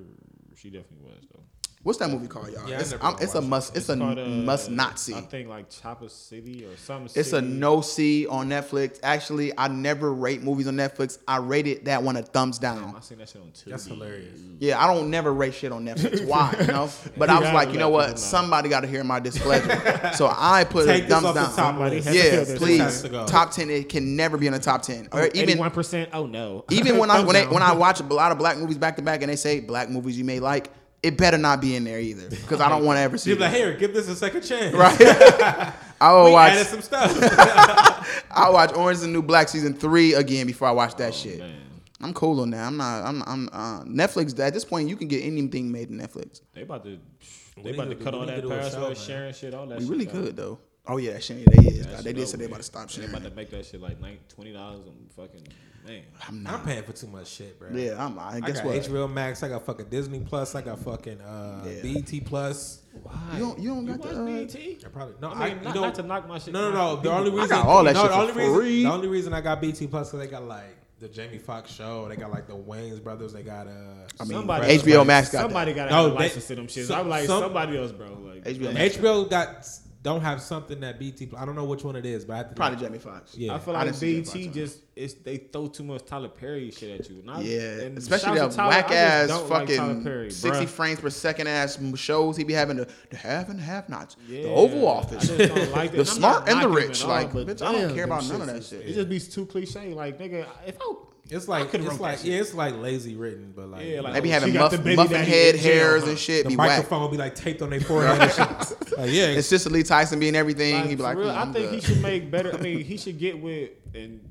Speaker 3: She definitely was though.
Speaker 1: what's that movie called, y'all?
Speaker 2: Yeah, I
Speaker 1: it's,
Speaker 2: never
Speaker 1: I'm- it's a
Speaker 2: watched it.
Speaker 1: must. It's, a
Speaker 3: Called, uh,
Speaker 1: must not see.
Speaker 3: I think like Chopper City or some.
Speaker 1: It's a
Speaker 3: city.
Speaker 1: no see on Netflix. Actually, I never rate movies on Netflix. I rated that one a thumbs
Speaker 3: I
Speaker 1: down.
Speaker 3: seen that shit on two.
Speaker 2: That's hilarious.
Speaker 1: Yeah, I don't never rate shit on Netflix. Why? You know? But I
Speaker 3: You
Speaker 1: was like, you
Speaker 3: gotta
Speaker 1: know
Speaker 3: let people know.
Speaker 1: what? Somebody got to hear my displeasure. so I put a
Speaker 2: Take this
Speaker 1: thumbs
Speaker 2: off the
Speaker 1: down.
Speaker 2: top list.
Speaker 3: Somebody has to
Speaker 1: yeah,
Speaker 3: feel this
Speaker 1: please.
Speaker 2: has to go.
Speaker 1: Top ten. It can never be in the top ten. Or even
Speaker 3: one percent. Oh no.
Speaker 1: Even when I
Speaker 3: Thumbs
Speaker 1: when, they,
Speaker 3: down.
Speaker 1: when I watch a lot of black movies back to back and they say black movies you may like, it better not be in there either because I don't want to ever see
Speaker 2: She's
Speaker 1: it.
Speaker 2: like, here, give this a second chance.
Speaker 1: right? I will
Speaker 2: We
Speaker 1: watch
Speaker 2: added some stuff.
Speaker 1: I will watch Orange is the New Black season three again before I watch that shit.
Speaker 3: Oh, Man,
Speaker 1: I'm cool on that. I'm not. I'm. I'm. Uh, Netflix. At this point, you can get anything made in Netflix.
Speaker 3: they about to
Speaker 2: We
Speaker 3: they about
Speaker 2: need
Speaker 3: to
Speaker 2: to-
Speaker 3: cut
Speaker 2: we
Speaker 3: all
Speaker 2: need to
Speaker 3: that
Speaker 2: do a show,
Speaker 3: Parasol
Speaker 2: man.
Speaker 3: sharing shit. All that.
Speaker 1: We
Speaker 3: shit,
Speaker 1: really
Speaker 3: though.
Speaker 1: could though. Oh yeah, that shit. They is.
Speaker 3: That
Speaker 1: dog.
Speaker 3: shit
Speaker 1: They did say
Speaker 3: over
Speaker 1: they
Speaker 3: with.
Speaker 1: about to stop
Speaker 3: They
Speaker 1: shit.
Speaker 3: about to make that shit like like twenty dollars on fucking man.
Speaker 1: I'm
Speaker 2: I'm
Speaker 1: not.
Speaker 2: paying for too much shit, bro.
Speaker 1: Yeah, I'm. I
Speaker 2: I
Speaker 1: guess
Speaker 2: got
Speaker 1: what?
Speaker 2: HBO Max. I got fucking Disney Plus. I got fucking uh,
Speaker 1: Yeah.
Speaker 2: BT Plus.
Speaker 3: Why?
Speaker 1: You don't. You don't
Speaker 3: You
Speaker 1: got
Speaker 3: watch
Speaker 1: that. Uh,
Speaker 3: BT?
Speaker 2: I probably no.
Speaker 3: I mean,
Speaker 2: you
Speaker 3: not,
Speaker 2: know-
Speaker 3: not to knock my shit.
Speaker 2: No, no,
Speaker 3: down.
Speaker 2: no. The only reason
Speaker 1: got all that
Speaker 2: no,
Speaker 1: shit
Speaker 2: the
Speaker 1: for
Speaker 2: only reason,
Speaker 1: free.
Speaker 2: The only reason I got BT Plus because they got like the Jamie Foxx show. They got like the Wayans brothers. They got uh. I
Speaker 1: mean,
Speaker 3: Somebody-
Speaker 1: HBO Max got that.
Speaker 3: somebody got to
Speaker 2: No,
Speaker 3: have a
Speaker 2: they-
Speaker 3: license to them shits.
Speaker 2: some-
Speaker 3: I'm like
Speaker 2: some-
Speaker 3: somebody else, bro. Like
Speaker 1: HBO.
Speaker 2: HBO got don't have something that BT. I don't know which one it is, but I have to
Speaker 1: Probably Jamie Foxx.
Speaker 2: Yeah.
Speaker 3: I feel
Speaker 1: I
Speaker 3: like
Speaker 1: didn't see that
Speaker 3: BT
Speaker 1: part,
Speaker 3: just it's they throw too much Tyler Perry shit at you. And I,
Speaker 1: Yeah,
Speaker 3: and
Speaker 1: especially
Speaker 3: shout out
Speaker 1: that
Speaker 3: to Tyler, I
Speaker 1: whack
Speaker 3: just
Speaker 1: ass
Speaker 3: don't like
Speaker 1: fucking
Speaker 3: Tyler Perry,
Speaker 1: sixty
Speaker 3: bruh.
Speaker 1: frames per second ass m- shows he be having the, the have and have nots,
Speaker 3: Yeah,
Speaker 1: the Oval
Speaker 3: I
Speaker 1: Office,
Speaker 3: just don't like that.
Speaker 1: the
Speaker 3: And I'm
Speaker 1: smart
Speaker 3: not
Speaker 1: and the
Speaker 3: knocking him
Speaker 1: rich.
Speaker 3: at all,
Speaker 1: like,
Speaker 3: but
Speaker 1: bitch, I don't
Speaker 3: damn,
Speaker 1: care about
Speaker 3: them
Speaker 1: none of that
Speaker 3: shits is-
Speaker 1: shit.
Speaker 3: It just be too cliche. Like nigga, if I
Speaker 2: It's like
Speaker 3: could've
Speaker 2: it's
Speaker 3: wrote
Speaker 2: like
Speaker 3: that shit.
Speaker 2: yeah, it's like lazy written, but like
Speaker 3: Yeah, like,
Speaker 1: Maybe
Speaker 3: She
Speaker 1: having
Speaker 3: got
Speaker 1: muff,
Speaker 3: the baby
Speaker 1: muffin
Speaker 3: daddy
Speaker 1: head
Speaker 3: in jail,
Speaker 1: hairs
Speaker 3: huh?
Speaker 1: and shit
Speaker 2: the
Speaker 1: be whack.
Speaker 2: microphone be like taped on their forehead. and shit. Like, yeah,
Speaker 1: And Cicely Tyson being everything,
Speaker 3: like,
Speaker 1: he be
Speaker 3: for
Speaker 1: like,
Speaker 3: real,
Speaker 1: "Mm,
Speaker 3: I
Speaker 1: I'm
Speaker 3: think he
Speaker 1: good."
Speaker 3: should make better. I mean, he should get with and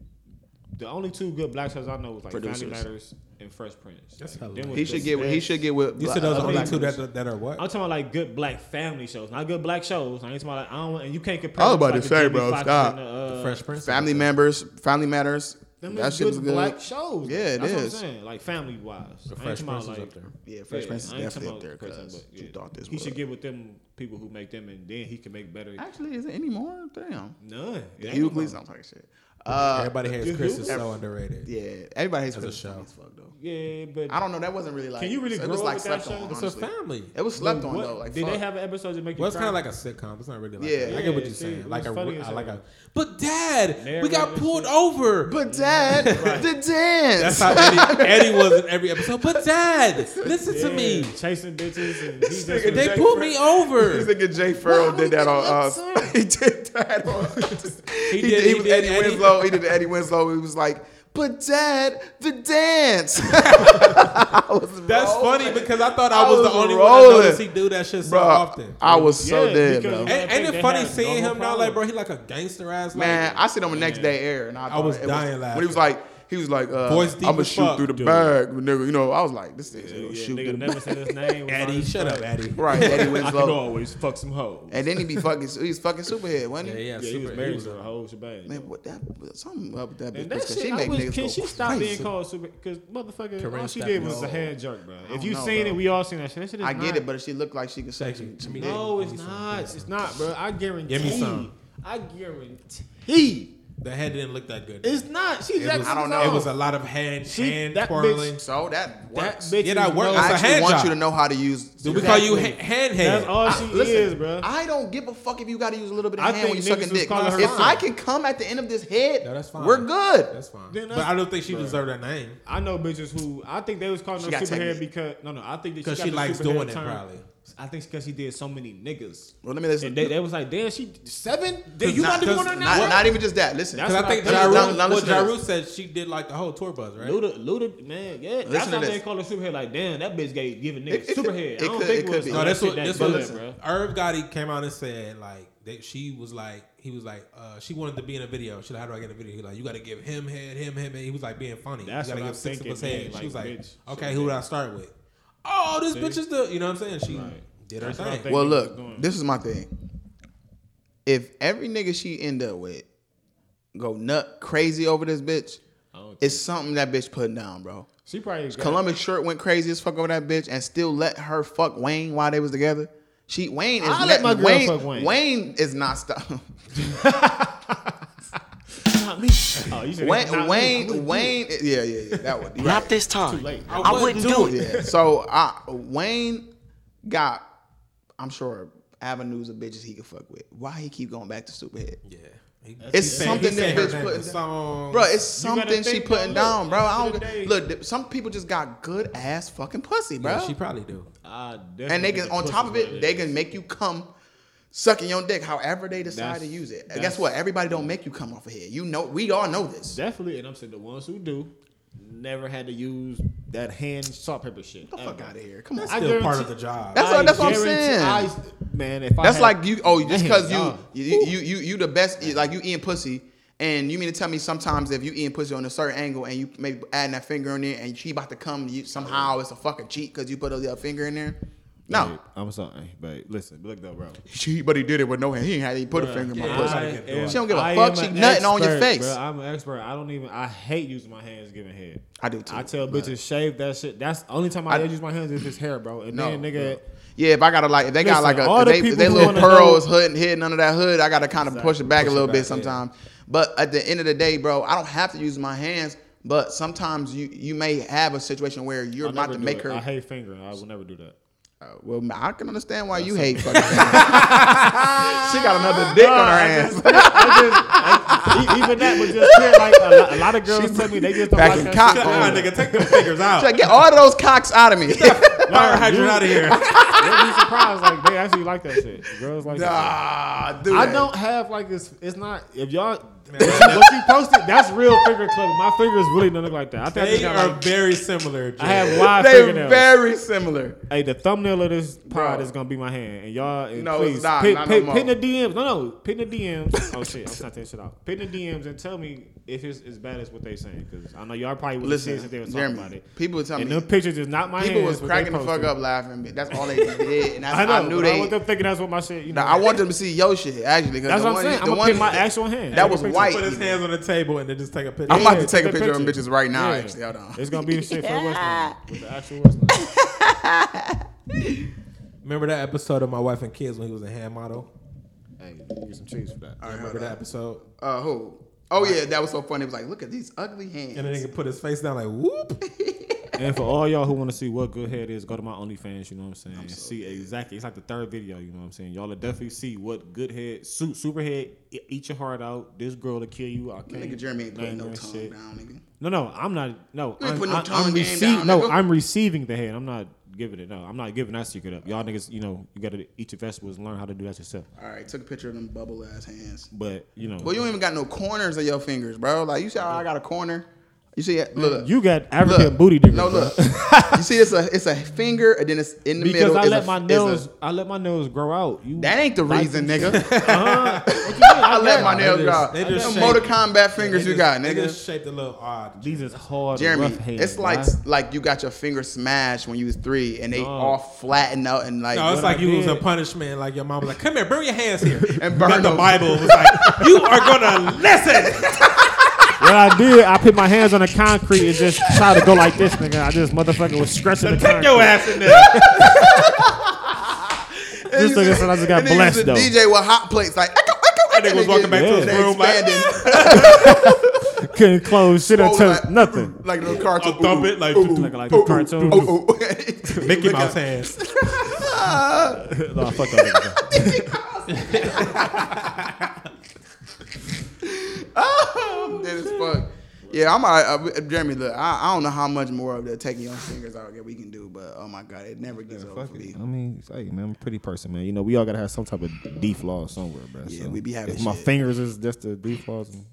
Speaker 3: the only two good black shows I know is like
Speaker 1: Producers.
Speaker 3: Family Matters and Fresh Prince.
Speaker 2: That's
Speaker 3: Like,
Speaker 2: hilarious.
Speaker 3: them was
Speaker 1: He
Speaker 3: the
Speaker 1: should get. with- He
Speaker 3: best.
Speaker 1: should get with.
Speaker 2: you
Speaker 1: bla-
Speaker 2: said those
Speaker 1: other
Speaker 2: are only
Speaker 1: black
Speaker 2: two
Speaker 1: dudes.
Speaker 2: that that are what?
Speaker 3: I'm talking about like good black family shows, not good black shows. I ain't talking about like, I don't, and you can't compare.
Speaker 1: I was
Speaker 3: them
Speaker 1: about
Speaker 3: like
Speaker 1: to
Speaker 3: the
Speaker 1: say,
Speaker 3: Jamie
Speaker 1: bro,
Speaker 3: Foxx
Speaker 1: stop.
Speaker 3: and the, uh,
Speaker 2: Fresh Prince.
Speaker 1: Family members, Family Matters.
Speaker 3: Them
Speaker 1: That
Speaker 3: is
Speaker 1: shit was good.
Speaker 3: black shows.
Speaker 1: Yeah, it
Speaker 3: That's
Speaker 1: is.
Speaker 3: What I'm saying. Like family wise,
Speaker 2: The Fresh Prince is up there.
Speaker 1: Yeah, Fresh Prince is
Speaker 3: I ain't
Speaker 1: definitely
Speaker 3: talking
Speaker 1: up there
Speaker 3: about Fresh Prince,
Speaker 1: because
Speaker 3: but
Speaker 1: you
Speaker 3: yeah.
Speaker 1: thought this.
Speaker 3: He should
Speaker 1: was-
Speaker 3: get with them people who make them, and then he can make better.
Speaker 1: Actually, is it any more? Damn.
Speaker 3: None.
Speaker 1: Euclid's. I'm talking shit. Uh,
Speaker 2: Everybody hates
Speaker 3: you-
Speaker 2: Chris
Speaker 3: you-
Speaker 2: is so underrated.
Speaker 1: yeah, everybody hates
Speaker 2: That's a
Speaker 1: Chris
Speaker 2: show.
Speaker 1: Rock as fuck though.
Speaker 3: Yeah, but
Speaker 1: I don't know. That wasn't really like.
Speaker 3: Can you really
Speaker 1: it
Speaker 3: grow
Speaker 1: was
Speaker 3: up
Speaker 1: like
Speaker 3: with that
Speaker 1: slept on.
Speaker 3: show?
Speaker 2: It's a
Speaker 1: honestly.
Speaker 2: family.
Speaker 1: It was slept on
Speaker 3: what-
Speaker 1: though. Like
Speaker 3: did
Speaker 1: fuck.
Speaker 3: they have an episode that make you
Speaker 2: Well, it's
Speaker 3: cry?
Speaker 2: kind of like a sitcom. It's not really like
Speaker 1: Yeah.
Speaker 2: that. I get what you're
Speaker 3: Yeah, see,
Speaker 2: saying.
Speaker 3: it
Speaker 2: Like a,
Speaker 3: was funny
Speaker 2: I
Speaker 3: as
Speaker 2: like
Speaker 3: hell.
Speaker 2: a. But Dad, we
Speaker 3: Narrative
Speaker 2: got
Speaker 3: and
Speaker 2: pulled
Speaker 3: shit.
Speaker 2: over.
Speaker 1: But dad, the dance.
Speaker 2: That's how Eddie, Eddie was in every episode. But Dad, listen
Speaker 3: Yeah,
Speaker 2: to me.
Speaker 3: chasing bitches and he's just
Speaker 1: nigga,
Speaker 2: They
Speaker 1: Jay
Speaker 2: pulled
Speaker 1: Fer-
Speaker 2: me over.
Speaker 1: This nigga Jay Farrell
Speaker 2: Why
Speaker 1: did that on us.
Speaker 2: would
Speaker 1: he did that on us. He,
Speaker 2: He
Speaker 1: did,
Speaker 2: did-
Speaker 1: he,
Speaker 2: he
Speaker 1: was
Speaker 2: did
Speaker 1: Eddie,
Speaker 2: Eddie.
Speaker 1: Winslow. He did the Eddie Winslow. He was like, but dad, the dance. I was
Speaker 2: That's
Speaker 1: rolling.
Speaker 2: funny because I thought
Speaker 1: I
Speaker 2: I was,
Speaker 1: was
Speaker 2: the only one
Speaker 1: rolling.
Speaker 2: that noticed he do that shit so
Speaker 1: Bro,
Speaker 2: often.
Speaker 1: I was so
Speaker 3: Yeah,
Speaker 1: dead,
Speaker 3: because-
Speaker 1: bro.
Speaker 3: I
Speaker 2: Ain't,
Speaker 3: think
Speaker 2: ain't
Speaker 3: they
Speaker 2: it funny
Speaker 3: have
Speaker 2: seeing him
Speaker 3: normal
Speaker 2: now? Like, bro,
Speaker 3: problems.
Speaker 2: he like a gangster ass.
Speaker 1: Man,
Speaker 2: like,
Speaker 1: I see him on the next day air, and I, thought
Speaker 2: was
Speaker 1: it
Speaker 2: dying
Speaker 1: When he
Speaker 2: laughing.
Speaker 1: was like, he was like, uh,
Speaker 2: Voice
Speaker 1: I'm
Speaker 2: deep
Speaker 1: gonna
Speaker 2: as
Speaker 1: shoot
Speaker 2: fuck,
Speaker 1: through the
Speaker 2: dude.
Speaker 1: bag, nigga. You know, I was like, this is
Speaker 3: Yeah,
Speaker 1: gonna
Speaker 3: yeah,
Speaker 1: shoot
Speaker 3: nigga
Speaker 1: through the
Speaker 3: never
Speaker 1: bag.
Speaker 3: said his name. was on
Speaker 2: Eddie,
Speaker 3: his
Speaker 2: shut
Speaker 3: back.
Speaker 2: up, Eddie.
Speaker 1: Right, Eddie
Speaker 3: I can
Speaker 1: Winslow.
Speaker 3: always fuck some hoes.
Speaker 1: And then he be fucking, he was fucking superhead, wasn't
Speaker 2: Yeah,
Speaker 1: he?
Speaker 2: yeah,
Speaker 3: yeah, he was
Speaker 2: super-
Speaker 3: married
Speaker 2: was
Speaker 3: to the whole shebang.
Speaker 1: Man, what that? Something up with that bitch.
Speaker 3: And
Speaker 1: 'cause
Speaker 3: that shit,
Speaker 1: she
Speaker 3: I
Speaker 1: make
Speaker 3: wish,
Speaker 1: niggas
Speaker 3: can
Speaker 1: go
Speaker 3: she stop
Speaker 1: crazy.
Speaker 3: being called super? Because motherfucker,
Speaker 2: Corinne
Speaker 3: all she
Speaker 2: Stout-
Speaker 3: did was
Speaker 2: no.
Speaker 3: a hand jerk, bro.
Speaker 1: don't
Speaker 3: If you
Speaker 1: know,
Speaker 3: seen
Speaker 1: bro.
Speaker 3: it, we all seen that shit. That shit is
Speaker 1: I get
Speaker 3: not-
Speaker 1: it, but she looked like she could say
Speaker 2: Thank
Speaker 1: some
Speaker 2: you.
Speaker 1: to me.
Speaker 2: Yeah,
Speaker 3: No,
Speaker 2: give
Speaker 3: it's
Speaker 2: me some,
Speaker 3: not.
Speaker 2: give me
Speaker 3: It's not, bro. I guarantee.
Speaker 2: Give me some.
Speaker 3: I guarantee.
Speaker 2: The head didn't look that good.
Speaker 3: It's not. She's
Speaker 2: it
Speaker 3: actually.
Speaker 2: was,
Speaker 1: I don't know.
Speaker 2: It was a lot of hand,
Speaker 3: She-
Speaker 2: hand
Speaker 3: that bitch-
Speaker 2: twirling.
Speaker 1: So that works.
Speaker 3: bitch
Speaker 2: Yeah, that
Speaker 3: is
Speaker 2: worked.
Speaker 3: no-
Speaker 2: It's
Speaker 1: I
Speaker 2: a
Speaker 1: actually
Speaker 2: hand
Speaker 1: want
Speaker 2: job.
Speaker 1: you to know how to use.
Speaker 2: Do we call you ha-
Speaker 3: Exactly.
Speaker 2: hand
Speaker 3: That's
Speaker 2: head?
Speaker 3: all she
Speaker 1: Listen,
Speaker 3: is, bro.
Speaker 1: I don't give a fuck if you got to use a little bit of
Speaker 3: I
Speaker 1: hand when you
Speaker 3: think
Speaker 1: sucking
Speaker 3: niggas was
Speaker 1: dick.
Speaker 3: calling
Speaker 2: her
Speaker 1: If
Speaker 2: fine.
Speaker 1: I can come at the end of this head,
Speaker 2: No, that's fine.
Speaker 1: we're good.
Speaker 2: That's fine.
Speaker 3: Then
Speaker 2: But
Speaker 3: that's-
Speaker 2: I don't think she deserved that name
Speaker 3: I know bitches who I think they was calling
Speaker 1: She
Speaker 3: her
Speaker 1: got
Speaker 3: superhead
Speaker 1: technique.
Speaker 3: because no, no. I think that
Speaker 2: because
Speaker 3: got
Speaker 2: she
Speaker 3: the
Speaker 2: likes
Speaker 3: superhead
Speaker 2: doing it
Speaker 3: term.
Speaker 2: probably.
Speaker 3: I think because she did so many niggas.
Speaker 1: Well, let me listen.
Speaker 3: And they, they was like, damn, she seven?
Speaker 2: Cause
Speaker 3: Then you
Speaker 2: not-
Speaker 3: about to be
Speaker 2: cause
Speaker 3: on her
Speaker 2: not-
Speaker 1: not,
Speaker 3: now?
Speaker 1: not even just that. Listen,
Speaker 3: That's
Speaker 2: Because I
Speaker 3: what I
Speaker 2: think
Speaker 3: think.
Speaker 2: Jaru,
Speaker 1: Now- now
Speaker 2: well,
Speaker 1: listen to
Speaker 2: Jaru said she did like the whole tour bus, right?
Speaker 3: Luda, Luda, man, yeah. That's
Speaker 1: Listen to
Speaker 3: how they
Speaker 1: this.
Speaker 3: call her superhead. Like, damn, that bitch gave giving
Speaker 1: It-
Speaker 3: niggas
Speaker 1: it could-
Speaker 3: superhead. I
Speaker 1: it
Speaker 3: don't
Speaker 1: could- it
Speaker 3: think
Speaker 1: could
Speaker 3: it was
Speaker 1: be.
Speaker 2: No,
Speaker 1: That
Speaker 2: that's
Speaker 3: shit
Speaker 2: what
Speaker 3: that
Speaker 2: this
Speaker 3: good,
Speaker 2: was.
Speaker 3: bro.
Speaker 2: Irv Gotti came out and said like that she was like he was like uh, she wanted to be in a video. She like how do I get a video? He like you got to give him head, him head. He was like being funny.
Speaker 3: That's
Speaker 2: you got to give
Speaker 3: what I'm
Speaker 2: six of
Speaker 3: thinking,
Speaker 2: us head.
Speaker 3: man,
Speaker 2: she
Speaker 3: like,
Speaker 2: was like
Speaker 3: bitch.
Speaker 2: okay, who would I start with? Oh, this bitch is the you know what I'm saying. She
Speaker 3: Right.
Speaker 2: did her
Speaker 3: That's what I'm
Speaker 2: thing.
Speaker 3: thinking.
Speaker 1: Well,
Speaker 3: niggas
Speaker 1: look,
Speaker 3: doing.
Speaker 1: this is my thing. If every nigga she end up with go nut crazy over this bitch,
Speaker 3: I don't think-
Speaker 1: it's something that bitch putting down, bro.
Speaker 3: She probably got-
Speaker 1: Columbus shirt went crazy as fuck over that bitch and still let her fuck Wayne while they was together. She Wayne is
Speaker 3: I
Speaker 1: not,
Speaker 3: let my girl
Speaker 1: Wayne,
Speaker 3: fuck Wayne.
Speaker 1: Wayne is not stop.
Speaker 3: Not me. Oh, you said
Speaker 1: Wayne
Speaker 3: not me.
Speaker 1: Wayne
Speaker 3: I'm like,
Speaker 1: Wayne yeah yeah yeah that one.
Speaker 4: Not
Speaker 1: Right.
Speaker 4: this time.
Speaker 3: late. I
Speaker 4: I wouldn't do it.
Speaker 1: Yeah. So I Wayne got I'm sure avenues of bitches he could fuck with. Why he keep going back to Superhead?
Speaker 2: Yeah, he,
Speaker 1: It's
Speaker 2: he said-
Speaker 1: something
Speaker 2: he said
Speaker 1: that
Speaker 2: her
Speaker 1: bitch
Speaker 2: name
Speaker 1: put-
Speaker 2: in songs.
Speaker 1: Bro, it's
Speaker 3: You gotta
Speaker 1: something she
Speaker 3: think,
Speaker 1: putting
Speaker 3: though,
Speaker 1: down,
Speaker 3: look,
Speaker 1: bro.
Speaker 3: at the
Speaker 1: I
Speaker 3: end of the day-
Speaker 1: don't look. th- Some people just got good ass fucking pussy, bro.
Speaker 2: Yeah, she probably do.
Speaker 3: I definitely
Speaker 1: and they can
Speaker 3: think the
Speaker 1: on top of
Speaker 3: pussy's
Speaker 1: it, they can make you come sucking your dick however they decide
Speaker 3: That's-
Speaker 1: to use it. Guess
Speaker 3: that's-
Speaker 1: what? Everybody don't make you come off of here. You know, we all know this.
Speaker 3: Definitely, and I'm saying the ones who do never had to use that hand salt pepper shit.
Speaker 1: Get the fuck
Speaker 3: ever.
Speaker 1: out of here. Come on.
Speaker 2: That's
Speaker 3: I
Speaker 2: still part of
Speaker 3: guarantee-
Speaker 2: the job.
Speaker 1: That's
Speaker 3: I
Speaker 1: what- that's what I'm
Speaker 3: guarantee-
Speaker 1: saying.
Speaker 3: I, man, if I
Speaker 1: That's
Speaker 3: had-
Speaker 1: like you. Oh, just
Speaker 3: Damn,
Speaker 1: because you
Speaker 3: dog.
Speaker 1: you, you you you the best. Like you eating pussy, and you mean to tell me sometimes if you eating pussy on a certain angle and you maybe adding that finger in there and she about to come, you somehow it's a fucking cheat because you put a little finger in there. No,
Speaker 5: Babe, I'm sorry, babe. Listen, look though, bro.
Speaker 1: she but he did it with no hand. He ain't had he put a finger in my
Speaker 2: yeah,
Speaker 1: pussy.
Speaker 2: I-
Speaker 3: am-
Speaker 1: She don't give a
Speaker 3: I
Speaker 1: fuck.
Speaker 3: am
Speaker 1: She
Speaker 3: an
Speaker 1: nutting on your
Speaker 3: expert,
Speaker 1: face.
Speaker 3: Bro. I'm an expert. I don't even. I hate using my hands giving head.
Speaker 1: I do too,
Speaker 3: I tell
Speaker 1: but-
Speaker 3: bitches shave that shit. That's the only time I,
Speaker 1: I-
Speaker 3: ever use my hands is his hair, bro. And
Speaker 1: No,
Speaker 3: then nigga,
Speaker 1: Yeah, if I gotta like, if they got like
Speaker 3: Listen,
Speaker 1: a,
Speaker 3: all
Speaker 1: if
Speaker 3: the
Speaker 1: they, if
Speaker 3: people
Speaker 1: they
Speaker 3: who
Speaker 1: little
Speaker 3: wanna
Speaker 1: pearls
Speaker 3: know-
Speaker 1: hood hidden under that hood, I gotta kind of push it back
Speaker 2: Push
Speaker 1: a
Speaker 2: it
Speaker 1: little
Speaker 2: back,
Speaker 1: bit
Speaker 2: yeah.
Speaker 1: sometimes. But at the end of the day, bro, I don't have to use my hands. But sometimes you you may have a situation where you're
Speaker 3: I'll
Speaker 1: about
Speaker 3: never
Speaker 1: to
Speaker 3: do
Speaker 1: make
Speaker 3: it.
Speaker 1: her.
Speaker 3: I hate fingering. I will never do that.
Speaker 1: Uh, well, I can understand why you hate fucking. fingers. she got another dick
Speaker 3: Ah,
Speaker 1: on her hands.
Speaker 3: I just- e- even that was just pure, like a lot, a lot of girls tell me they just don't
Speaker 1: back
Speaker 3: like
Speaker 1: in
Speaker 3: that
Speaker 1: cock
Speaker 3: shit.
Speaker 1: mode.
Speaker 2: Ah, nigga, take them fingers out.
Speaker 1: She's like, get all of those cocks out of me.
Speaker 2: Fire hydrant out of here.
Speaker 3: They'd be surprised. Like they actually like that shit. Girls like that.
Speaker 1: nah, dude.
Speaker 3: Shit. I don't have like this. It's not if y'all. what you posted, that's real finger clubbing. My fingers really don't look like that. I think I just
Speaker 2: They
Speaker 3: got,
Speaker 2: are
Speaker 3: like,
Speaker 2: very similar.
Speaker 3: I
Speaker 2: Jay.
Speaker 3: have wide
Speaker 1: They're
Speaker 3: fingernails.
Speaker 1: very similar.
Speaker 3: Hey, the thumbnail of this pod
Speaker 1: Bro.
Speaker 3: is gonna be my hand, and y'all, and
Speaker 1: No,
Speaker 3: please,
Speaker 1: it's not.
Speaker 3: pin,
Speaker 1: Not no
Speaker 3: pin,
Speaker 1: more.
Speaker 3: pin the DMs. No, no, pin the DMs. Oh shit, I'm not taking shit out. Pin the DMs and tell me if it's as bad as what they saying, because I know y'all probably would
Speaker 1: Listen,
Speaker 3: see it if they were talking
Speaker 1: Jeremy,
Speaker 3: about it.
Speaker 1: people tell
Speaker 3: and
Speaker 1: me-
Speaker 3: them pictures is not my
Speaker 1: People
Speaker 3: hands,
Speaker 1: was
Speaker 3: what they
Speaker 1: cracking the fuck
Speaker 3: posted.
Speaker 1: up laughing. That's all they did, and that's,
Speaker 3: I know.
Speaker 1: I knew
Speaker 3: but I
Speaker 1: they.
Speaker 3: was up thinking that's what my shit. You know,
Speaker 1: Now, I want them to see your shit actually. 'cause
Speaker 3: That's
Speaker 1: the
Speaker 3: what
Speaker 1: one-
Speaker 3: I'm saying.
Speaker 1: the
Speaker 3: I'm gonna
Speaker 1: one-
Speaker 3: pin my actual hand.
Speaker 1: That
Speaker 3: Take a
Speaker 1: was
Speaker 3: picture.
Speaker 1: white.
Speaker 2: Put his
Speaker 1: even.
Speaker 2: hands on the table and then just take a picture.
Speaker 1: I'm about
Speaker 3: Yeah,
Speaker 1: to take a
Speaker 3: take a
Speaker 1: picture of them
Speaker 3: picture.
Speaker 1: bitches right now.
Speaker 3: Yeah.
Speaker 1: Actually, hold on.
Speaker 3: It's gonna be the shit for the West End, with the actual West End.
Speaker 2: Remember that episode of My Wife and Kids when he was a hand model?
Speaker 3: Hey, get some cheese for that.
Speaker 2: Remember that episode?
Speaker 1: Uh, who? Oh yeah, that was so funny. It was like, look at these ugly hands.
Speaker 2: And then he can put his face down like whoop.
Speaker 3: And for all y'all who want to see what good head is, go to my OnlyFans. You know what I'm saying. and see exactly. It's like the third video. You know what I'm saying. Y'all will definitely see what good head, su- super head, e- eat your heart out. This girl to kill you. I can't.
Speaker 1: Nigga Jeremy ain't putting
Speaker 3: name
Speaker 1: no
Speaker 3: and
Speaker 1: tongue
Speaker 3: shit.
Speaker 1: down, nigga.
Speaker 3: No, no, I'm not. No,
Speaker 1: ain't
Speaker 3: I'm,
Speaker 1: putting no
Speaker 3: I'm-
Speaker 1: tongue
Speaker 3: I'm
Speaker 1: game
Speaker 3: receiv-
Speaker 1: down,
Speaker 3: No,
Speaker 1: nigga.
Speaker 3: I'm receiving the head. I'm not giving it. No, I'm not giving that secret up. Y'all niggas, you know, you gotta eat your vegetables and learn how to do that yourself.
Speaker 1: All right, took a picture of them bubble ass hands.
Speaker 3: But you know,
Speaker 1: But you don't even got no corners of your fingers, bro. Like you see how I got a corner. You see, look,
Speaker 3: you got
Speaker 1: look.
Speaker 3: African booty diggers.
Speaker 1: No,
Speaker 3: bro.
Speaker 1: look. you see, it's a it's a finger, and then it's in the
Speaker 3: Because
Speaker 1: middle.
Speaker 3: I
Speaker 1: is
Speaker 3: let
Speaker 1: a-
Speaker 3: my
Speaker 1: is a-
Speaker 3: nails, I let my nails grow out. You
Speaker 1: that ain't the
Speaker 3: like-
Speaker 1: reason, nigga.
Speaker 3: Uh-huh. What you mean?
Speaker 1: I let my nails
Speaker 2: just-
Speaker 1: go. out.
Speaker 2: they
Speaker 1: Them
Speaker 2: just
Speaker 1: Mortal
Speaker 2: shape-
Speaker 1: Kombat fingers you got,
Speaker 2: They
Speaker 1: nigga.
Speaker 2: just shaped a little odd.
Speaker 3: These is hard.
Speaker 1: Jeremy,
Speaker 3: rough hands,
Speaker 1: it's like
Speaker 3: bruh.
Speaker 1: like you got your finger smashed when you was three, and they
Speaker 3: No.
Speaker 1: all flattened out and like.
Speaker 2: No, it's
Speaker 3: what
Speaker 2: like
Speaker 3: I
Speaker 2: you was a
Speaker 3: did-
Speaker 2: punishment. Like your mom was like, "Come here, bring your hands here."
Speaker 1: And burn
Speaker 2: You got the
Speaker 1: them.
Speaker 2: Bible. It was like, "You are gonna listen."
Speaker 3: what I did, I put my hands on the concrete and just tried to go like this, nigga. I just motherfucker was stretching the
Speaker 2: Put your
Speaker 3: concrete.
Speaker 2: ass in there.
Speaker 1: And
Speaker 3: This
Speaker 1: you
Speaker 3: nigga
Speaker 1: see-
Speaker 3: said I just got
Speaker 1: and then you
Speaker 3: blessed,
Speaker 1: see
Speaker 3: though.
Speaker 1: DJ with hot plates like. "Echo, echo,
Speaker 2: That
Speaker 1: echo,"
Speaker 2: nigga was
Speaker 1: nigga.
Speaker 2: walking back to his
Speaker 1: They
Speaker 2: room like,
Speaker 1: expanded.
Speaker 3: Couldn't close shit or
Speaker 1: Oh,
Speaker 3: touch
Speaker 1: like-
Speaker 3: nothing.
Speaker 1: like those cartoon.
Speaker 2: I'll thump it like
Speaker 3: Like like the cartoon. Oh,
Speaker 1: Oh,
Speaker 2: Mickey Mouse hands.
Speaker 1: oh.
Speaker 3: no, I fucked up. nigga.
Speaker 1: I'm dead as fuck. Yeah, I'm. I, I, Jeremy, look, I, I don't know how much more of the taking your fingers out that we can do, but oh my god, it never gets old for me.
Speaker 3: I mean, hey man, I'm a pretty person, man. You know, we all gotta have some type of deflaw somewhere, bro.
Speaker 1: Yeah,
Speaker 3: so
Speaker 1: we be having
Speaker 3: if my
Speaker 1: shit.
Speaker 3: fingers is just the deflaws. And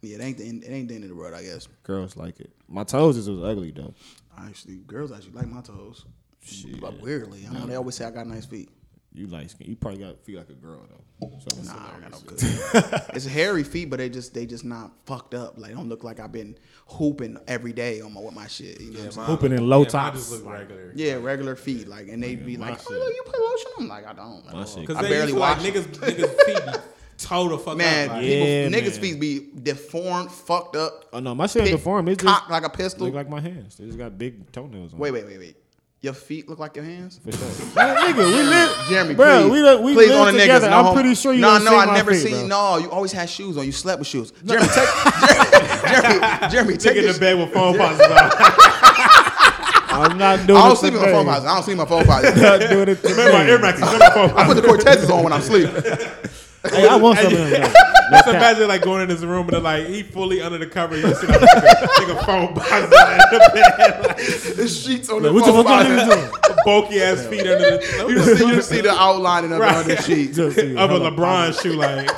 Speaker 1: Yeah, it ain't the end, it ain't the end of the road, I guess.
Speaker 3: girls like it. My toes is was ugly though.
Speaker 1: I actually, girls actually like my toes. But weirdly, I know they always say I got nice feet.
Speaker 3: You light skin. You probably got feel like a girl though. So
Speaker 1: Nah, I don't got no good. it's hairy feet, but they just they just not fucked up. Like don't look like I've been hooping every day on my with my shit. You know what I'm saying?
Speaker 3: Hooping in low
Speaker 2: Yeah, mine
Speaker 3: tops.
Speaker 2: just look regular.
Speaker 1: Yeah, regular feet, like, and they'd be
Speaker 3: my
Speaker 1: like, "Oh,
Speaker 3: shit-
Speaker 1: look, you put lotion." I'm like, "I don't." at all."
Speaker 3: shit
Speaker 2: Because
Speaker 1: I
Speaker 2: they
Speaker 1: barely
Speaker 2: barely like
Speaker 1: wash.
Speaker 2: niggas, niggas feet be toe the fuck
Speaker 1: Man,
Speaker 2: out. Like,
Speaker 1: people,
Speaker 3: Yeah,
Speaker 1: niggas'
Speaker 3: man.
Speaker 1: feet be deformed, fucked up,
Speaker 3: Oh no, my shit ain't
Speaker 1: pit-
Speaker 3: deformed. It's just
Speaker 1: cocked like a pistol.
Speaker 3: look like my hands. They just got big toenails. On
Speaker 1: wait, wait, wait, wait. Your feet look like your hands.
Speaker 3: For sure. Man, nigga, we live.
Speaker 1: Jeremy,
Speaker 3: Bruh,
Speaker 1: please,
Speaker 3: we done- we
Speaker 1: please
Speaker 3: lived
Speaker 1: on the
Speaker 3: together.
Speaker 1: niggas. No,
Speaker 3: I'm
Speaker 1: homo.
Speaker 3: pretty sure you
Speaker 1: No,
Speaker 3: done
Speaker 1: no,
Speaker 3: seen
Speaker 1: I
Speaker 3: my
Speaker 1: never
Speaker 3: feet,
Speaker 1: seen.
Speaker 3: bro.
Speaker 1: No, you always had shoes on. You slept with shoes. Jeremy, take. Jeremy, Jeremy, take
Speaker 2: Nigga in
Speaker 1: your
Speaker 2: the bed with phone pockets on.
Speaker 3: I'm not doing.
Speaker 1: I
Speaker 3: it
Speaker 1: don't sleep in my
Speaker 3: today.
Speaker 1: phone pockets. I don't sleep in my phone pockets.
Speaker 3: Not doing it
Speaker 2: Remember my
Speaker 3: today.
Speaker 2: ear max is in my phone
Speaker 1: I put the Cortezes on when I'm sleeping.
Speaker 3: Hey, I want some of them. though.
Speaker 2: Just imagine like going in his room and they're like he fully under the cover. You see like nigga phone box in the bed,
Speaker 1: The sheets on
Speaker 3: Like,
Speaker 1: the
Speaker 3: what the
Speaker 1: phone
Speaker 3: fuck y'all
Speaker 1: pockets.
Speaker 3: niggas doing?
Speaker 2: like, bulky ass feet under the.
Speaker 1: You see, you see the outlining of the under sheets.
Speaker 3: Just see,
Speaker 2: of a
Speaker 3: hella-
Speaker 2: LeBron shoe, like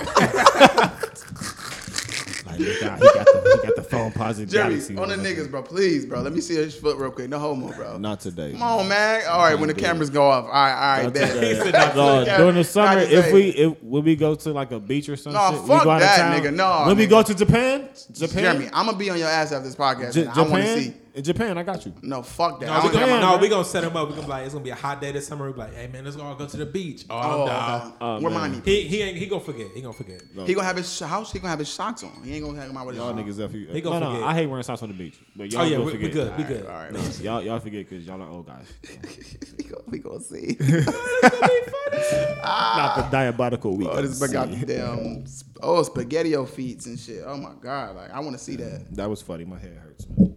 Speaker 3: Like, look out, he, got the, he got the phone positive.
Speaker 1: Jeremy,
Speaker 3: galaxy
Speaker 1: on the niggas, bro. Please, bro. Let me see his foot real quick. No homo, bro.
Speaker 3: Not today.
Speaker 1: Come on, man. All right, when the cameras go off. All right, all right,
Speaker 3: Not
Speaker 1: bet.
Speaker 3: today.
Speaker 2: not
Speaker 3: Dog,
Speaker 1: today.
Speaker 3: during the
Speaker 1: Not
Speaker 3: summer,
Speaker 1: today.
Speaker 3: if we if when we go to like a beach or something,
Speaker 1: Nah,
Speaker 3: shit, we
Speaker 1: fuck
Speaker 3: go out
Speaker 1: that,
Speaker 3: of
Speaker 1: nigga.
Speaker 3: town.
Speaker 1: Nah,
Speaker 3: when we
Speaker 1: nigga.
Speaker 3: go to Japan, Japan,
Speaker 1: Jeremy, I'm gonna be on your ass after this podcast.
Speaker 3: J-
Speaker 1: and I want to see.
Speaker 3: Japan, in Japan, I got you.
Speaker 1: No, fuck that. I
Speaker 2: No, we
Speaker 1: don't
Speaker 2: gonna,
Speaker 1: have-
Speaker 3: Damn,
Speaker 2: no,
Speaker 3: bro.
Speaker 2: we gonna set him up. We gonna be like, it's gonna be a hot day this summer. We be like, hey man, let's all go to the beach. Oh, I'm
Speaker 1: oh,
Speaker 2: down.
Speaker 1: uh, where
Speaker 3: man.
Speaker 1: mine?
Speaker 2: He he ain't he gonna forget. He gonna forget.
Speaker 1: He gonna have his house. He gonna have his socks on. He ain't gonna hang out with his.
Speaker 3: Y'all
Speaker 1: All
Speaker 3: niggas up here.
Speaker 2: They
Speaker 3: No,
Speaker 2: gonna
Speaker 3: no,
Speaker 2: forget.
Speaker 3: I hate wearing socks on the beach. But y'all
Speaker 2: Oh yeah,
Speaker 3: gonna
Speaker 2: we, we
Speaker 3: forget.
Speaker 2: good. We good.
Speaker 1: right,
Speaker 3: Y'all y'all forget because y'all are old guys.
Speaker 1: we gonna- we gonna see.
Speaker 3: Not the diabolical week.
Speaker 1: Ah. Oh, this but got damn. sp- Oh, spaghetti feet and shit. Oh my god, like I want to see that.
Speaker 3: That was funny. My head hurts. Man.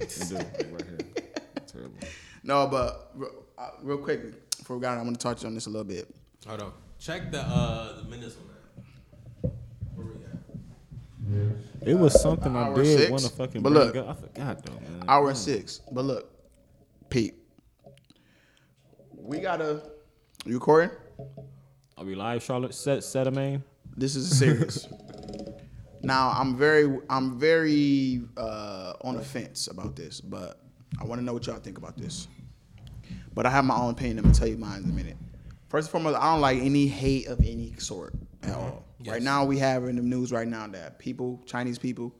Speaker 3: it do, like, right here. Terrible.
Speaker 1: No, but re- uh, real quick, before we got, on, I want to touch on this a little bit.
Speaker 2: Hold on. Check the uh the minutes on that. Where we at?
Speaker 3: It was something I
Speaker 1: hour
Speaker 3: did
Speaker 1: six.
Speaker 3: want to fucking
Speaker 1: But
Speaker 3: bring
Speaker 1: look.
Speaker 3: up. I forgot though, man.
Speaker 1: Hour and six. But look, Pete, we gotta. You recording?
Speaker 3: Are we live, Charlotte? Set set a main.
Speaker 1: This is serious. now I'm very I'm very uh, on the fence about this, but I want to know what y'all think about this. But I have my own opinion. I'm gonna tell you mine in a minute. First and foremost, I don't like any hate of any sort at all. Right
Speaker 2: Yes.
Speaker 1: now, we have in the news right now that people, Chinese people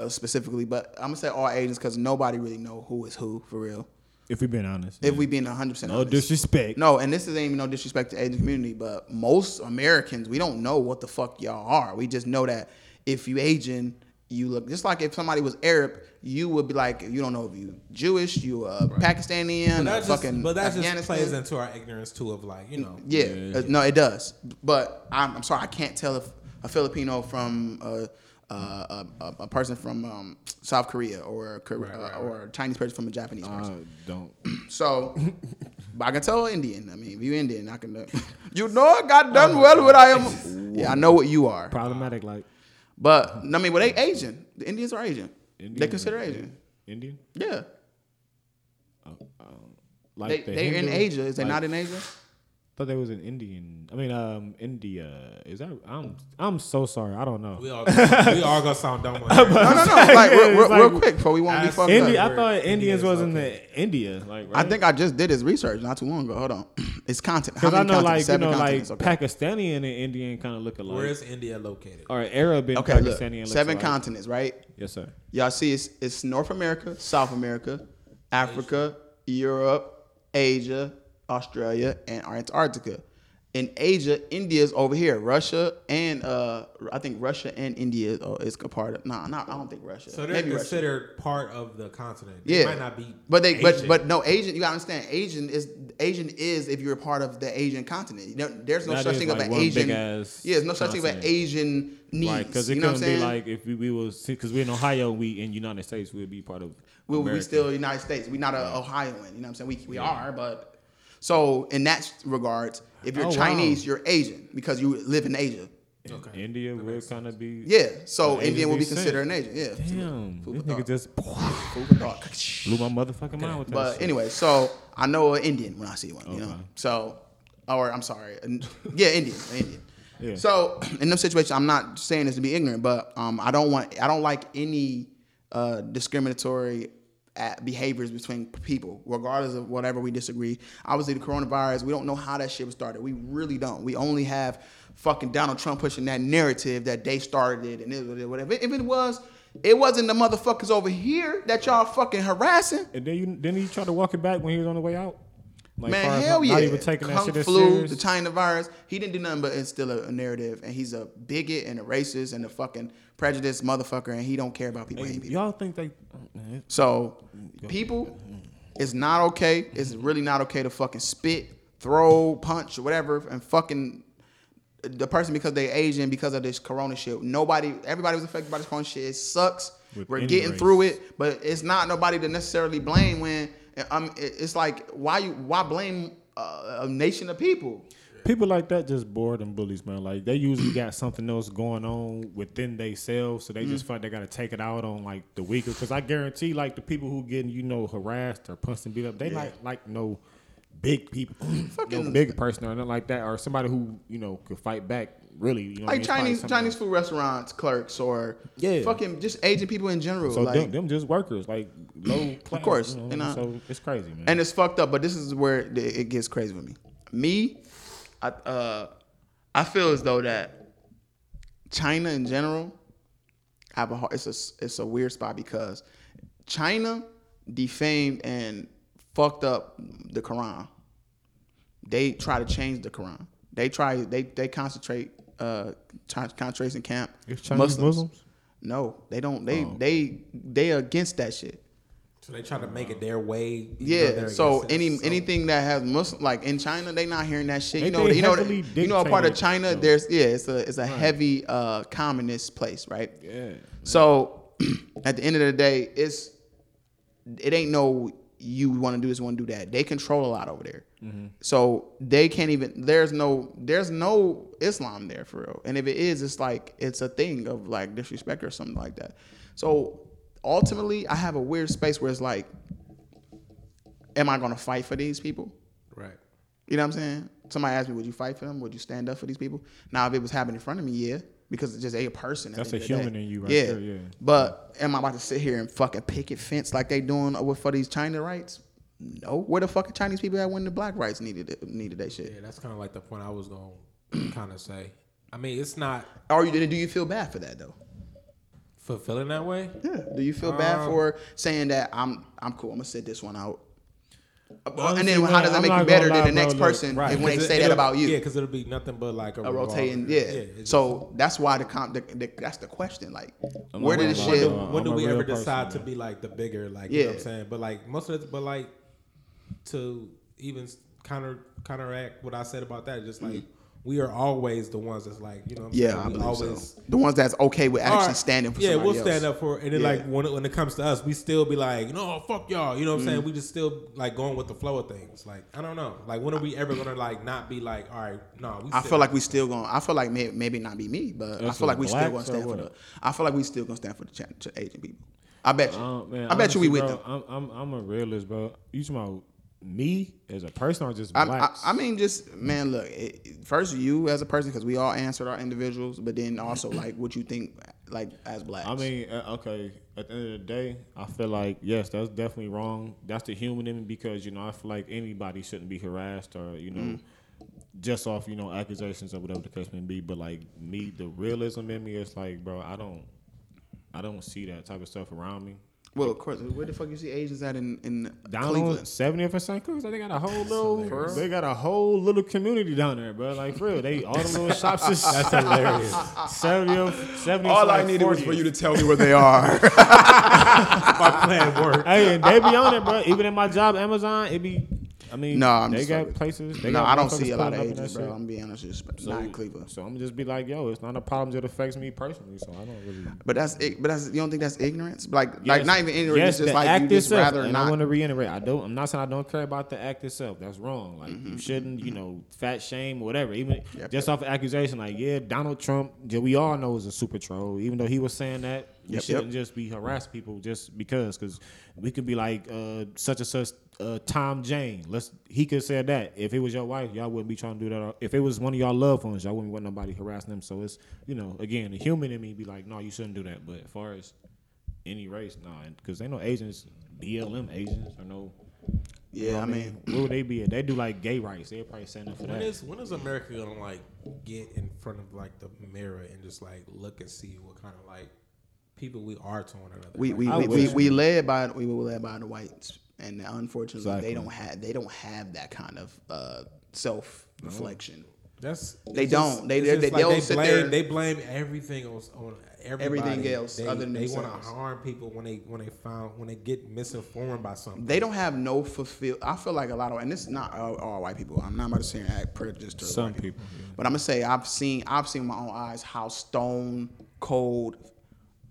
Speaker 1: uh, specifically, but I'm gonna say all Asians because nobody really know who is who for real.
Speaker 3: If we've been honest.
Speaker 1: If we being 100 percent
Speaker 3: no disrespect.
Speaker 1: no, and this is ain't even no disrespect to Asian community, but most Americans, we don't know what the fuck y'all are. We just know that if you Asian, you look just like if somebody was Arab, you would be like, you don't know if you Jewish, you uh, Pakistani,
Speaker 2: But
Speaker 1: and
Speaker 2: that
Speaker 1: fucking
Speaker 2: just but that just
Speaker 1: Afghanistan.
Speaker 2: plays into our ignorance too of like you know
Speaker 1: yeah, uh, no, it does. But I'm, I'm sorry, I can't tell if a Filipino from uh, uh, a, a, a person from um, South Korea or a, Kore-
Speaker 2: Right, right,
Speaker 1: uh,
Speaker 2: right.
Speaker 1: or a Chinese person from a Japanese person.
Speaker 4: Uh, don't.
Speaker 1: So, but I can tell Indian. I mean, if you Indian, I can. You know, I got
Speaker 3: Oh
Speaker 1: done well what I am. Yeah, I know what you are.
Speaker 3: Problematic, like
Speaker 1: But I mean, well, they Asian. The Indians are Asian. they
Speaker 3: Indians
Speaker 1: consider
Speaker 3: are-
Speaker 1: Asian.
Speaker 3: Indian.
Speaker 1: Yeah, Uh,
Speaker 3: Like
Speaker 1: they
Speaker 3: the
Speaker 1: they in
Speaker 3: Hindu?
Speaker 1: Asia. Is they
Speaker 3: Like-
Speaker 1: not in Asia?
Speaker 3: Thought they was an Indian. I mean, um, India. Is that? I'm I'm so sorry. I don't know.
Speaker 2: We all we all gonna sound dumb. On
Speaker 1: No,
Speaker 2: here.
Speaker 1: no, no. Like, real, real,
Speaker 3: like-
Speaker 1: real quick, before we won't be
Speaker 2: Ask
Speaker 1: fucked
Speaker 3: Indi-
Speaker 1: up.
Speaker 2: India-
Speaker 3: I thought
Speaker 2: India
Speaker 3: Indians
Speaker 2: is
Speaker 3: was in the India. Like
Speaker 1: I
Speaker 3: right?
Speaker 1: think I just did his research not too long ago. Hold on, it's content. How
Speaker 3: because
Speaker 1: many
Speaker 3: I know
Speaker 1: continents?
Speaker 3: like you
Speaker 1: Seven
Speaker 3: know like
Speaker 1: continents. okay.
Speaker 3: Pakistani and an Indian kind of look alike.
Speaker 2: Where is India located?
Speaker 1: uh,
Speaker 3: or Arab and
Speaker 1: Okay,
Speaker 3: Pakistani
Speaker 1: look,
Speaker 3: and
Speaker 1: seven
Speaker 3: alike.
Speaker 1: continents, right?
Speaker 3: Yes, sir.
Speaker 1: Y'all see, it's, it's North America, South America, Africa, Europe, Asia, Australia, and Antarctica. In Asia, India is over here. Russia and uh, I think Russia and India uh, is a part of. Nah, nah, I don't think Russia.
Speaker 2: So they're
Speaker 1: Maybe Russia.
Speaker 2: considered part of the continent. They
Speaker 1: Yeah,
Speaker 2: might not be.
Speaker 1: But they, but
Speaker 2: Asian.
Speaker 1: but no, Asian. You gotta understand, Asian is Asian is if you're a part of the Asian continent. You know, there's no
Speaker 3: That
Speaker 1: such
Speaker 3: is
Speaker 1: thing
Speaker 3: like
Speaker 1: of an
Speaker 3: one
Speaker 1: Asian.
Speaker 3: big-ass
Speaker 1: Yeah, there's no such thing of an
Speaker 3: continent.
Speaker 1: Asian needs.
Speaker 3: Right, because it
Speaker 1: you know what I'm
Speaker 3: couldn't be
Speaker 1: saying?
Speaker 3: like if we, we was because we're in Ohio, we in United States, we'd be part of.
Speaker 1: we we
Speaker 3: America.
Speaker 1: still United States. We're not a Ohioan. You know what I'm saying? We, we are, but so in that regards, if you're
Speaker 3: Oh, wow.
Speaker 1: Chinese, you're Asian because you live in Asia.
Speaker 3: In
Speaker 2: Okay.
Speaker 3: India would kind of be.
Speaker 1: Yeah, so
Speaker 3: Asian
Speaker 1: Indian will be
Speaker 3: descent.
Speaker 1: considered an Asian. Yeah,
Speaker 3: Damn,
Speaker 1: Food for thought.
Speaker 3: this nigga just
Speaker 1: Food for thought.
Speaker 3: blew my motherfucking mind with that.
Speaker 1: But
Speaker 3: shit.
Speaker 1: anyway, so I know an Indian when I see one. You know, so or I'm sorry, an- yeah, Indian, an Indian.
Speaker 3: Yeah.
Speaker 1: So in them situations, I'm not saying this to be ignorant, but um, I don't want, I don't like any uh, discriminatory uh behaviors between people, regardless of whatever we disagree. Obviously, the coronavirus, we don't know how that shit was started. We really don't. We only have fucking Donald Trump pushing that narrative that they started it and it, was- whatever. If it was, it wasn't the motherfuckers over here that y'all fucking harassing.
Speaker 3: and then you then he tried to walk it back when he was on the way out. Like, far
Speaker 1: Man,
Speaker 3: as
Speaker 1: hell
Speaker 3: not,
Speaker 1: yeah!
Speaker 3: Not even taking that
Speaker 1: Kung
Speaker 3: shit as
Speaker 1: flu,
Speaker 3: serious.
Speaker 1: the China virus. He didn't do nothing but instill a, a narrative, and he's a bigot and a racist and a fucking prejudiced motherfucker, and he don't care about people. hating people.
Speaker 3: Y'all think they? Man,
Speaker 1: So, people, it's not okay. It's really not okay to fucking spit, throw, punch, whatever, and fucking the person because they Asian because of this corona shit. Nobody, everybody was affected by this corona shit. It sucks.
Speaker 3: With
Speaker 1: We're
Speaker 3: any
Speaker 1: getting
Speaker 3: race.
Speaker 1: through it, but it's not nobody to necessarily blame when um, it- it's like why you why blame uh, a nation of people?
Speaker 3: People like that just bored and bullies, man. Like they usually got something else going on within themselves, so they
Speaker 1: Mm.
Speaker 3: just feel like they gotta take it out on like the weaker. Because I guarantee, like the people who getting you know harassed or punched and beat up, they like like no big people, no
Speaker 1: Fucking-
Speaker 3: big person or nothing like that, or somebody who you know could fight back. Really, you know, what I mean?
Speaker 1: Like
Speaker 3: It's probably
Speaker 1: Chinese
Speaker 3: something
Speaker 1: Chinese
Speaker 3: else.
Speaker 1: food restaurants clerks or
Speaker 3: Yeah.
Speaker 1: fucking just Asian people in general.
Speaker 3: So
Speaker 1: like,
Speaker 3: them, them just workers, like low class.
Speaker 1: course,
Speaker 3: you know,
Speaker 1: and I-
Speaker 3: so it's crazy, man.
Speaker 1: and it's fucked up. But this is where it- it gets crazy with me. Me, I uh, I feel as though that China in general have a hard, it's a it's a weird spot because China defamed and fucked up the Quran. They try to change the Quran. They try they they concentrate uh try, concentration camp
Speaker 3: It's Chinese Muslims? Oh.
Speaker 1: No, they don't. They they they against that shit.
Speaker 2: So they try to make it their way. even though
Speaker 1: Yeah.
Speaker 2: they're
Speaker 1: So
Speaker 2: against it.
Speaker 1: any
Speaker 2: So-
Speaker 1: anything that has Muslim, like in China, they not hearing that shit.
Speaker 3: They-
Speaker 1: You know,
Speaker 3: they
Speaker 1: you know,
Speaker 3: heavily
Speaker 1: you know, a part of
Speaker 3: dictated,
Speaker 1: China.
Speaker 3: though.
Speaker 1: There's yeah, it's a it's a heavy uh, communist place, right?
Speaker 3: yeah.
Speaker 1: So at the end of the day, it's it ain't no you want to do this, want to do that. They control a lot over there, so they can't even. There's no there's no Islam there for real, and if it is, it's like it's a thing of like disrespect or something like that. So ultimately, I have a weird space where it's like, am I gonna fight for these people?
Speaker 2: right.
Speaker 1: You know what I'm saying? Somebody asked me, would you fight for them? Would you stand up for these people? Now, if it was happening in front of me, yeah, because it's just a person. at
Speaker 3: That's
Speaker 1: the end
Speaker 3: a
Speaker 1: of the
Speaker 3: human
Speaker 1: day.
Speaker 3: in you right there, yeah.
Speaker 1: But am I about to sit here and fucking picket fence like they doing with for these China rights? No. Where the fucking Chinese people at when the black rights needed it, needed that shit?
Speaker 2: Yeah, that's kind of like the point I was gonna kind of say. I mean, it's not
Speaker 1: Or you didn't? Do you feel bad for that though?
Speaker 2: fulfilling that way.
Speaker 1: Yeah. Do you feel bad
Speaker 2: Um,
Speaker 1: for saying that I'm I'm cool? I'm gonna sit this one out. and
Speaker 3: honestly,
Speaker 1: then how
Speaker 3: man,
Speaker 1: does that
Speaker 3: I'm
Speaker 1: make
Speaker 3: not
Speaker 1: you
Speaker 3: gonna
Speaker 1: better
Speaker 3: lie,
Speaker 1: than the
Speaker 3: bro,
Speaker 1: next
Speaker 3: look,
Speaker 1: person
Speaker 3: right,
Speaker 1: if when they
Speaker 2: Because it-
Speaker 1: say that
Speaker 2: it'll-
Speaker 1: about you?
Speaker 2: Yeah, because it'll be nothing but like a,
Speaker 1: a
Speaker 2: revolver.
Speaker 1: rotating.
Speaker 2: Yeah.
Speaker 1: Yeah.
Speaker 2: it's
Speaker 1: so that's why the com. The, the, that's the question. Like,
Speaker 4: I'm
Speaker 1: where
Speaker 4: not
Speaker 1: did the
Speaker 4: gonna lie,
Speaker 1: shit?
Speaker 4: though.
Speaker 2: just- when
Speaker 3: I'm
Speaker 2: do
Speaker 3: a
Speaker 2: we
Speaker 3: real
Speaker 2: ever
Speaker 3: person,
Speaker 2: decide to
Speaker 3: man.
Speaker 2: be like the bigger? Like, you know what I'm
Speaker 1: Yeah.
Speaker 2: saying? But like most of the, but like to even s- counter counteract what I said about that, just like we are always the ones that's like, you know, what I'm
Speaker 1: Yeah,
Speaker 2: saying?
Speaker 1: I
Speaker 2: we
Speaker 1: believe
Speaker 2: always
Speaker 1: so. The ones that's okay with actually
Speaker 2: Alright.
Speaker 1: standing for
Speaker 2: yeah,
Speaker 1: somebody
Speaker 2: we'll stand
Speaker 1: else.
Speaker 2: up for, it. and then
Speaker 1: Yeah.
Speaker 2: like when it, when it comes to us, we still be like, no, fuck y'all. You know what
Speaker 1: Mm-hmm.
Speaker 2: I'm saying? We just still like going with the flow of things. Like I don't know, like when are we ever gonna like not be like, all right, no. We
Speaker 1: I
Speaker 2: sit-
Speaker 1: feel like we still going. to I feel like may, maybe not be me, but I
Speaker 3: That's
Speaker 1: feel like we still
Speaker 3: blacks
Speaker 1: going to stand
Speaker 3: or
Speaker 1: for
Speaker 3: what?
Speaker 1: the. I feel like we still going to stand for the cha- cha- Asian people. I bet you.
Speaker 3: Um, man,
Speaker 1: I bet you we
Speaker 3: honestly,
Speaker 1: with
Speaker 3: bro,
Speaker 1: them.
Speaker 3: I'm, I'm I'm a realist, bro. You talking about me as a person or just
Speaker 1: I, I,
Speaker 3: blacks?
Speaker 1: I mean, just man, look. It, it- first, you as a person, because we all answered our individuals, but then also like what you think, like as blacks.
Speaker 3: I mean, uh, okay. At the end of the day, I feel like yes, that's definitely wrong. That's the human in me because you know I feel like anybody shouldn't be harassed or you know
Speaker 1: Mm.
Speaker 3: just off you know accusations or whatever the case may be. But like me, the realism in me is like, bro, I don't, I don't see that type of stuff around me.
Speaker 1: well, of course. Where the fuck you see Asians at in in
Speaker 3: Down on
Speaker 1: Cleveland?
Speaker 3: seventieth and St. Cruz, they got a whole
Speaker 1: For
Speaker 3: little,
Speaker 1: real?
Speaker 3: they got a whole little community down there, bro. Like for real, they all the little shops is
Speaker 2: that's hilarious.
Speaker 3: seventieth, seventieth.
Speaker 1: All I
Speaker 3: like
Speaker 1: needed was
Speaker 3: 40th.
Speaker 1: for you to tell me where they are.
Speaker 2: My plan worked.
Speaker 3: Hey, and they be on it, bro. Even at my job, Amazon, it be. I mean,
Speaker 1: No, I'm
Speaker 3: they
Speaker 1: just
Speaker 3: got
Speaker 1: fucking-
Speaker 3: places. They
Speaker 1: no,
Speaker 3: got
Speaker 1: I don't
Speaker 3: motherfuckers
Speaker 1: see a lot of
Speaker 3: pulling up in that
Speaker 1: Asians, bro.
Speaker 3: shit.
Speaker 1: I'm being honest, with you,
Speaker 3: So-
Speaker 1: not in Cleveland.
Speaker 3: So I'm just be like, yo, it's not a problem that affects me personally. So I don't really.
Speaker 1: But that's ig- but that's you don't think that's ignorance? Like like
Speaker 3: Yes,
Speaker 1: not even ignorance.
Speaker 3: Yes,
Speaker 1: it's just
Speaker 3: the
Speaker 1: like you
Speaker 3: act
Speaker 1: just
Speaker 3: itself,
Speaker 1: rather
Speaker 3: and I
Speaker 1: not.
Speaker 3: want to reiterate. I don't. I'm not saying I don't care about the act itself. That's wrong. Like you shouldn't, you know, fat shame, whatever. Even
Speaker 1: Mm-hmm. Yep,
Speaker 3: just off of accusation, like yeah, Donald Trump. yeah, We all know is a super troll. Even though he was saying that, we
Speaker 1: Yep,
Speaker 3: shouldn't
Speaker 1: yep.
Speaker 3: just be harass people just because. Because we could be like uh, such and such. Uh, Tom Jane, let's. He could say that if it was your wife, y'all wouldn't be trying to do that. If it was one of y'all loved ones, y'all wouldn't want nobody harassing them. So it's you know, again, the human in me be like, no, you shouldn't do that. But as far as any race, nah, because they no agents, BLM agents or no.
Speaker 1: yeah, I mean,
Speaker 3: where would they be at? They do like gay rights. They probably stand up for
Speaker 2: When
Speaker 3: that.
Speaker 2: is when is America gonna like get in front of like the mirror and just like look and see what kind of like people we are to one another?
Speaker 1: we
Speaker 2: Like,
Speaker 1: we
Speaker 3: I
Speaker 1: we, we,
Speaker 3: wish-
Speaker 1: we led by we were led by the whites, and unfortunately
Speaker 3: Exactly.
Speaker 1: they don't have they don't have that kind of uh, self reflection.
Speaker 2: That's
Speaker 1: They
Speaker 2: it's just-
Speaker 1: don't. They-
Speaker 2: it's
Speaker 1: they-
Speaker 2: just
Speaker 1: they- they'll sit
Speaker 2: blame,
Speaker 1: there-
Speaker 2: They blame everything else on everybody.
Speaker 1: Everything else
Speaker 2: They,
Speaker 1: other than
Speaker 2: they want
Speaker 1: themselves.
Speaker 2: to harm people when they when they found when they get misinformed by something.
Speaker 1: They don't have no fulfill. I feel like a lot of, and this is not all, all white people. I'm not about to say and act prejudiced to
Speaker 3: Some
Speaker 1: white
Speaker 3: people,
Speaker 1: but I'm gonna say I've seen I've seen with my own eyes how stone cold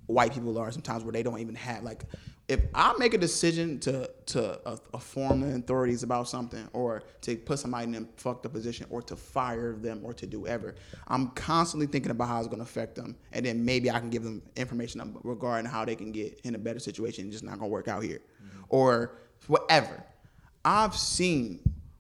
Speaker 1: white people are sometimes, where they don't even have like. If I make a decision to to uh, inform the authorities about something, or to put somebody in a fucked up position, or to fire them, or to do ever, I'm constantly thinking about how it's gonna affect them, and then maybe I can give them information regarding how they can get in a better situation. It's just not gonna work out here, or whatever. I've seen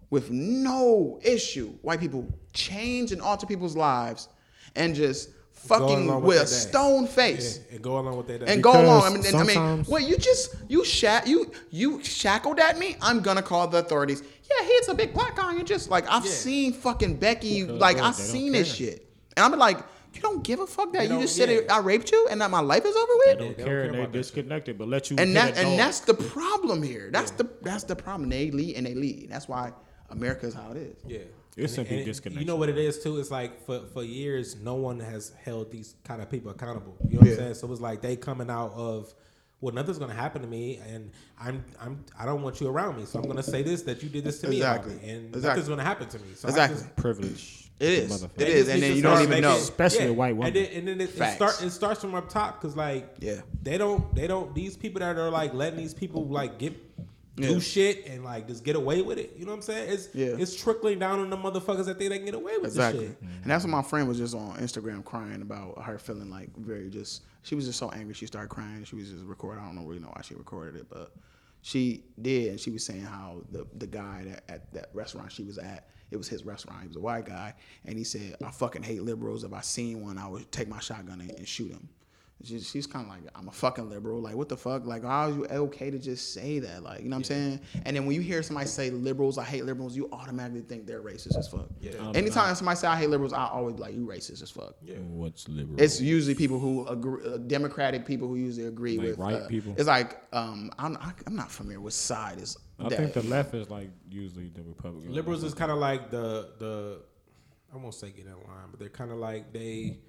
Speaker 1: with no issue white people change and alter people's lives and just fucking
Speaker 2: along
Speaker 1: with
Speaker 2: with
Speaker 1: a
Speaker 2: that.
Speaker 1: stone face
Speaker 2: Yeah, and go along with that.
Speaker 1: and go along. I mean,
Speaker 3: Because
Speaker 1: I mean,
Speaker 3: sometimes-
Speaker 1: well, you just you shat you you shackled at me. I'm gonna call the authorities. Yeah, he's a big black guy. You just like I've
Speaker 2: Yeah.
Speaker 1: seen fucking Becky. Like
Speaker 3: they
Speaker 1: I've
Speaker 3: don't
Speaker 1: seen this
Speaker 3: care.
Speaker 1: shit, and I'm like, you don't give a fuck that
Speaker 2: They
Speaker 1: you
Speaker 2: don't-
Speaker 1: just said
Speaker 2: yeah.
Speaker 1: it, I raped you, and that my life is over
Speaker 3: They
Speaker 1: with
Speaker 3: don't
Speaker 2: they don't
Speaker 3: care.
Speaker 2: care
Speaker 3: and
Speaker 2: about
Speaker 3: They
Speaker 2: that shit.
Speaker 3: disconnected. But let you
Speaker 1: and
Speaker 3: hit
Speaker 1: that
Speaker 3: a
Speaker 1: and
Speaker 3: dog.
Speaker 1: that's the problem here. That's the that's the problem. They lead and they lead. That's why America is how it is.
Speaker 2: Yeah.
Speaker 3: It's simply
Speaker 2: it-
Speaker 3: disconnection.
Speaker 2: You know what it is too? It's like for, for years no one has held these kind of people accountable. You know what
Speaker 1: Yeah.
Speaker 2: I'm saying? So it's like they coming out of well nothing's gonna happen to me and I'm I'm I don't want you around me. So I'm gonna say this that you did this to me. about
Speaker 1: Exactly.
Speaker 2: me, And
Speaker 1: Exactly.
Speaker 2: nothing's gonna happen to me. So I
Speaker 1: Exactly.
Speaker 2: just-
Speaker 3: privilege.
Speaker 1: It is.
Speaker 3: Motherfucker.
Speaker 1: It
Speaker 2: they
Speaker 1: is.
Speaker 2: just
Speaker 1: And
Speaker 2: need
Speaker 1: then
Speaker 2: to
Speaker 1: you don't
Speaker 2: start
Speaker 1: even know.
Speaker 2: making-
Speaker 3: Especially a white woman.
Speaker 2: And then, and then it, it,
Speaker 1: Facts.
Speaker 2: start, it starts from up top because like
Speaker 1: Yeah.
Speaker 2: they don't they don't these people that are like letting these people like get
Speaker 1: Yeah.
Speaker 2: do shit and like just get away with it. You know what I'm saying? It's
Speaker 1: Yeah.
Speaker 2: it's trickling down on the motherfuckers that think they can get away with
Speaker 1: Exactly.
Speaker 2: this shit.
Speaker 1: And that's what my friend was just on Instagram crying about her feeling like very just she was just so angry she started crying. She was just recording. I don't know really know why she recorded it, but she did and she was saying how the the guy that at that restaurant she was at, it was his restaurant. He was a white guy and he said, I fucking hate liberals. If I seen one, I would take my shotgun and, and shoot him. She, she's kind of like, I'm a fucking liberal. Like, what the fuck? Like, how is you okay to just say that? Like, you know what I'm saying? And then when you hear somebody say liberals, I hate liberals, you automatically think they're racist as fuck. Anytime somebody say I hate liberals, I always be like, you racist as fuck.
Speaker 3: What's liberal?
Speaker 1: It's usually people who agree, uh, Democratic people who usually agree
Speaker 3: Like
Speaker 1: with
Speaker 3: right
Speaker 1: uh,
Speaker 3: people?
Speaker 1: It's like, um, I'm, I- I'm not familiar with side is.
Speaker 3: I
Speaker 1: that.
Speaker 3: think the left is like usually the Republican.
Speaker 2: Liberals is kind of like the the I won't say get in line, but they're kind of like they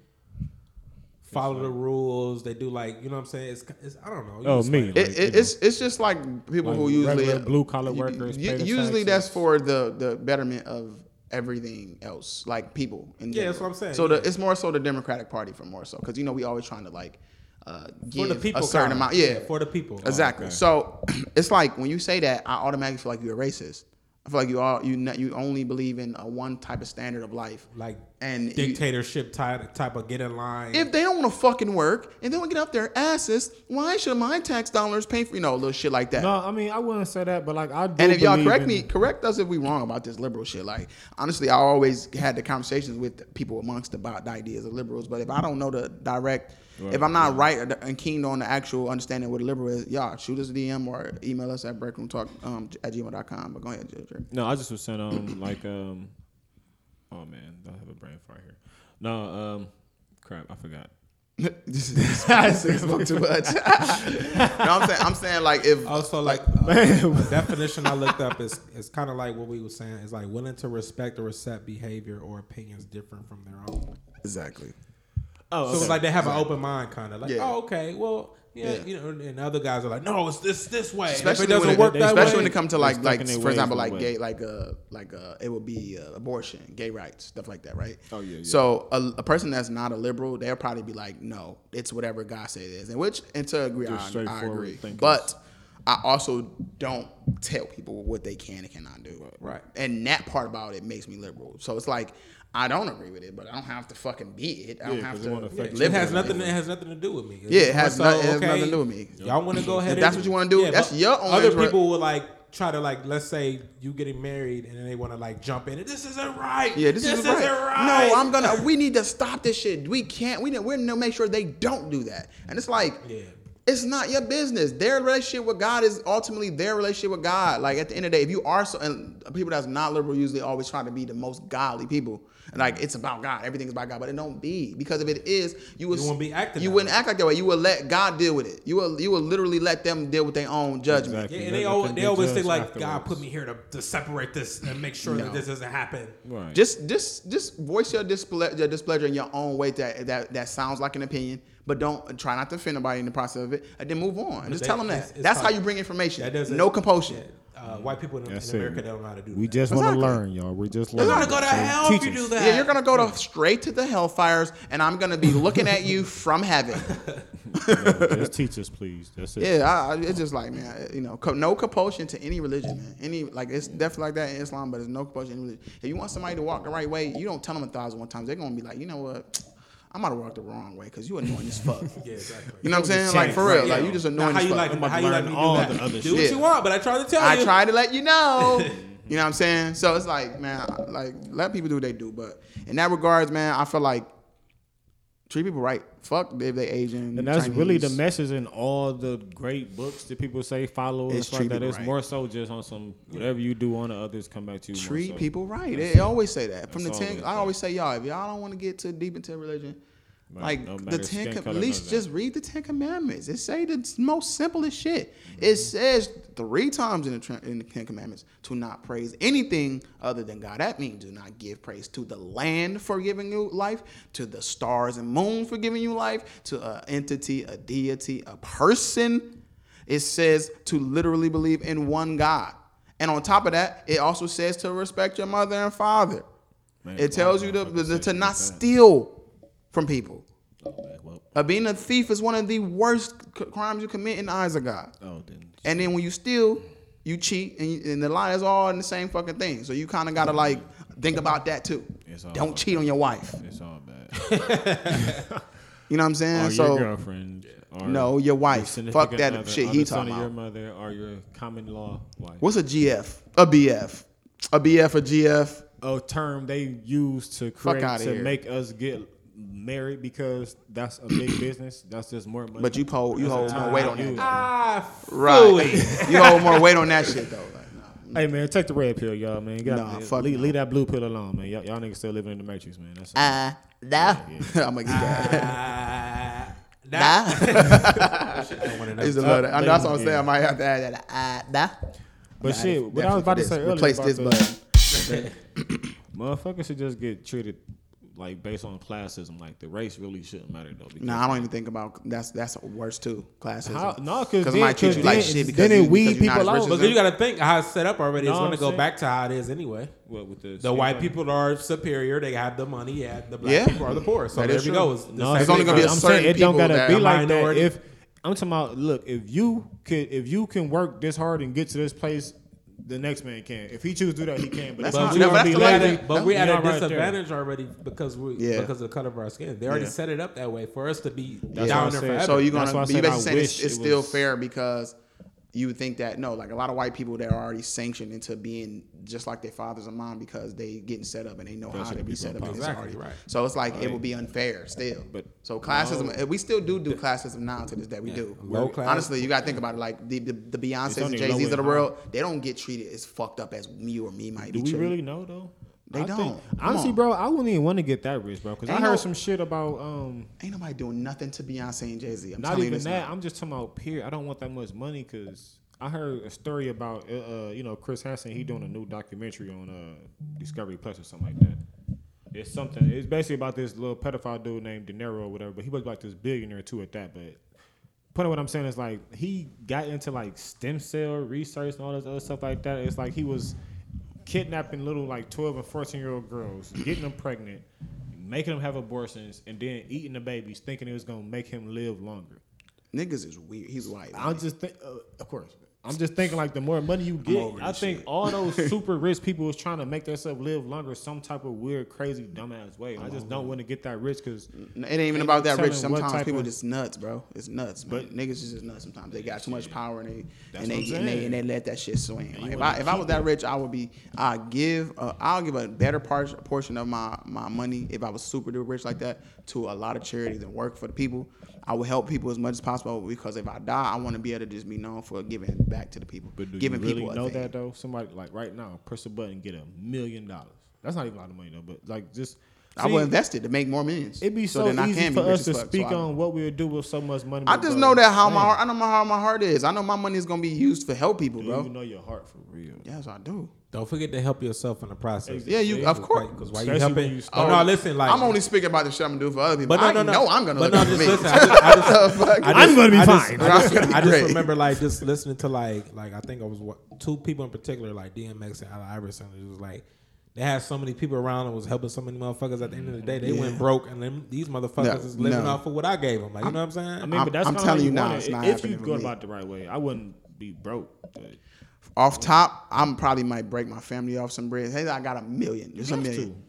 Speaker 2: follow the rules. They do like you know what I'm saying. It's, it's I don't know. You
Speaker 3: Oh,
Speaker 2: explain
Speaker 3: me.
Speaker 2: it.
Speaker 1: It,
Speaker 3: Like,
Speaker 1: it,
Speaker 3: you
Speaker 1: it's it's just like people
Speaker 3: Like
Speaker 1: who usually
Speaker 3: regular blue-collar
Speaker 1: u-
Speaker 3: workers
Speaker 1: u-
Speaker 3: pay the
Speaker 1: usually that's
Speaker 3: taxes.
Speaker 1: for the the betterment of everything else, like people. In
Speaker 2: Yeah, that's
Speaker 1: general.
Speaker 2: what I'm saying,
Speaker 1: So the,
Speaker 2: yeah.
Speaker 1: it's more so the Democratic Party for more so because you know we always trying to like uh, give
Speaker 2: for the people
Speaker 1: a certain
Speaker 2: column.
Speaker 1: amount. Yeah,
Speaker 2: for the people. Oh,
Speaker 1: exactly.
Speaker 2: Okay.
Speaker 1: So it's like when you say that, I automatically feel like you're a racist. I feel like you all you not, you only believe in a one type of standard of life,
Speaker 2: like
Speaker 1: and you-
Speaker 2: dictatorship type type of get in line.
Speaker 1: if they don't want to fucking work and they want to get up their asses, why should my tax dollars pay for you know little shit like that?
Speaker 3: No, I mean I wouldn't say that, but like I do.
Speaker 1: And if y'all
Speaker 3: believe
Speaker 1: correct
Speaker 3: in-
Speaker 1: me, correct us if we wrong about this liberal shit. Like honestly, I always had the conversations with people amongst about the ideas of liberals. But if I don't know the direct, if I'm not right or- and keen on the actual understanding what a liberal is, y'all shoot us a DM or email us at breakroomtalk um, at gmail.com. But go ahead, Jerry.
Speaker 3: No, I just was saying, um, like, um, oh man, I have a brain fart here. No, um, crap, I forgot.
Speaker 1: This is- this is- spoke too much. no, I'm saying I'm saying like if
Speaker 2: also, like uh, a definition I looked up is is kind of like what we were saying. It's like willing to respect or accept behavior or opinions different from their own.
Speaker 1: exactly.
Speaker 3: Oh,
Speaker 2: So it's like they have an open mind, kind of like,
Speaker 1: Yeah.
Speaker 2: oh, okay, well, yeah,
Speaker 1: Yeah.
Speaker 2: you know. And other guys are like, no, it's this this way. And
Speaker 1: especially
Speaker 2: if it doesn't
Speaker 1: when it,
Speaker 2: work that
Speaker 1: especially
Speaker 2: way,
Speaker 1: when it comes to
Speaker 3: they're
Speaker 1: like
Speaker 3: stuck
Speaker 1: like
Speaker 3: in their
Speaker 1: for
Speaker 3: ways
Speaker 1: example
Speaker 3: no
Speaker 1: like
Speaker 3: way.
Speaker 1: gay like uh like uh it would be uh, abortion gay rights stuff like that right
Speaker 5: Oh, yeah, yeah.
Speaker 1: so a, a person that's not a liberal they'll probably be like no it's whatever God said it is and which and to agree I, I
Speaker 3: straightforward
Speaker 1: agree
Speaker 3: thinkers.
Speaker 1: but I also don't tell people what they can and cannot do
Speaker 2: Right.
Speaker 1: and that part about it makes me liberal so it's like I don't agree with it but I don't have to fucking be it I don't
Speaker 3: 'cause
Speaker 1: have
Speaker 3: it
Speaker 1: to
Speaker 3: won't affect
Speaker 1: live
Speaker 2: It has
Speaker 1: with
Speaker 2: nothing. It has nothing to do with me. It's
Speaker 1: Yeah, it
Speaker 2: more
Speaker 1: has no- it has nothing to do with me.
Speaker 2: Y'all want to go ahead?
Speaker 1: that's
Speaker 2: and-
Speaker 1: what you wanna do, that's
Speaker 2: but
Speaker 1: your own
Speaker 2: Other
Speaker 1: intera-
Speaker 2: people will like try to like. Let's say you getting married, and then they want to like jump in. and This isn't right.
Speaker 1: Yeah, this, is
Speaker 2: isn't
Speaker 1: right.
Speaker 2: right.
Speaker 1: No, I'm gonna. We need to stop this shit. We can't. We we're gonna make sure they don't do that. And it's like,
Speaker 2: Yeah.
Speaker 1: it's not your business. Their relationship with God is ultimately their relationship with God. Like at the end of the day, if you are so, and people that's not liberal usually always try to be the most godly people. And like it's about God, everything's about God, but it don't be because if it is, you would
Speaker 2: You won't be acting
Speaker 1: You
Speaker 2: that
Speaker 1: wouldn't
Speaker 2: way.
Speaker 1: act like that way. You would let God deal with it. You will. You will literally let them deal with their own judgment.
Speaker 3: Exactly.
Speaker 2: Yeah,
Speaker 3: They
Speaker 2: and they
Speaker 3: let
Speaker 2: always
Speaker 3: them
Speaker 2: they
Speaker 3: get
Speaker 2: always
Speaker 3: judged
Speaker 2: think like God
Speaker 3: afterwards.
Speaker 2: put me here to, to separate this and make sure
Speaker 1: No.
Speaker 2: that this doesn't happen.
Speaker 3: right.
Speaker 1: Just, just, just voice your disple- your displeasure in your own way that that that sounds like an opinion, but don't uh, try not to offend nobody in the process of it, and then move on. Just
Speaker 2: they-
Speaker 1: tell them that.
Speaker 2: it's- it's
Speaker 1: That's how
Speaker 2: hard.
Speaker 1: you bring information.
Speaker 2: That doesn't
Speaker 1: no compulsion.
Speaker 2: Uh, white people in, in
Speaker 4: That's it.
Speaker 2: America don't know how to do.
Speaker 4: We
Speaker 2: that.
Speaker 4: just want to
Speaker 1: Exactly.
Speaker 4: learn, y'all. We're just
Speaker 2: You're
Speaker 4: learning.
Speaker 2: gonna go to
Speaker 4: So
Speaker 2: hell if
Speaker 4: teach
Speaker 2: you
Speaker 4: us.
Speaker 2: do that.
Speaker 1: Yeah, you're gonna go to straight to the hellfires, and I'm gonna be looking at you from heaven.
Speaker 4: Yeah, just teach us, please. That's it.
Speaker 1: Yeah, I, I- it's just like man, uh, you know, co- no compulsion to any religion, man. Any like it's definitely like that in Islam, but there's no compulsion. In religion. If you want somebody to walk the right way, you don't tell them a thousand one times. They're gonna be like, you know what, I'm gonna walk the wrong way because you annoying as fuck.
Speaker 2: Yeah, exactly.
Speaker 1: You know what I'm saying?
Speaker 3: just
Speaker 1: Like
Speaker 3: change,
Speaker 1: for real,
Speaker 3: right?
Speaker 1: like
Speaker 2: Yeah.
Speaker 1: you just
Speaker 2: Now,
Speaker 1: annoying
Speaker 2: how
Speaker 1: as
Speaker 2: you
Speaker 1: fuck.
Speaker 2: like?
Speaker 3: about
Speaker 2: How
Speaker 3: to
Speaker 2: you
Speaker 3: learn
Speaker 2: like me to
Speaker 3: all
Speaker 2: do that?
Speaker 3: the other
Speaker 2: Do what
Speaker 1: shit.
Speaker 2: you want, but I tried to tell you.
Speaker 1: I try to let you know. you know what I'm saying? So it's like, man, like let people do what they do. But in that regards, man, I feel like treat people right. Fuck if they Asian.
Speaker 3: and that's really the
Speaker 1: Chinese.
Speaker 3: message in all the great books that people say follow.
Speaker 1: It's
Speaker 3: It's like
Speaker 1: treat
Speaker 3: that.
Speaker 1: people
Speaker 3: It's
Speaker 1: right.
Speaker 3: more so just on some whatever you do on the others come back to you. more
Speaker 1: treat
Speaker 3: so.
Speaker 1: people right. They
Speaker 3: That's it.
Speaker 1: always say that. From
Speaker 3: That's
Speaker 1: the
Speaker 3: all
Speaker 1: ten,
Speaker 3: it is,
Speaker 1: I
Speaker 3: yeah.
Speaker 1: always say, y'all, if y'all don't want to get too deep into religion,
Speaker 3: Right.
Speaker 1: like
Speaker 3: No
Speaker 1: the
Speaker 3: matter
Speaker 1: ten,
Speaker 3: skin
Speaker 1: com-
Speaker 3: color,
Speaker 1: at least
Speaker 3: none of that.
Speaker 1: just read the Ten Commandments. It say the most simplest shit.
Speaker 3: Mm-hmm.
Speaker 1: It says three times in the tr- in the Ten Commandments to not praise anything other than God. That means do not give praise to the land for giving you life, to the stars and moon for giving you life, to a entity, a deity, a person. It says to literally believe in one God. And on top of that, it also says to respect your mother and father. it tells you to, to, to not steal from people. Uh, being a thief is one of the worst c- crimes you commit in the eyes of God.
Speaker 5: Oh, then.
Speaker 1: And then when you steal, you cheat, and, you, and the lie is all in the same fucking thing. So you kind of gotta like think about that too.
Speaker 4: It's all
Speaker 1: Don't
Speaker 4: about
Speaker 1: cheat on your wife.
Speaker 4: It's all bad.
Speaker 1: You know what I'm saying?
Speaker 3: Or
Speaker 1: so
Speaker 3: your girlfriend. Or
Speaker 1: no, your wife.
Speaker 3: significant
Speaker 1: Fuck that
Speaker 3: other,
Speaker 1: shit.
Speaker 3: or
Speaker 1: He
Speaker 3: the son
Speaker 1: talking
Speaker 3: of your
Speaker 1: about.
Speaker 3: mother or your common law wife.
Speaker 1: What's a GF? A BF? A BF? A GF?
Speaker 3: a term they use to
Speaker 1: Fuck
Speaker 3: create
Speaker 1: outta
Speaker 3: to
Speaker 1: here.
Speaker 3: make us get married because that's a big business. That's just more money.
Speaker 1: But you po- you hold more weight on
Speaker 3: you.
Speaker 1: that.
Speaker 2: Ah,
Speaker 1: Right.
Speaker 2: right.
Speaker 1: you hold more weight on that shit though. Like, nah.
Speaker 3: hey man, take the red pill, y'all man. Get out
Speaker 1: Nah,
Speaker 3: there.
Speaker 1: fuck
Speaker 3: leave,
Speaker 1: no.
Speaker 3: leave that blue pill alone, man. Y'all, y'all niggas still living in the matrix, man. That's
Speaker 1: Ah, nah. I'm gonna get
Speaker 2: Uh,
Speaker 1: that.
Speaker 2: Nah.
Speaker 1: I used to love that. I know that's what I'm
Speaker 3: Yeah.
Speaker 1: saying. I might have to add that. Ah, nah.
Speaker 3: but shit,
Speaker 1: Nah,
Speaker 3: what I was about
Speaker 1: definitely
Speaker 3: to say earlier
Speaker 1: Replace
Speaker 3: about
Speaker 1: this
Speaker 3: the-
Speaker 1: button.
Speaker 3: motherfuckers should just get treated like based on classism, like the race really shouldn't matter though. because-
Speaker 1: Nah, I don't even think about that's that's worse too. Classism.
Speaker 3: How- no, 'cause
Speaker 1: I might
Speaker 3: then-
Speaker 1: treat
Speaker 3: 'cause
Speaker 1: you like
Speaker 3: then-
Speaker 1: shit because
Speaker 3: then it
Speaker 1: you, because
Speaker 3: weed
Speaker 1: you're not
Speaker 3: people
Speaker 1: as
Speaker 3: out.
Speaker 1: rich as
Speaker 3: But
Speaker 2: Because you
Speaker 1: them.
Speaker 2: got to think how it's set up already.
Speaker 3: Know
Speaker 2: it's
Speaker 3: what
Speaker 2: going to
Speaker 3: I'm
Speaker 2: go
Speaker 3: saying?
Speaker 2: back to how it is anyway.
Speaker 3: What with the
Speaker 2: The white people are superior. They have the money. Yeah, the black
Speaker 1: Yeah.
Speaker 2: people are the poor. So
Speaker 1: That
Speaker 2: there
Speaker 1: is
Speaker 2: we
Speaker 1: true.
Speaker 2: go. It's, the
Speaker 3: No,
Speaker 2: same
Speaker 1: It's only
Speaker 2: thing.
Speaker 1: gonna be a
Speaker 3: I'm
Speaker 1: certain
Speaker 3: saying it don't
Speaker 1: people
Speaker 3: gotta
Speaker 1: that
Speaker 3: be
Speaker 1: are
Speaker 3: like that.
Speaker 2: minority.
Speaker 3: If I'm talking about, look, if you could, if you can work this hard and get to this place, the next man can. If he chooses to do that, he can. But
Speaker 1: That's
Speaker 3: if
Speaker 1: not-
Speaker 3: you
Speaker 1: no,
Speaker 3: wanna
Speaker 1: that's
Speaker 3: be
Speaker 1: the
Speaker 2: We're
Speaker 1: way
Speaker 3: like
Speaker 2: at
Speaker 1: they-
Speaker 3: that-
Speaker 2: a- but we're at
Speaker 3: Y'all
Speaker 2: a
Speaker 3: right there.
Speaker 2: disadvantage already because we
Speaker 1: Yeah.
Speaker 2: because of the color of our skin. They already
Speaker 1: Yeah.
Speaker 2: set it up that way for us to
Speaker 1: Yeah.
Speaker 2: be down
Speaker 3: what
Speaker 2: there
Speaker 3: I'm saying.
Speaker 2: forever.
Speaker 1: So you're
Speaker 3: That's why I
Speaker 1: gonna
Speaker 3: said
Speaker 1: you
Speaker 3: I
Speaker 1: basically saying it's,
Speaker 3: wish
Speaker 1: it's
Speaker 3: it
Speaker 1: still
Speaker 3: was-
Speaker 1: fair because you would think that no, like a lot of white people they're already sanctioned into being just like their fathers and mom because they getting set up and they know how to be set up. and it's
Speaker 2: Exactly,
Speaker 1: already-
Speaker 2: right.
Speaker 1: So it's like it would be unfair still. But
Speaker 3: But
Speaker 1: so classism, we still do do classism now to this day. We do.
Speaker 2: Low class.
Speaker 1: Honestly, you gotta think about it. Like the the, the Beyonces and
Speaker 3: only
Speaker 1: Jay
Speaker 3: low
Speaker 1: Z's of
Speaker 3: and
Speaker 1: the
Speaker 3: high.
Speaker 1: world, they don't get treated as fucked up as me or me might
Speaker 3: Do
Speaker 1: be
Speaker 3: we
Speaker 1: treated.
Speaker 3: really know though?
Speaker 1: They
Speaker 3: I
Speaker 1: don't.
Speaker 3: Think,
Speaker 1: Come
Speaker 3: honestly,
Speaker 1: on.
Speaker 3: bro, I wouldn't even want to get that rich, bro. Because I
Speaker 1: Ain't
Speaker 3: heard
Speaker 1: no-
Speaker 3: some shit about um,
Speaker 1: Ain't nobody doing nothing to Beyonce and Jay Z. I'm
Speaker 3: not
Speaker 1: telling you
Speaker 3: even
Speaker 1: this
Speaker 3: that.
Speaker 1: now.
Speaker 3: I'm just talking about period. I don't want that much money because I heard a story about uh, uh, you know Chris Hansen. He doing a new documentary on uh, Discovery Plus or something like that. It's something. It's basically about this little pedophile dude named De Niro or whatever. But he was like this billionaire too at that. But point of what I'm saying is like he got into like stem cell research and all this other stuff like that. It's like he was kidnapping little like 12 and 14 year old girls, getting them pregnant, making them have abortions, and then eating the babies, thinking it was gonna make him live longer.
Speaker 1: Niggas is weird. He's white.
Speaker 3: I'm just think, uh, of course. I'm just thinking like the more money you get,
Speaker 1: over
Speaker 3: I
Speaker 1: this
Speaker 3: think all those super rich people is trying to make themselves live longer some type of weird, crazy, dumbass way. I just don't want to get that rich because
Speaker 1: It ain't even
Speaker 3: Ain't
Speaker 1: about
Speaker 3: no
Speaker 1: that rich.
Speaker 3: telling what
Speaker 1: Sometimes
Speaker 3: type
Speaker 1: people
Speaker 3: of-
Speaker 1: just nuts, bro. It's nuts, man. But niggas is just nuts. Sometimes they got too much power and they and
Speaker 3: what
Speaker 1: they,
Speaker 3: I'm
Speaker 1: and they
Speaker 3: saying.
Speaker 1: and they let that shit swing. Like, if I if I was that rich, I would be. I give. Uh, I'll give a better part, portion of my my money if I was super duper rich like that to a lot of charities and work for the people. I would help people as much as possible because if I die, I want to be able to just be known for giving back to the people,
Speaker 3: But do
Speaker 1: giving
Speaker 3: you really
Speaker 1: people a
Speaker 3: know
Speaker 1: thing.
Speaker 3: that though? Somebody like right now, press a button, get a million dollars. That's not even a lot of money though, but like just
Speaker 1: I would invest it to make more millions.
Speaker 3: It'd be so,
Speaker 1: I
Speaker 3: easy
Speaker 1: can
Speaker 3: for
Speaker 1: rich
Speaker 3: us
Speaker 1: as
Speaker 3: to
Speaker 1: fuck, so
Speaker 3: speak
Speaker 1: I-
Speaker 3: on what we would do with so much money.
Speaker 1: I
Speaker 3: but,
Speaker 1: just
Speaker 3: bro,
Speaker 1: know that how my
Speaker 3: man,
Speaker 1: heart, I know my, how my heart is. I know my money is gonna be used to help people,
Speaker 3: do
Speaker 1: bro.
Speaker 3: You know your heart for real.
Speaker 1: Yes, I do.
Speaker 2: Don't forget to help yourself in the process.
Speaker 1: Yeah, you- of course.
Speaker 2: Because why you
Speaker 3: Especially when
Speaker 2: helping?
Speaker 3: you
Speaker 2: oh
Speaker 3: start-
Speaker 2: no, listen, like
Speaker 1: I'm only speaking about the shit I'm gonna do for other people.
Speaker 2: But no, no,
Speaker 1: I
Speaker 2: no.
Speaker 1: know I'm gonna
Speaker 2: But
Speaker 1: look
Speaker 2: no,
Speaker 1: out for
Speaker 2: just
Speaker 1: me.
Speaker 2: listen. I just, I just,
Speaker 1: Fuck.
Speaker 2: I
Speaker 3: I'm gonna be
Speaker 2: I just-
Speaker 3: fine.
Speaker 2: I just,
Speaker 1: I'm gonna be
Speaker 2: I just
Speaker 1: great.
Speaker 2: remember like just listening to like like I think I was wa- two people in particular like DMX and Al Iverson. It was like they had so many people around and was helping so many motherfuckers. At the end of the day, they went broke, and them, these motherfuckers
Speaker 1: No,
Speaker 2: is living
Speaker 1: no.
Speaker 2: off of what I gave them. Like you know what I'm saying?
Speaker 3: I mean,
Speaker 1: I'm-
Speaker 3: but that's
Speaker 1: I'm
Speaker 3: kinda
Speaker 1: telling
Speaker 3: how
Speaker 1: you now,
Speaker 3: want
Speaker 1: it's
Speaker 3: it.
Speaker 1: not
Speaker 3: If
Speaker 1: happening
Speaker 3: you
Speaker 1: for
Speaker 3: go
Speaker 1: me.
Speaker 3: about it the right way, I wouldn't be broke. But
Speaker 1: Off top, I'm probably might break my family off some bread. Hey, I got a million. Just a
Speaker 3: have
Speaker 1: million.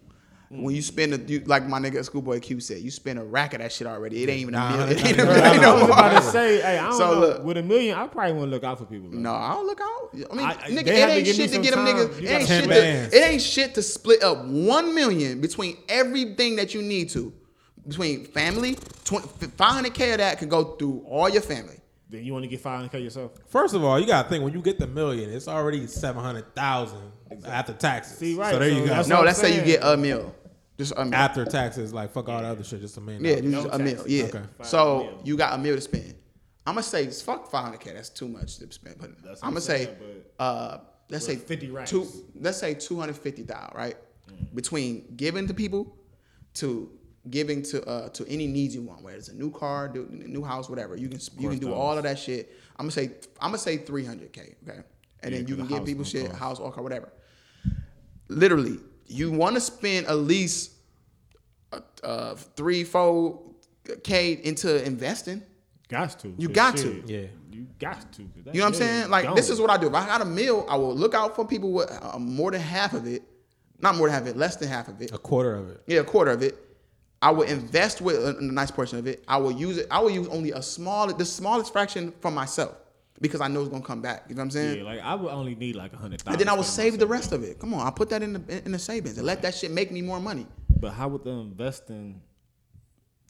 Speaker 2: Mm.
Speaker 1: When you spend a you, like my nigga Schoolboy Q said, you spend a rack of that shit already. It ain't even a
Speaker 2: Nah,
Speaker 1: million. It
Speaker 2: nah,
Speaker 1: ain't
Speaker 2: nah,
Speaker 1: a million
Speaker 2: nah,
Speaker 1: no
Speaker 2: nah.
Speaker 3: I
Speaker 1: more.
Speaker 3: was about to say, hey, I don't
Speaker 1: So,
Speaker 3: know.
Speaker 1: look.
Speaker 3: with a million, I probably wouldn't look out for people. bro.
Speaker 1: No, I don't look out. I mean,
Speaker 3: I- I-
Speaker 1: nigga,
Speaker 3: they
Speaker 1: it
Speaker 3: have to
Speaker 1: ain't
Speaker 3: give me
Speaker 1: shit to
Speaker 3: some
Speaker 1: get them
Speaker 3: time.
Speaker 1: niggas.
Speaker 3: You
Speaker 1: It
Speaker 3: got
Speaker 1: ain't,
Speaker 2: ten
Speaker 1: shit
Speaker 2: bands.
Speaker 1: to, it ain't shit to split up one million between everything that you need to, between family. Five hundred k of that could go through all your family.
Speaker 3: Then you want to get 500K yourself?
Speaker 2: First of all, you gotta think when you get the million, it's already seven hundred thousand after taxes.
Speaker 3: See, right,
Speaker 2: So there
Speaker 3: so
Speaker 2: you go.
Speaker 3: that's-
Speaker 1: no,
Speaker 3: what
Speaker 1: let's
Speaker 3: I'm
Speaker 1: say you
Speaker 3: saying.
Speaker 1: get a meal, just a meal.
Speaker 2: after taxes, like fuck all the other shit, just a million.
Speaker 1: Yeah,
Speaker 2: dollars.
Speaker 1: you
Speaker 3: No
Speaker 1: just a
Speaker 3: taxes.
Speaker 1: meal. Yeah.
Speaker 2: Okay.
Speaker 1: So
Speaker 3: Five meal.
Speaker 1: you got a meal to spend. I'm gonna say fuck 500k. That's too much to spend. But
Speaker 3: That's what
Speaker 1: I'm
Speaker 3: I'm
Speaker 1: gonna say,
Speaker 3: saying,
Speaker 1: uh, let's say
Speaker 3: But 50 racks.
Speaker 1: Two, let's say 250 thou right? Between giving to people, to giving to uh to any needs you want, whether it's a new car, do, new house, whatever. You can you can do all of that shit. I'm gonna say I'm gonna say 300k. Okay, and then you can give people shit, house, or car, whatever. Literally, you want to spend at least a, a three, four k into investing.
Speaker 3: Got to.
Speaker 1: You
Speaker 3: 'cause
Speaker 1: got
Speaker 3: shit,
Speaker 1: to.
Speaker 2: Yeah.
Speaker 3: You got to. 'cause that
Speaker 1: You know what I'm
Speaker 3: million
Speaker 1: saying? Like
Speaker 3: gone.
Speaker 1: this is what I do. If I got a meal, I will look out for people with uh, more than half of it, not more than half of it, less than half of it.
Speaker 2: a quarter of it.
Speaker 1: Yeah, a quarter of it. I will invest with a, a nice portion of it. I will use it. I will use only a small, the smallest fraction for myself because I know it's gonna come back. You know what I'm saying?
Speaker 3: Yeah, like I would only need like a hundred thousand.
Speaker 1: and then I will
Speaker 3: for
Speaker 1: save the
Speaker 3: myself.
Speaker 1: rest of it. Come on, I'll put that in the in the savings and let that shit make me more money.
Speaker 3: But how would the investing?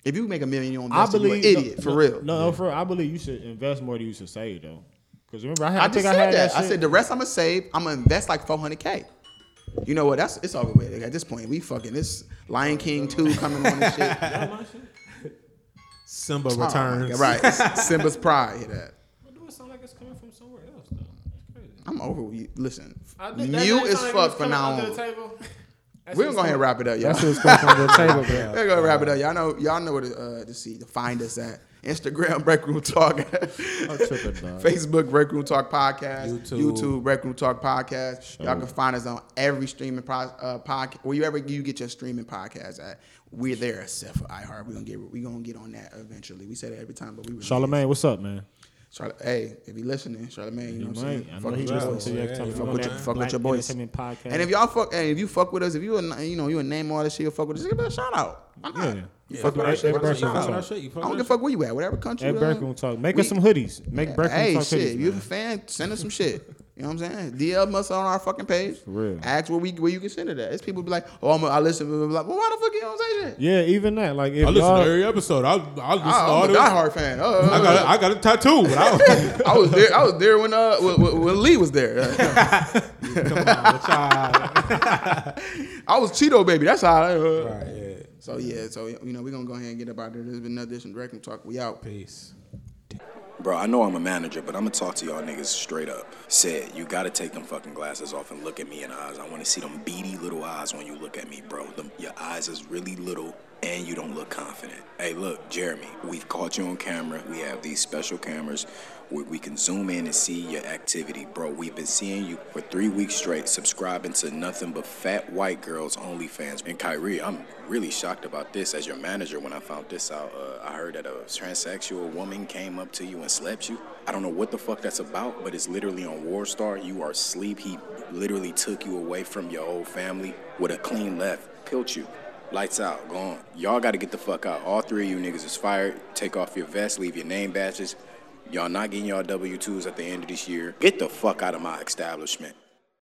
Speaker 1: If you make a million, you don't
Speaker 3: I
Speaker 1: invest.
Speaker 3: believe
Speaker 1: you an idiot
Speaker 3: no,
Speaker 1: for
Speaker 3: no,
Speaker 1: real.
Speaker 3: No, no, for real. I believe you should invest more than you should save though. Because remember, I, had,
Speaker 1: I,
Speaker 3: I,
Speaker 1: just
Speaker 3: think
Speaker 1: said
Speaker 3: I had
Speaker 1: that.
Speaker 3: that.
Speaker 1: I
Speaker 3: shit.
Speaker 1: said the rest I'm gonna save. I'm gonna invest like 400k. You know what? That's it's over with. Like, at this point, we fucking this Lion King two coming on and shit.
Speaker 3: Y'all my shit?
Speaker 2: Simba
Speaker 1: Oh,
Speaker 2: returns.
Speaker 1: right? Simba's pride. Hear that?
Speaker 3: Why do it sound like it's coming from somewhere else though? That's crazy.
Speaker 1: I'm over. with you. Listen,
Speaker 3: I- that- that
Speaker 1: mute
Speaker 3: sound
Speaker 1: is
Speaker 3: like it was
Speaker 1: fuck for
Speaker 3: coming
Speaker 1: now
Speaker 3: under the
Speaker 1: on.
Speaker 3: table.
Speaker 1: We're gonna go ahead and wrap it up, y'all.
Speaker 4: That's what's coming from the table, man.
Speaker 1: We're gonna wrap
Speaker 4: Uh,
Speaker 1: it up. Y'all know y'all know where to, uh, to see to find us at Instagram Break Room Talk,
Speaker 4: tripping, dog.
Speaker 1: Facebook Break Room Talk Podcast,
Speaker 2: YouTube.
Speaker 1: YouTube, Break Room Talk Podcast. Y'all can find us on every streaming pro- uh, podcast wherever you get your streaming podcast at. We're there except for iHeart. We're gonna get we gonna get on that eventually. We say that every time, but we really
Speaker 4: Charlemagne, what's up, man?
Speaker 1: is. Charla- hey, if you listening, Charlemagne, you know what I'm saying.
Speaker 4: I know
Speaker 1: Fuck
Speaker 4: he
Speaker 1: with your
Speaker 4: listening
Speaker 1: boys.
Speaker 4: to you. every time
Speaker 2: Yeah,
Speaker 4: you
Speaker 2: fuck
Speaker 4: come
Speaker 2: with
Speaker 4: down.
Speaker 2: your-
Speaker 1: fuck with your
Speaker 4: Black
Speaker 1: boys.
Speaker 4: Entertainment Podcast.
Speaker 1: And if y'all fuck, and if you fuck with us, if you a, you know you a name all this shit, you fuck with us, give us a shout out. Why not?
Speaker 4: Yeah.
Speaker 1: You
Speaker 2: Yeah,
Speaker 1: fuck with
Speaker 2: fuck
Speaker 1: our shit,
Speaker 4: with
Speaker 1: give us a
Speaker 4: our shit,
Speaker 1: shout
Speaker 4: fuck with
Speaker 1: out.
Speaker 4: our
Speaker 2: shit, you fuck
Speaker 1: I don't
Speaker 2: with
Speaker 1: give a
Speaker 2: our
Speaker 1: fuck where you at, whatever country.
Speaker 4: At
Speaker 1: we're
Speaker 4: Break
Speaker 1: in.
Speaker 4: Room Talk. Make
Speaker 1: We-
Speaker 4: us some hoodies. Make Break Room
Speaker 1: Hey,
Speaker 4: Talk
Speaker 1: shit,
Speaker 4: hoodies.
Speaker 1: you a
Speaker 4: man.
Speaker 1: fan, send us some shit. You know what I'm saying? DM us on our fucking page.
Speaker 4: For real.
Speaker 1: Ask where we where you can send it at. It's people be like, oh, I'm a, I listen. Blah, blah, blah. Well, why the fuck you don't say shit?
Speaker 4: Yeah, even that. Like, if
Speaker 2: I listen to
Speaker 4: y'all,
Speaker 2: every episode. I I listen to
Speaker 1: I,
Speaker 2: all
Speaker 1: Oh, I'm a
Speaker 2: the. I
Speaker 1: diehard fan. Uh, uh,
Speaker 2: got a, I got a tattoo. But I don't,
Speaker 1: I was there. I was there when uh when, when- when Lee was there. I was Cheeto baby. That's how. I, uh.
Speaker 2: All right, yeah.
Speaker 1: So yeah. So you know we're gonna go ahead and get up out there. There's been another edition of Direct and Talk. We out.
Speaker 2: Peace.
Speaker 6: Bro, I know I'm a manager, but I'm gonna talk to y'all niggas straight up. Said, you gotta take them fucking glasses off and look at me in the eyes. I wanna see them beady little eyes when you look at me, bro. Them, your eyes is really little and you don't look confident. Hey, look, Jeremy, we've caught you on camera. We have these special cameras where we can zoom in and see your activity, bro. We've been seeing you for three weeks straight, subscribing to nothing but fat white girls OnlyFans. And Kyrie, I'm really shocked about this. As your manager, when I found this out, uh, I heard that a transsexual woman came up to you and slept you. I don't know what the fuck that's about, but it's literally on Warstar. You are asleep. He literally took you away from your old family with a clean left, killed you. Lights out, gone. Y'all gotta get the fuck out. All three of you niggas is fired. Take off your vests, leave your name badges. Y'all not getting y'all W 2s at the end of this year. Get the fuck out of my establishment.